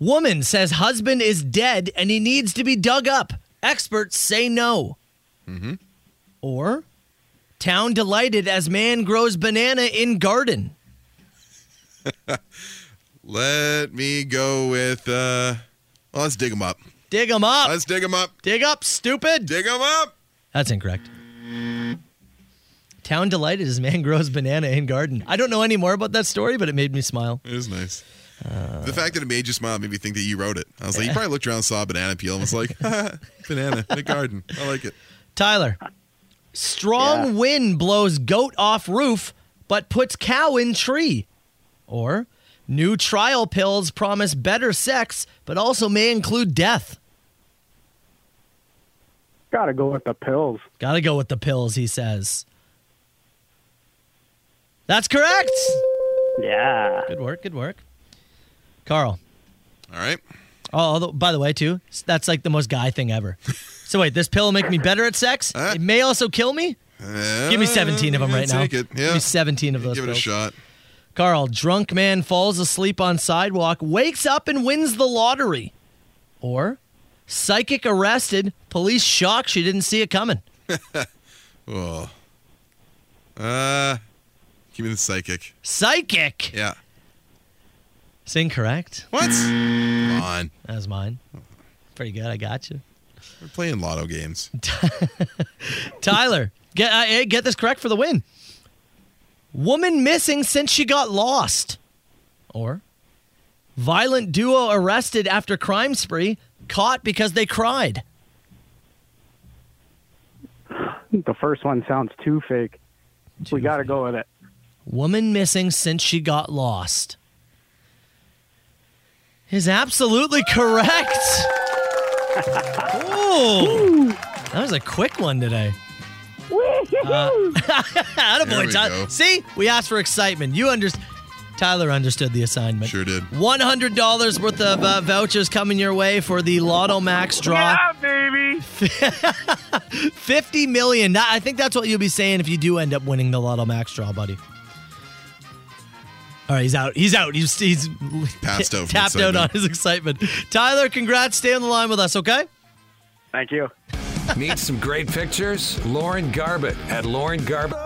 Speaker 5: Woman says husband is dead and he needs to be dug up. Experts say no. Mm-hmm. Or town delighted as man grows banana in garden.
Speaker 6: Let me go with. uh well, let's dig them up.
Speaker 5: Dig them up.
Speaker 6: Let's dig them up.
Speaker 5: Dig up, stupid.
Speaker 6: Dig them up.
Speaker 5: That's incorrect. Town delighted as man grows banana in garden. I don't know any more about that story, but it made me smile.
Speaker 6: It was nice. the fact that it made you smile made me think that you wrote it. I was like, you probably looked around, saw a banana peel, and was like, banana in a garden. I like it.
Speaker 5: Tyler, strong wind blows goat off roof, but puts cow in tree. Or new trial pills promise better sex, but also may include death.
Speaker 19: Gotta go with the pills.
Speaker 5: Gotta go with the pills, he says. That's correct.
Speaker 19: Yeah.
Speaker 5: Good work. Good work. Carl.
Speaker 6: All right.
Speaker 5: Oh, although, by the way, too, that's like the most guy thing ever. so wait, this pill will make me better at sex. It may also kill me. Give me 17 of them
Speaker 6: Uh,
Speaker 5: right now.
Speaker 6: take it.
Speaker 5: Give
Speaker 6: Yeah.
Speaker 5: me 17 of those.
Speaker 6: Give it a
Speaker 5: pills.
Speaker 6: shot.
Speaker 5: Carl, drunk man falls asleep on sidewalk, wakes up and wins the lottery. Or psychic arrested, police shocked she didn't see it coming.
Speaker 6: Oh. Uh, give me the psychic.
Speaker 5: Psychic.
Speaker 6: Yeah.
Speaker 5: It's incorrect.
Speaker 6: What? Come on.
Speaker 5: That was mine. Pretty good. I got you.
Speaker 6: We're playing lotto games.
Speaker 5: Tyler, get uh, hey, get this correct for the win. Woman missing since she got lost. Or violent duo arrested after crime spree, caught because they cried.
Speaker 19: The first one sounds too fake. we gotta go with it.
Speaker 5: Woman missing since she got lost. Is absolutely correct. Ooh. That was a quick one today. Uh,
Speaker 2: There
Speaker 5: attaboy,
Speaker 2: we
Speaker 5: Tyler.
Speaker 2: go.
Speaker 5: See, we asked for excitement. You understand. Tyler understood the assignment. Sure
Speaker 6: did.
Speaker 5: $100 worth of uh, vouchers coming your way for the Lotto Max draw.
Speaker 2: baby.
Speaker 5: 50 million. That- I think that's what you'll be saying if you do end up winning the Lotto Max draw, buddy. All right, he's out. He's out. He's, he's
Speaker 6: Passed out from
Speaker 5: tapped out on
Speaker 6: excitement.
Speaker 5: his excitement. Tyler, congrats. Stay on the line with us, okay?
Speaker 19: Thank you.
Speaker 4: Need some great pictures? Lauren Garbett at Lauren Garbett.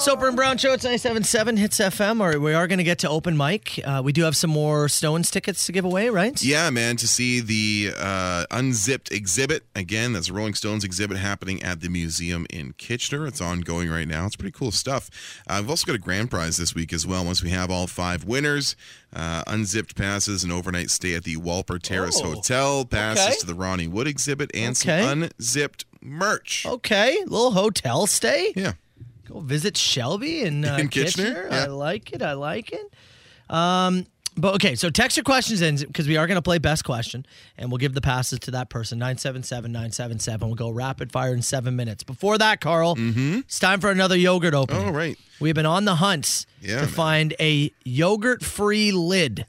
Speaker 5: Soper and Brown Show, it's 97.7 Hits FM. All right, we are going to get to open mic. Uh, we do have some more Stones tickets to give away, right?
Speaker 6: Yeah, man, to see the uh, unzipped exhibit. Again, that's a Rolling Stones exhibit happening at the museum in Kitchener. It's ongoing right now. It's pretty cool stuff. Uh, I've also got a grand prize this week as well. Once we have all five winners, uh, unzipped passes, an overnight stay at the Walper Terrace Hotel, passes
Speaker 5: Oh, okay.
Speaker 6: to the Ronnie Wood exhibit, and some
Speaker 5: Okay. Oh.
Speaker 6: unzipped merch.
Speaker 5: Okay, little hotel stay.
Speaker 6: Yeah.
Speaker 5: Go visit Shelby in, uh,
Speaker 6: In Kitchener, yeah.
Speaker 5: I like it. I like it. Um, But okay, so text your questions in because we are going to play best question and we'll give the passes to that person 977 977. We'll go rapid fire in seven minutes. Before that, Carl, it's time for another yogurt opening. All
Speaker 6: Mm-hmm. right.
Speaker 5: We've been on the hunts
Speaker 6: Yeah,
Speaker 5: to
Speaker 6: man.
Speaker 5: find a yogurt free lid.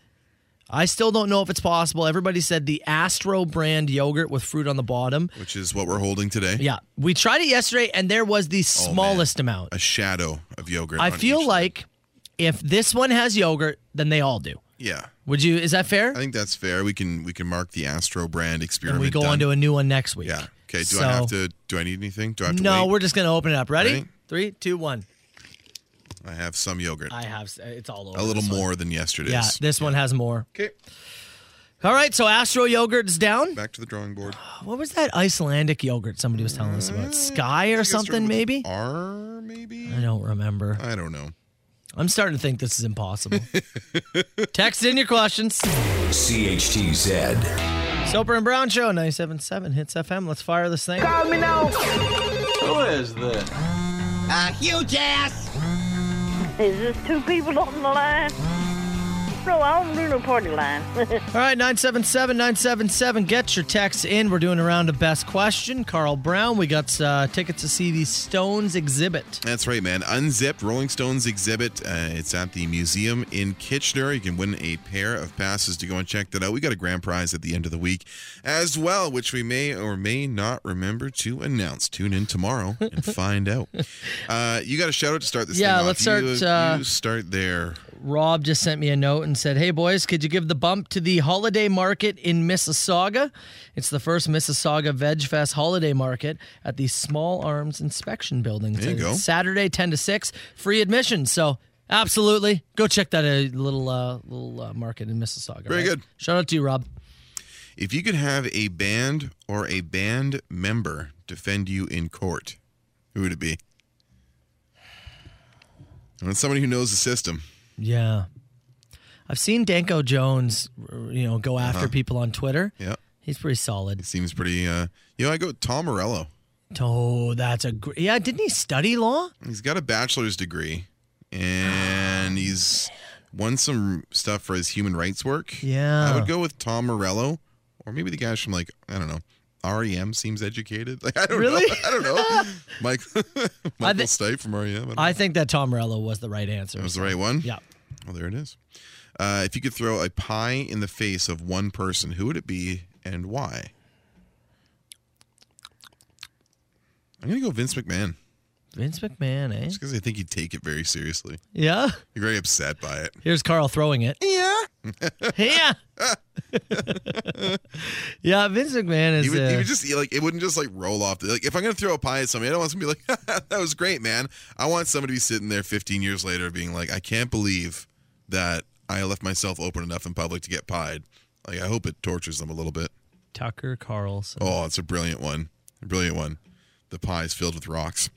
Speaker 5: I still don't know if it's possible. Everybody said the Astro brand yogurt with fruit on the bottom.
Speaker 6: Which is what we're holding today.
Speaker 5: Yeah. We tried it yesterday and there was the
Speaker 6: Oh,
Speaker 5: smallest amount.
Speaker 6: A shadow of yogurt.
Speaker 5: I
Speaker 6: on
Speaker 5: feel like if this one has yogurt, then they all do.
Speaker 6: each- Yeah.
Speaker 5: Would you? Is that fair?
Speaker 6: I think that's fair. We can we can mark the Astro brand
Speaker 5: And
Speaker 6: experiment.
Speaker 5: we go
Speaker 6: done.
Speaker 5: on to a new one next week.
Speaker 6: Yeah. Okay. Do
Speaker 5: So-
Speaker 6: I have to? Do I need anything? Do I have to
Speaker 5: No,
Speaker 6: wait?
Speaker 5: we're just gonna open it up. Ready?
Speaker 6: Ready?
Speaker 5: Three, two, one.
Speaker 6: I have some yogurt.
Speaker 5: I have. It's all over.
Speaker 6: a little
Speaker 5: this one.
Speaker 6: more than yesterday's.
Speaker 5: Yeah, this one has more.
Speaker 6: Okay.
Speaker 5: All right, so Astro yogurt's down.
Speaker 6: Back to the drawing board.
Speaker 5: What was that Icelandic yogurt somebody was telling us
Speaker 6: Mm,
Speaker 5: about? Sky or something, maybe?
Speaker 6: R, maybe?
Speaker 5: I don't remember.
Speaker 6: I don't know.
Speaker 5: I'm starting to think this is impossible. Text in your questions.
Speaker 4: CHTZ.
Speaker 5: Soper and Brown Show, 97.7 Hits FM. Let's fire this thing.
Speaker 2: Call me now.
Speaker 4: Who is this?
Speaker 3: A huge ass.
Speaker 8: Is this two people on the line?
Speaker 5: Um,
Speaker 8: No, I don't do no party line.
Speaker 5: All right, 977 977. Get your texts in. We're doing a round of best question. Carl Brown, we got uh, tickets to see the Stones exhibit.
Speaker 6: That's right, man. Unzipped Rolling Stones exhibit. Uh, it's at the museum in Kitchener. You can win a pair of passes to go and check that out. We got a grand prize at the end of the week as well, which we may or may not remember to announce. Tune in tomorrow and find out. Uh, you got a shout out to start this
Speaker 5: Yeah,
Speaker 6: thing
Speaker 5: let's
Speaker 6: off.
Speaker 5: start,
Speaker 6: You-
Speaker 5: uh,
Speaker 6: you start there.
Speaker 5: Rob just sent me a note and said, Hey, boys, could you give the bump to the holiday market in Mississauga? It's the first Mississauga Veg Fest holiday market at the Small Arms Inspection Building.
Speaker 6: There you
Speaker 5: It's
Speaker 6: go.
Speaker 5: Saturday, 10 to 6, free admission. So, absolutely. Go check that uh, little uh, little uh, market in Mississauga.
Speaker 6: Very
Speaker 5: right?
Speaker 6: good.
Speaker 5: Shout out to you, Rob.
Speaker 6: If you could have a band or a band member defend you in court, who would it be? And it's somebody who knows the system.
Speaker 5: Yeah. I've seen Danko Jones, r- you know, go after
Speaker 6: Uh-huh.
Speaker 5: people on Twitter.
Speaker 6: Yeah.
Speaker 5: He's pretty solid.
Speaker 6: Seems pretty. Uh, you know, I go with Tom Morello.
Speaker 5: Oh, that's a great. Yeah, didn't he study law?
Speaker 6: He's got a bachelor's degree, and he's won some stuff for his human rights work.
Speaker 5: Yeah.
Speaker 6: I would go with Tom Morello, or maybe the guys from like I don't know. REM seems educated. Like I don't
Speaker 5: Really?
Speaker 6: know. I don't know. Mike Michael
Speaker 5: thi-
Speaker 6: Stipe from REM. I don't know.
Speaker 5: I think that Tom Morello was the right answer.
Speaker 6: That was the right one?
Speaker 5: Yeah.
Speaker 6: Well, there it is. Uh, if you could throw a pie in the face of one person, who would it be and why? I'm going to go Vince McMahon.
Speaker 5: Vince McMahon, eh?
Speaker 6: Just because I think he'd take it very seriously.
Speaker 5: Yeah.
Speaker 6: You're very upset by it.
Speaker 5: Here's Carl throwing it. Yeah. yeah. yeah, Vince McMahon is.
Speaker 6: He would,
Speaker 5: uh,
Speaker 6: he would just he, like it wouldn't just like roll off. The, like if I'm gonna throw a pie at somebody, I don't want somebody to be like, "That was great, man." I want somebody to be sitting there 15 years later, being like, "I can't believe that I left myself open enough in public to get pied." Like I hope it tortures them a little bit.
Speaker 5: Tucker Carlson.
Speaker 6: Oh, it's a brilliant one. A brilliant one. The pie is filled with rocks.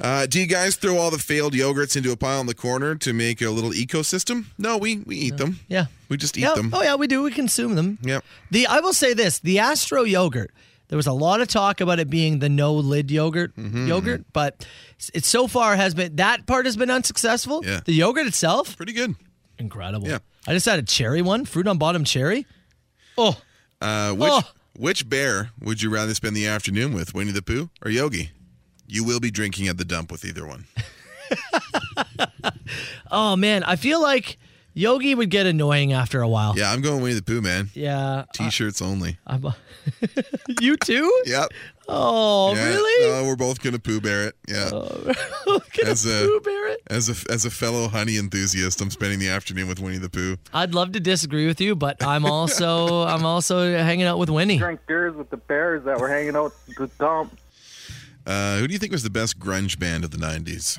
Speaker 6: Uh, do you guys throw all the failed yogurts into a pile in the corner to make a little ecosystem? No, we, we eat them.
Speaker 5: Yeah.
Speaker 6: We just eat
Speaker 5: yeah.
Speaker 6: them.
Speaker 5: Oh, yeah, we do. We consume them.
Speaker 6: Yep.
Speaker 5: The I will say this the Astro yogurt. There was a lot of talk about it being the no lid yogurt,
Speaker 6: Mm-hmm,
Speaker 5: yogurt, but it's- it so far has been that part has been unsuccessful.
Speaker 6: Yeah.
Speaker 5: The yogurt itself,
Speaker 6: Pretty good.
Speaker 5: incredible.
Speaker 6: Yeah.
Speaker 5: I just had a cherry one, fruit on bottom cherry. Oh,
Speaker 6: Uh, which
Speaker 5: Oh.
Speaker 6: which bear would you rather spend the afternoon with, Winnie the Pooh or Yogi? You will be drinking at the dump with either one.
Speaker 5: oh man, I feel like Yogi would get annoying after a while.
Speaker 6: Yeah, I'm going Winnie the Pooh,
Speaker 5: Uh.
Speaker 6: man.
Speaker 5: Yeah.
Speaker 6: T-shirts only.
Speaker 5: I'm you too?
Speaker 6: Yep.
Speaker 5: Oh,
Speaker 6: Yeah.
Speaker 5: really? Oh.
Speaker 6: No, we're both gonna Pooh Bear it. Yeah. as a
Speaker 5: Pooh Bear it?
Speaker 6: as a as a fellow honey enthusiast, I'm spending the afternoon with Winnie the Pooh.
Speaker 5: I'd love to disagree with you, but I'm also I'm also hanging out with Winnie.
Speaker 18: Drank beers with the bears that were hanging out at the dump.
Speaker 6: Uh, who do you think was the best grunge band of the 90s?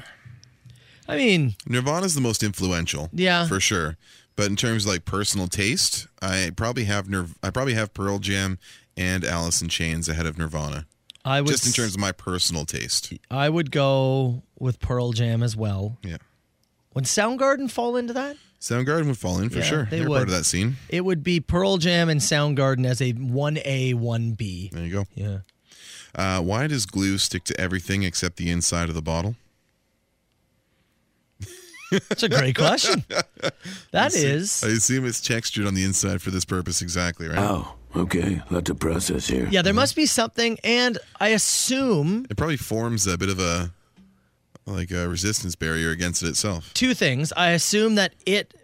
Speaker 5: I mean,
Speaker 6: Nirvana's the most influential.
Speaker 5: Yeah.
Speaker 6: For sure. But in terms of like personal taste, I probably have Nirv- I probably have Pearl Jam and Alice in Chains ahead of Nirvana.
Speaker 5: I would
Speaker 6: Just in terms of my personal taste.
Speaker 5: I would go with Pearl Jam as well.
Speaker 6: Yeah.
Speaker 5: Would Soundgarden fall into that?
Speaker 6: Soundgarden would fall in for
Speaker 5: Yeah,
Speaker 6: sure.
Speaker 5: they
Speaker 6: They are
Speaker 5: would.
Speaker 6: part of that scene.
Speaker 5: It would be Pearl Jam and Soundgarden as a 1A, 1B.
Speaker 6: There you go.
Speaker 5: Yeah.
Speaker 6: Uh, why does glue stick to everything except the inside of the bottle?
Speaker 5: That's a great question. That is.
Speaker 6: I assume it's textured on the inside for this purpose exactly, right?
Speaker 4: Uh.
Speaker 20: Oh, okay. Lots of process here.
Speaker 5: Yeah,
Speaker 6: Mhm.
Speaker 5: there must be something, and I assume
Speaker 6: It probably forms a bit of a like a resistance barrier against it itself.
Speaker 5: two things. I assume that it,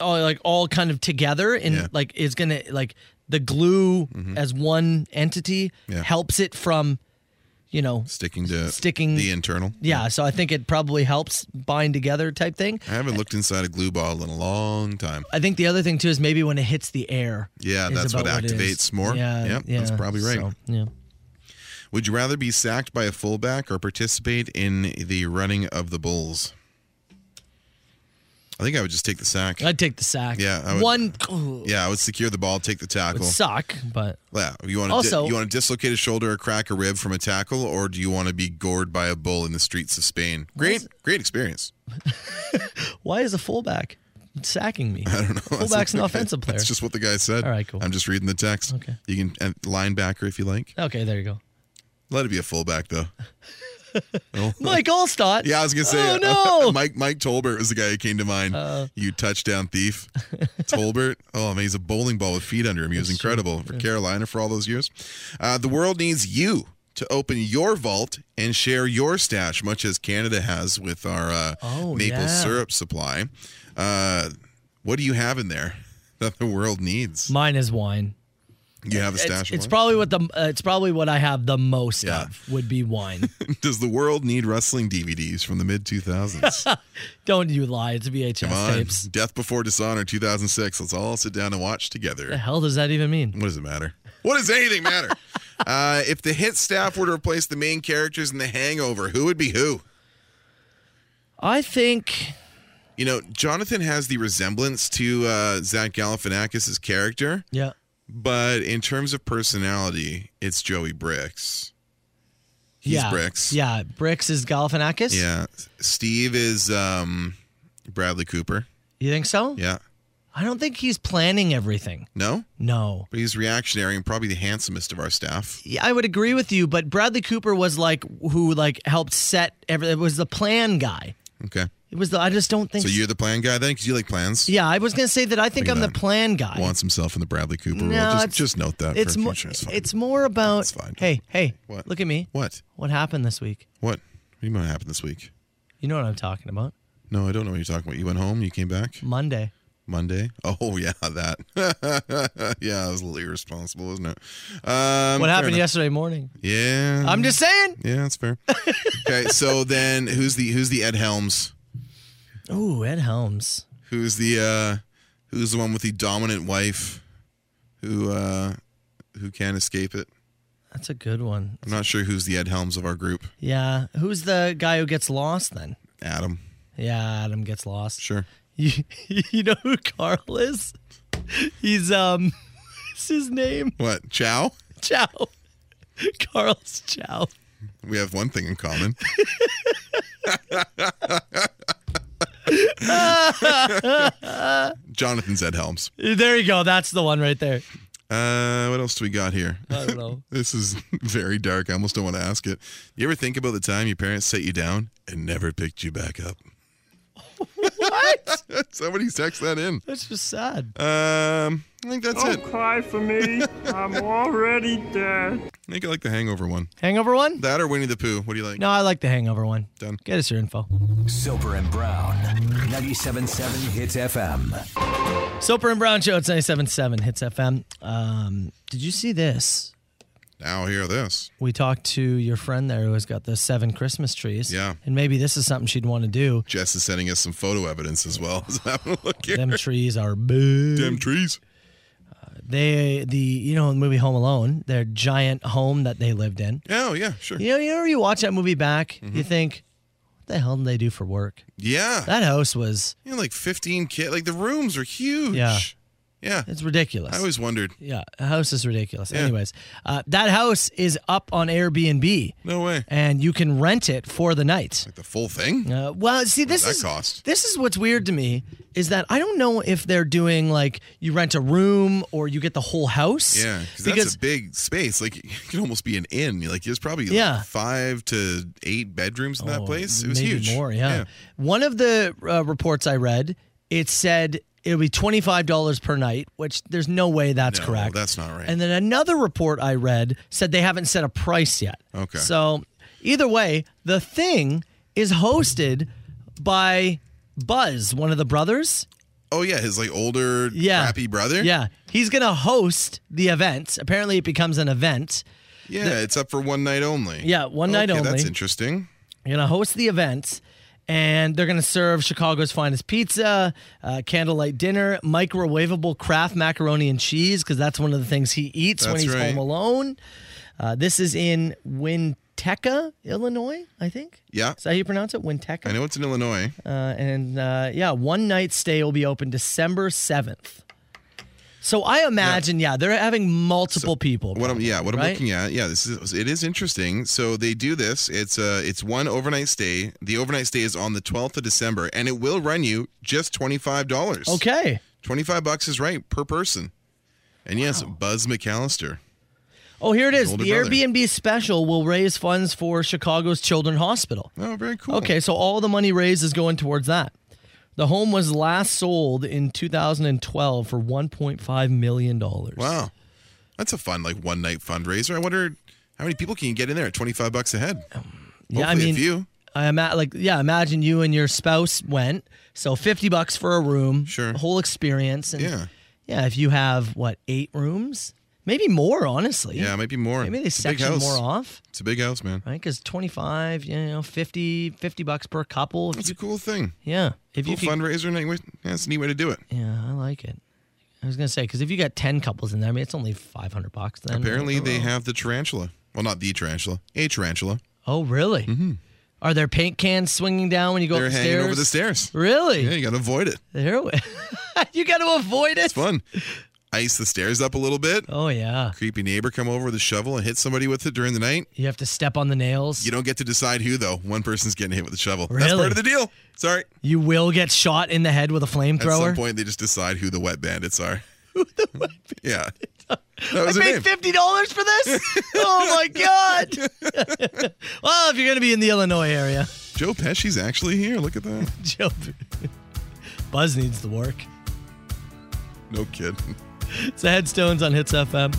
Speaker 5: all, like all kind of together, and
Speaker 6: Yeah. Mm-hmm.
Speaker 5: like is gonna like the glue as one entity
Speaker 6: Yeah.
Speaker 5: helps it from, you know,
Speaker 6: Sticking to
Speaker 5: Sticking-
Speaker 6: the internal.
Speaker 5: yeah. So I think it probably helps bind together type thing.
Speaker 6: I haven't looked inside a glue bottle in a long time.
Speaker 5: I think the other thing too is maybe when it hits the air.
Speaker 6: Yeah,
Speaker 5: is
Speaker 6: that's what
Speaker 5: about it is.
Speaker 6: activates more.
Speaker 5: Yeah,
Speaker 6: Yep,
Speaker 5: yeah,
Speaker 6: that's probably right.
Speaker 5: so, yeah.
Speaker 6: Would you rather be sacked by a fullback or participate in the running of the Bulls? I think I would just take the sack.
Speaker 5: I'd take the sack.
Speaker 6: Yeah, I would-
Speaker 5: one.
Speaker 6: Yeah, I would secure the ball, take the
Speaker 5: would
Speaker 6: tackle.
Speaker 5: suck, but
Speaker 6: Yeah, you want to
Speaker 5: Also-
Speaker 6: you want to dislocate a shoulder or crack a rib from a tackle, or do you want to be gored by a bull in the streets of Spain? Great, great experience.
Speaker 5: why is a fullback sacking me?
Speaker 6: I don't know. That's what
Speaker 5: Fullback's an
Speaker 6: the guy-
Speaker 5: offensive player.
Speaker 6: That's just what the guy said.
Speaker 5: All right, cool.
Speaker 6: I'm just reading the text. Okay. You can and linebacker if you like.
Speaker 5: Okay, there you go.
Speaker 6: Let it be a fullback though. No?
Speaker 5: Mike Allstott.
Speaker 6: Yeah, I was gonna say. uh,
Speaker 5: Oh no. Uh.
Speaker 6: Mike Mike Tolbert was the guy who came to mind. you touchdown thief, Tolbert. Oh man, he's a bowling ball with feet under him. He was incredible for Carolina for all those years. Uh, the world needs you to open your vault and share your stash, much as Canada has with our uh,
Speaker 5: Oh,
Speaker 6: maple
Speaker 5: yeah.
Speaker 6: syrup supply. Uh, what do you have in there that the world needs?
Speaker 5: Mine is wine.
Speaker 6: You have a stash.
Speaker 5: It's,
Speaker 6: of
Speaker 5: it's
Speaker 6: wine?
Speaker 5: probably what the uh, it's probably what I have the most of would be wine.
Speaker 6: Does the world need wrestling DVDs from the mid 2000s?
Speaker 5: Don't you lie? It's VHS
Speaker 6: Come on.
Speaker 5: tapes.
Speaker 6: Death Before Dishonor 2006. Let's all sit down and watch together.
Speaker 5: The hell does that even mean?
Speaker 6: What does it matter? What does anything matter? uh, if the hit staff were to replace the main characters in The Hangover, who would be who?
Speaker 5: I think.
Speaker 6: You know, Jonathan has the resemblance to uh, Zach Galifianakis' character,
Speaker 5: Yeah.
Speaker 6: but in terms of personality, it's Joey Bricks. He's
Speaker 5: yeah.
Speaker 6: Bricks.
Speaker 5: Yeah. Bricks is Galifianakis.
Speaker 6: Yeah. Steve is um, Bradley Cooper.
Speaker 5: You think so?
Speaker 6: Yeah.
Speaker 5: I don't think he's planning everything.
Speaker 6: No?
Speaker 5: No.
Speaker 6: But he's reactionary and probably the handsomest of our staff.
Speaker 5: Yeah, I would agree with you, but Bradley Cooper was like who like helped set every. It was the plan guy.
Speaker 6: Okay.
Speaker 5: It was the. I just don't think.
Speaker 6: So you're the plan guy then, because you like plans.
Speaker 5: yeah, I was gonna say that I think
Speaker 6: Look
Speaker 5: I'm
Speaker 6: at
Speaker 5: the plan guy.
Speaker 6: Wants himself in the Bradley Cooper
Speaker 5: No,
Speaker 6: role. Just,
Speaker 5: it's-
Speaker 6: just note that
Speaker 5: it's
Speaker 6: for
Speaker 5: more.
Speaker 6: future. It's fine.
Speaker 5: It's more about. Hey, hey,
Speaker 6: What?
Speaker 5: look at me.
Speaker 6: What?
Speaker 5: What happened this week?
Speaker 6: What? What do you mean happened this week?
Speaker 5: You know what I'm talking about?
Speaker 6: No, I don't know what you're talking about. You went home. You came back
Speaker 5: Monday.
Speaker 6: Monday. Oh yeah, that. yeah, that was a little irresponsible, wasn't it? Um,
Speaker 5: what
Speaker 6: fair
Speaker 5: happened
Speaker 6: enough.
Speaker 5: yesterday morning?
Speaker 6: Yeah.
Speaker 5: I'm just saying.
Speaker 6: Yeah, that's fair. okay, so then who's the who's the Ed Helms? Mm-hmm.
Speaker 5: Oh, Ed Helms.
Speaker 6: Who's the uh who's the one with the dominant wife who uh who can't escape it?
Speaker 5: That's a good one.
Speaker 6: I'm not sure who's the Ed Helms of our group.
Speaker 5: Yeah. Who's the guy who gets lost then?
Speaker 6: Adam.
Speaker 5: Yeah, Adam gets lost.
Speaker 6: Sure.
Speaker 5: You, you know who Carl is? He's um what's his name?
Speaker 6: What? Chow?
Speaker 5: Chow. Carl's Chow.
Speaker 6: We have one thing in common. Jonathan's Ed Helms.
Speaker 5: there you go. That's the one right there.
Speaker 6: Uh, what else do we got here?
Speaker 5: I don't know.
Speaker 6: this is very dark. I almost don't want to ask it. You ever think about the time your parents set you down and never picked you back up? what? Somebody text that in.
Speaker 5: That's just sad.
Speaker 6: Um, I think that's it.
Speaker 2: cry for me. I'm already dead.
Speaker 6: I think I like the Hangover one.
Speaker 5: Hangover one?
Speaker 6: That or Winnie the Pooh? What do you like?
Speaker 5: No, I like the hangover one.
Speaker 6: Done.
Speaker 5: Get us your info.
Speaker 4: Soper and Brown. 97.7 Hits FM.
Speaker 5: Soper and Brown Show, it's 97.7 Hits FM. Um, did you see this?
Speaker 6: Now hear this.
Speaker 5: We talked to your friend there who has got the seven Christmas trees.
Speaker 6: Yeah.
Speaker 5: And maybe this is something she'd want to do.
Speaker 6: Jess is sending us some photo evidence as well. So have a look here.
Speaker 5: Them trees are big.
Speaker 6: Them trees.
Speaker 5: They the you know in the movie Home Alone, their giant home that they lived in.
Speaker 6: Oh yeah, sure.
Speaker 5: You know, you know, you watch that movie back,
Speaker 6: Mm-hmm.
Speaker 5: you think, what the hell did they do for work?
Speaker 6: Yeah.
Speaker 5: That house was
Speaker 6: You know, like 15 kid. Like the rooms are huge.
Speaker 5: yeah.
Speaker 6: Yeah.
Speaker 5: It's ridiculous.
Speaker 6: I always wondered.
Speaker 5: Yeah, a house is ridiculous. Anyways, uh, that house is up on Airbnb.
Speaker 6: No way.
Speaker 5: And you can rent it for the night. Like
Speaker 6: the full thing.
Speaker 5: Uh, well, see,
Speaker 6: does
Speaker 5: this
Speaker 6: that
Speaker 5: is
Speaker 6: cost?
Speaker 5: this is what's weird to me is that I don't know if they're doing like you rent a room or you get the whole house.
Speaker 6: Yeah, because that's a big space. Like it could almost be an inn. Like there's probably like,
Speaker 5: Yeah. Oh,
Speaker 6: five to eight bedrooms in that place. It was
Speaker 5: maybe
Speaker 6: huge.
Speaker 5: More, yeah. One of the uh, reports I read, it said it'll be twenty five dollars per night, which there's no way that's
Speaker 6: No,
Speaker 5: correct.
Speaker 6: that's not right.
Speaker 5: And then another report I read said they haven't set a price yet.
Speaker 6: Okay.
Speaker 5: So either way, the thing is hosted by Buzz, one of the brothers.
Speaker 6: Oh yeah, his like older
Speaker 5: Yeah.
Speaker 6: crappy brother.
Speaker 5: Yeah. He's gonna host the event. Apparently, it becomes an event.
Speaker 6: Yeah, it's up for one night only.
Speaker 5: Yeah, one night
Speaker 6: Okay, That's
Speaker 5: only.
Speaker 6: interesting.
Speaker 5: You're gonna host the event, and they're gonna serve Chicago's finest pizza, uh, candlelight dinner, microwavable Kraft macaroni and cheese, because that's one of the things he eats when
Speaker 2: That's
Speaker 5: he's
Speaker 2: right.
Speaker 5: home alone. Uh, this is in Winteca, Illinois, I think.
Speaker 6: Yeah.
Speaker 5: Is that how you pronounce it? Winteca.
Speaker 6: I know it's in Illinois.
Speaker 5: Uh, and uh, yeah, one night stay will be open December seventh. So I imagine, yeah, they're having multiple people.
Speaker 6: What I'm yeah, what I'm
Speaker 5: right?
Speaker 6: looking at yeah, this is it is interesting. So they do this. It's uh it's one overnight stay. The overnight stay is on the 12th of December, and it will run you just twenty five dollars.
Speaker 5: Okay.
Speaker 6: twenty five bucks is right per person. And yes, Buzz McAllister.
Speaker 5: Oh, here it
Speaker 6: His
Speaker 5: is.
Speaker 6: older
Speaker 5: The
Speaker 6: brother.
Speaker 5: Airbnb special will raise funds for Chicago's Children's Hospital.
Speaker 6: Oh, very cool.
Speaker 5: Okay, so all the money raised is going towards that. The home was last sold in 2012 for 1.5 million dollars.
Speaker 6: Wow, that's a fun like one night fundraiser. I wonder how many people can you get in there at twenty five bucks a head.
Speaker 5: Um, Yeah, I
Speaker 6: Hopefully a
Speaker 5: mean,
Speaker 6: few.
Speaker 5: I am like, yeah, imagine you and your spouse went. So 50 bucks for a room, sure, whole experience. And
Speaker 6: Yeah.
Speaker 5: uh, yeah. If you have what eight rooms, maybe more, honestly.
Speaker 6: Yeah, it might be more.
Speaker 5: Maybe they
Speaker 6: It's a big
Speaker 5: section
Speaker 6: house.
Speaker 5: more off.
Speaker 6: It's a big house, man.
Speaker 5: right? Because 25, you know, 50, 50 bucks per couple. If
Speaker 6: That's
Speaker 5: you,
Speaker 6: a cool thing.
Speaker 5: yeah. If
Speaker 6: Cool
Speaker 5: you could-
Speaker 6: fundraiser night. with- Yeah, it's a neat way to do it.
Speaker 5: yeah, I like it. I was gonna say because if you got 10 couples in there, I mean, it's only 500 bucks. Then
Speaker 6: Apparently, they have the tarantula. Well, not the tarantula, a tarantula.
Speaker 5: Oh, really? Mm-hmm. Are there paint cans swinging down when you go
Speaker 6: They're
Speaker 5: up the
Speaker 6: hanging
Speaker 5: stairs?
Speaker 6: over the stairs.
Speaker 5: Really?
Speaker 6: Yeah, you got to avoid it.
Speaker 5: There we- you got to avoid it.
Speaker 6: It's fun. Ice the stairs up a little bit.
Speaker 5: Oh yeah.
Speaker 6: Creepy neighbor come over with a shovel and hit somebody with it during the night.
Speaker 5: You have to step on the nails.
Speaker 6: You don't get to decide who though. One person's getting hit with the shovel. That's
Speaker 5: Really?
Speaker 6: part of the deal. Sorry.
Speaker 5: You will get shot in the head with a
Speaker 6: At some
Speaker 5: flamethrower.
Speaker 6: point, they just decide who the wet bandits are. Who the wet bandits? Yeah. That
Speaker 5: I
Speaker 6: was her name.
Speaker 5: paid fifty dollars for this. oh my god! well, if you're gonna be in the Illinois area,
Speaker 6: Joe Pesci's actually here. Look at that.
Speaker 5: Joe, Buzz needs the work.
Speaker 6: No kid.
Speaker 5: It's the Headstones on Hits FM.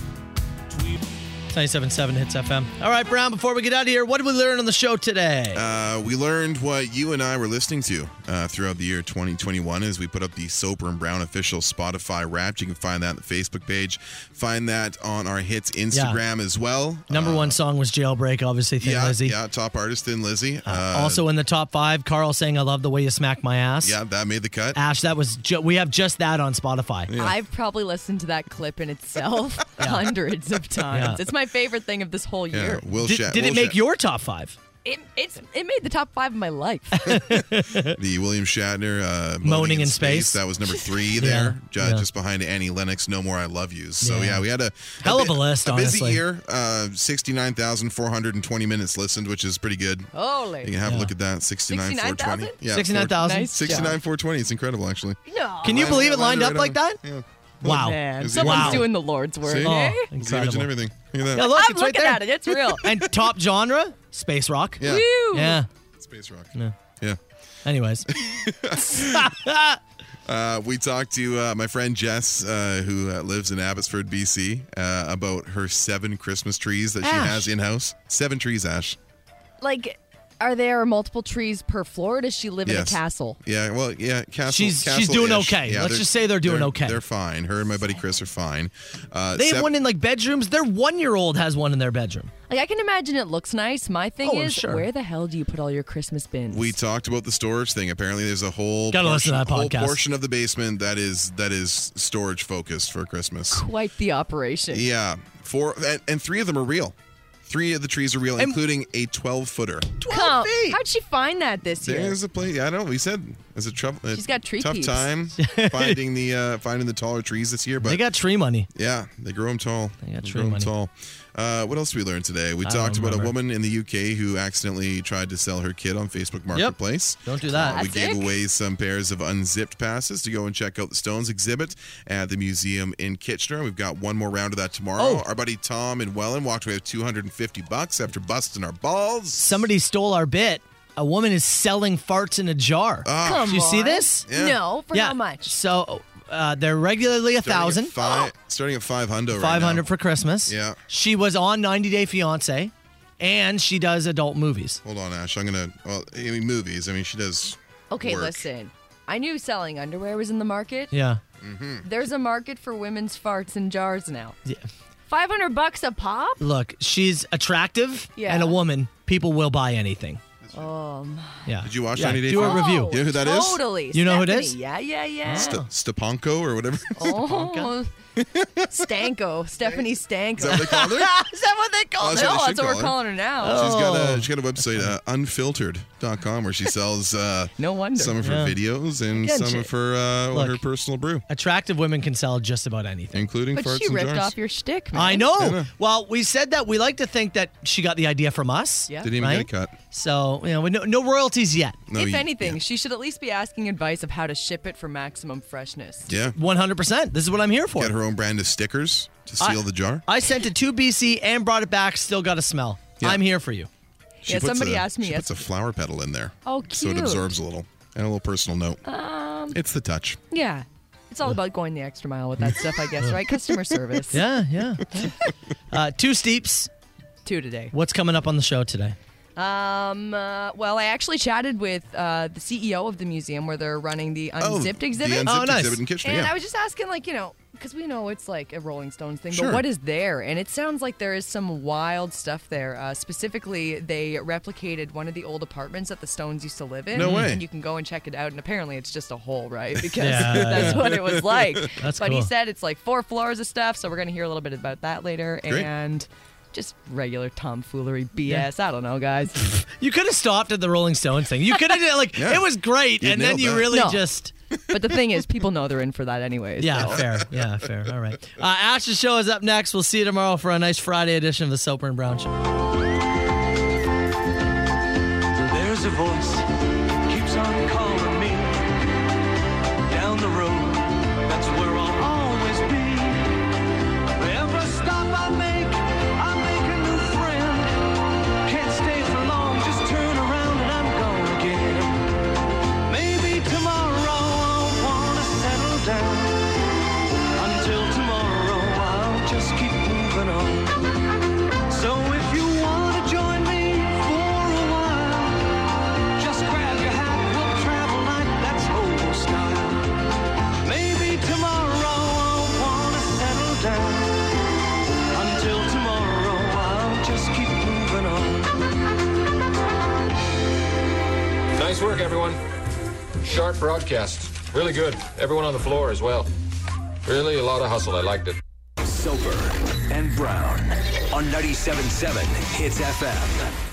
Speaker 5: It's 97.7 Hits FM. All right, Brown, before we get out of here, what did we learn on the show today?
Speaker 6: Uh, we learned what you and I were listening to uh, throughout the year 2021 as we put up the Soper and Brown official Spotify wrapped. You can find that on the Facebook page. Find that on our hits Instagram as well. Uh,
Speaker 5: Number one song was Jailbreak, obviously, Thin
Speaker 6: yeah,
Speaker 5: Lizzy.
Speaker 6: yeah, top artist in Lizzie. Uh,
Speaker 5: also in the top five, Carl saying, I love the way you smack my ass.
Speaker 6: yeah, that made the cut.
Speaker 5: Ash, that was ju- we have just that on Spotify.
Speaker 21: I've probably listened to that clip in itself hundreds of times.
Speaker 5: Yeah.
Speaker 21: It's my favorite thing of this whole year.
Speaker 5: did, did it make
Speaker 6: Shat-
Speaker 5: your top five?
Speaker 21: It, it's it made the top five of my life.
Speaker 6: the William Shatner uh, Moaning,
Speaker 5: in Space.
Speaker 6: That was number three
Speaker 5: Yeah,
Speaker 6: there, ju-
Speaker 5: yeah.
Speaker 6: just behind Annie Lennox, No More I Love Yous. So, yeah,
Speaker 5: Yeah.
Speaker 6: we had a
Speaker 5: Hell of
Speaker 6: bu-
Speaker 5: a list,
Speaker 6: A busy
Speaker 5: honestly.
Speaker 6: year, uh, 69,420 minutes listened, which is pretty good.
Speaker 21: Holy.
Speaker 6: You can have a look at that, 69,420.
Speaker 21: 69,000?
Speaker 5: 69,000? Nice
Speaker 6: 69,420. It's incredible, actually.
Speaker 21: No.
Speaker 5: Can you
Speaker 6: Lined-
Speaker 5: believe it lined
Speaker 6: lined
Speaker 5: up
Speaker 6: right
Speaker 5: like
Speaker 6: on.
Speaker 5: that? Wow.
Speaker 6: Man,
Speaker 5: Wow.
Speaker 6: someone's doing
Speaker 21: the Lord's work.
Speaker 6: See?
Speaker 21: eh?
Speaker 6: It was image and everything. Look at that.
Speaker 5: Yeah, look,
Speaker 21: I'm
Speaker 5: it's right
Speaker 21: looking
Speaker 5: there.
Speaker 21: at it. It's real.
Speaker 5: and top genre, space rock.
Speaker 6: Yeah.
Speaker 21: Woo.
Speaker 5: Yeah.
Speaker 6: Space rock.
Speaker 5: No.
Speaker 6: Yeah.
Speaker 5: Anyways.
Speaker 6: Uh, we talked to uh, my friend Jess, uh, who uh, lives in Abbotsford, BC, uh, about her seven Christmas trees that she
Speaker 21: Ash.
Speaker 6: has in house. Seven trees, Ash.
Speaker 21: Like, are there multiple trees per floor? Or does she live
Speaker 6: Yes.
Speaker 21: in a castle?
Speaker 6: Yeah, well, yeah, castle.
Speaker 5: She's- she's doing
Speaker 6: castle-ish.
Speaker 5: okay.
Speaker 6: Yeah,
Speaker 5: Let's just say they're doing okay.
Speaker 6: They're fine. Her and my buddy Chris are fine. Uh,
Speaker 5: They have
Speaker 6: sev-
Speaker 5: one in like bedrooms. Their one year old has one in their bedroom.
Speaker 21: Like, I can imagine it looks nice. My thing
Speaker 5: Oh, I'm
Speaker 21: is,
Speaker 5: sure.
Speaker 21: where the hell do you put all your Christmas bins?
Speaker 6: We talked about the storage thing. Apparently, there's a whole
Speaker 5: Gotta listen
Speaker 6: portion,
Speaker 5: to that podcast.
Speaker 6: whole portion of the basement that is that is storage focused for Christmas.
Speaker 21: Quite the operation.
Speaker 6: Yeah, four and, and three of them are real. Three of the trees are real, including a 12 footer.
Speaker 21: Come, how'd she find that this year?
Speaker 6: There's a place. I don't. We said It's a, trou- a
Speaker 21: She's got tree
Speaker 6: tough
Speaker 21: peeps.
Speaker 6: time finding the uh, finding the taller trees this year. But
Speaker 5: they got tree money.
Speaker 6: yeah, they grow them tall. They got grow
Speaker 5: tree
Speaker 6: 'em
Speaker 5: money.
Speaker 6: tall. Uh, what else did we learn today? We
Speaker 5: I don't
Speaker 6: talked about a
Speaker 5: remember.
Speaker 6: woman in the UK who accidentally tried to sell her kid on Facebook Marketplace.
Speaker 5: Don't do that.
Speaker 6: Uh, we gave away some pairs of unzipped passes to go and check out the Stones exhibit at the museum in Kitchener. We've got one more round of that tomorrow.
Speaker 5: Oh.
Speaker 6: Our buddy Tom in Welland walked away with 250 bucks after busting our balls.
Speaker 5: Somebody stole our bit. A woman is selling farts in a jar.
Speaker 6: Come
Speaker 5: Did you see
Speaker 6: on.
Speaker 5: this?
Speaker 6: Yeah. No,
Speaker 21: for
Speaker 5: Yeah.
Speaker 21: how much?
Speaker 5: So uh, they're regularly a
Speaker 6: Starting at
Speaker 5: thousand.
Speaker 6: Five, Starting at five hundo right now.
Speaker 5: Five hundred for Christmas.
Speaker 6: Yeah.
Speaker 5: She was on 90 Day Fiance, and she does adult movies.
Speaker 6: Hold on, Ash. I'm gonna. Well, I mean, movies. I mean, she does.
Speaker 21: Okay,
Speaker 6: work.
Speaker 21: listen. I knew selling underwear was in the market.
Speaker 5: Yeah.
Speaker 6: Mm-hmm.
Speaker 21: There's a market for women's farts in jars now.
Speaker 5: Yeah.
Speaker 21: 500 bucks a pop?
Speaker 5: Look, she's attractive
Speaker 21: Yeah.
Speaker 5: and a woman. People will buy anything.
Speaker 21: Oh, my.
Speaker 5: Yeah.
Speaker 6: Did you watch
Speaker 5: Yeah,
Speaker 6: 90 Day
Speaker 5: Do a
Speaker 6: Fiancé?
Speaker 5: review.
Speaker 6: You know who that is?
Speaker 21: Totally.
Speaker 5: You know who it
Speaker 21: Stephanie.
Speaker 5: is?
Speaker 21: Yeah, yeah, yeah.
Speaker 6: St- Stepanko or whatever.
Speaker 21: Oh, Stanko. Stephanie Stanko. Is
Speaker 6: that what they called her?
Speaker 21: Is that what they
Speaker 6: Oh,
Speaker 21: called
Speaker 6: that's
Speaker 21: her?
Speaker 6: what
Speaker 21: No,
Speaker 6: they should
Speaker 21: that's what
Speaker 6: call
Speaker 21: we're
Speaker 6: her. Uh,
Speaker 21: calling her now.
Speaker 6: She's
Speaker 21: Oh.
Speaker 6: got a she's got a website uh, unfiltered.com where she sells uh,
Speaker 21: no wonder
Speaker 6: some of her
Speaker 5: Yeah.
Speaker 6: videos and
Speaker 5: Again,
Speaker 6: some
Speaker 5: she-
Speaker 6: of her uh,
Speaker 5: Look.
Speaker 6: her personal brew,
Speaker 5: Attractive women can sell just about anything.
Speaker 6: including farts
Speaker 21: But she
Speaker 6: and
Speaker 21: ripped
Speaker 6: jars.
Speaker 21: off your shtick, man.
Speaker 5: I know. Well, we said that we like to think that she got the idea from us.
Speaker 21: Yeah.
Speaker 6: Didn't even
Speaker 5: right?
Speaker 6: get a cut.
Speaker 5: So, you know, we- no, no royalties yet.
Speaker 21: if anything, she should at least be asking advice of how to ship it for maximum freshness.
Speaker 6: Yeah.
Speaker 5: 100%. This is what I'm here for.
Speaker 6: Get her own brand of stickers to
Speaker 5: I-
Speaker 6: seal the jar.
Speaker 5: I sent it to BC and brought it back, still got a smell.
Speaker 6: Yeah.
Speaker 5: I'm here for you.
Speaker 6: She
Speaker 21: yeah,
Speaker 6: puts
Speaker 21: somebody
Speaker 6: a,
Speaker 21: asked me
Speaker 6: She puts a
Speaker 21: yesterday-
Speaker 6: flower petal in there.
Speaker 21: Oh,
Speaker 6: So it
Speaker 21: cute.
Speaker 6: absorbs a little. And a little personal note.
Speaker 21: Um,
Speaker 6: It's the touch.
Speaker 21: yeah. It's all about going the extra mile with that stuff, I guess, right? Customer service.
Speaker 5: Yeah, yeah. uh, two steeps.
Speaker 21: Two today.
Speaker 5: What's coming up on the show today?
Speaker 21: Um, uh, well, I actually chatted with uh, the CEO of the museum where they're running the
Speaker 6: Oh,
Speaker 21: Unzipped
Speaker 6: the
Speaker 21: exhibit.
Speaker 6: Unzipped Oh, nice. exhibit in Kitchener,
Speaker 21: And
Speaker 6: yeah.
Speaker 21: I was just asking, like, you know, because we know it's like a Rolling Stones thing,
Speaker 6: Sure.
Speaker 21: but what is there? And it sounds like there is some wild stuff there. Uh, specifically, they replicated one of the old apartments that the Stones used to live in.
Speaker 6: No way.
Speaker 21: And you can go and check it out. And apparently, it's just a hole, right? Because
Speaker 5: Yeah,
Speaker 21: that's
Speaker 5: yeah.
Speaker 21: what it was like.
Speaker 5: That's
Speaker 21: but he
Speaker 5: cool.
Speaker 21: said it's like four floors of stuff. So we're going to hear a little bit about that later.
Speaker 6: Great.
Speaker 21: And just regular tomfoolery BS. I don't know, guys.
Speaker 5: You could have stopped at the Rolling Stones thing. You could have done like
Speaker 6: Yeah.
Speaker 5: it was great,
Speaker 6: You
Speaker 5: and then
Speaker 6: nailed
Speaker 5: you
Speaker 6: that.
Speaker 5: really
Speaker 21: No.
Speaker 5: just
Speaker 21: But the thing is, people know they're in for that anyways.
Speaker 5: yeah,
Speaker 21: so.
Speaker 5: fair, yeah, fair. All right, uh, Ash's show is up next. We'll see you tomorrow for a nice Friday edition of the Soper and Brown Show.
Speaker 2: There's a voice keeps on calling me down the road. That's where I'll always be. Every stop I make, I make a new friend. Can't stay for long, just turn around and I'm gone again. Maybe tomorrow I'll wanna settle down. Until tomorrow, I'll just keep moving on. So if you wanna join me for a while. Just grab your hat, we'll travel like that's old style. Maybe tomorrow I'll wanna settle down. Until tomorrow, I'll just keep moving on.
Speaker 1: Nice work, everyone. Sharp broadcast. Really good. Everyone on the floor as well. Really a lot of hustle. I liked it.
Speaker 4: Soper and Brown on 97.7 Hits FM.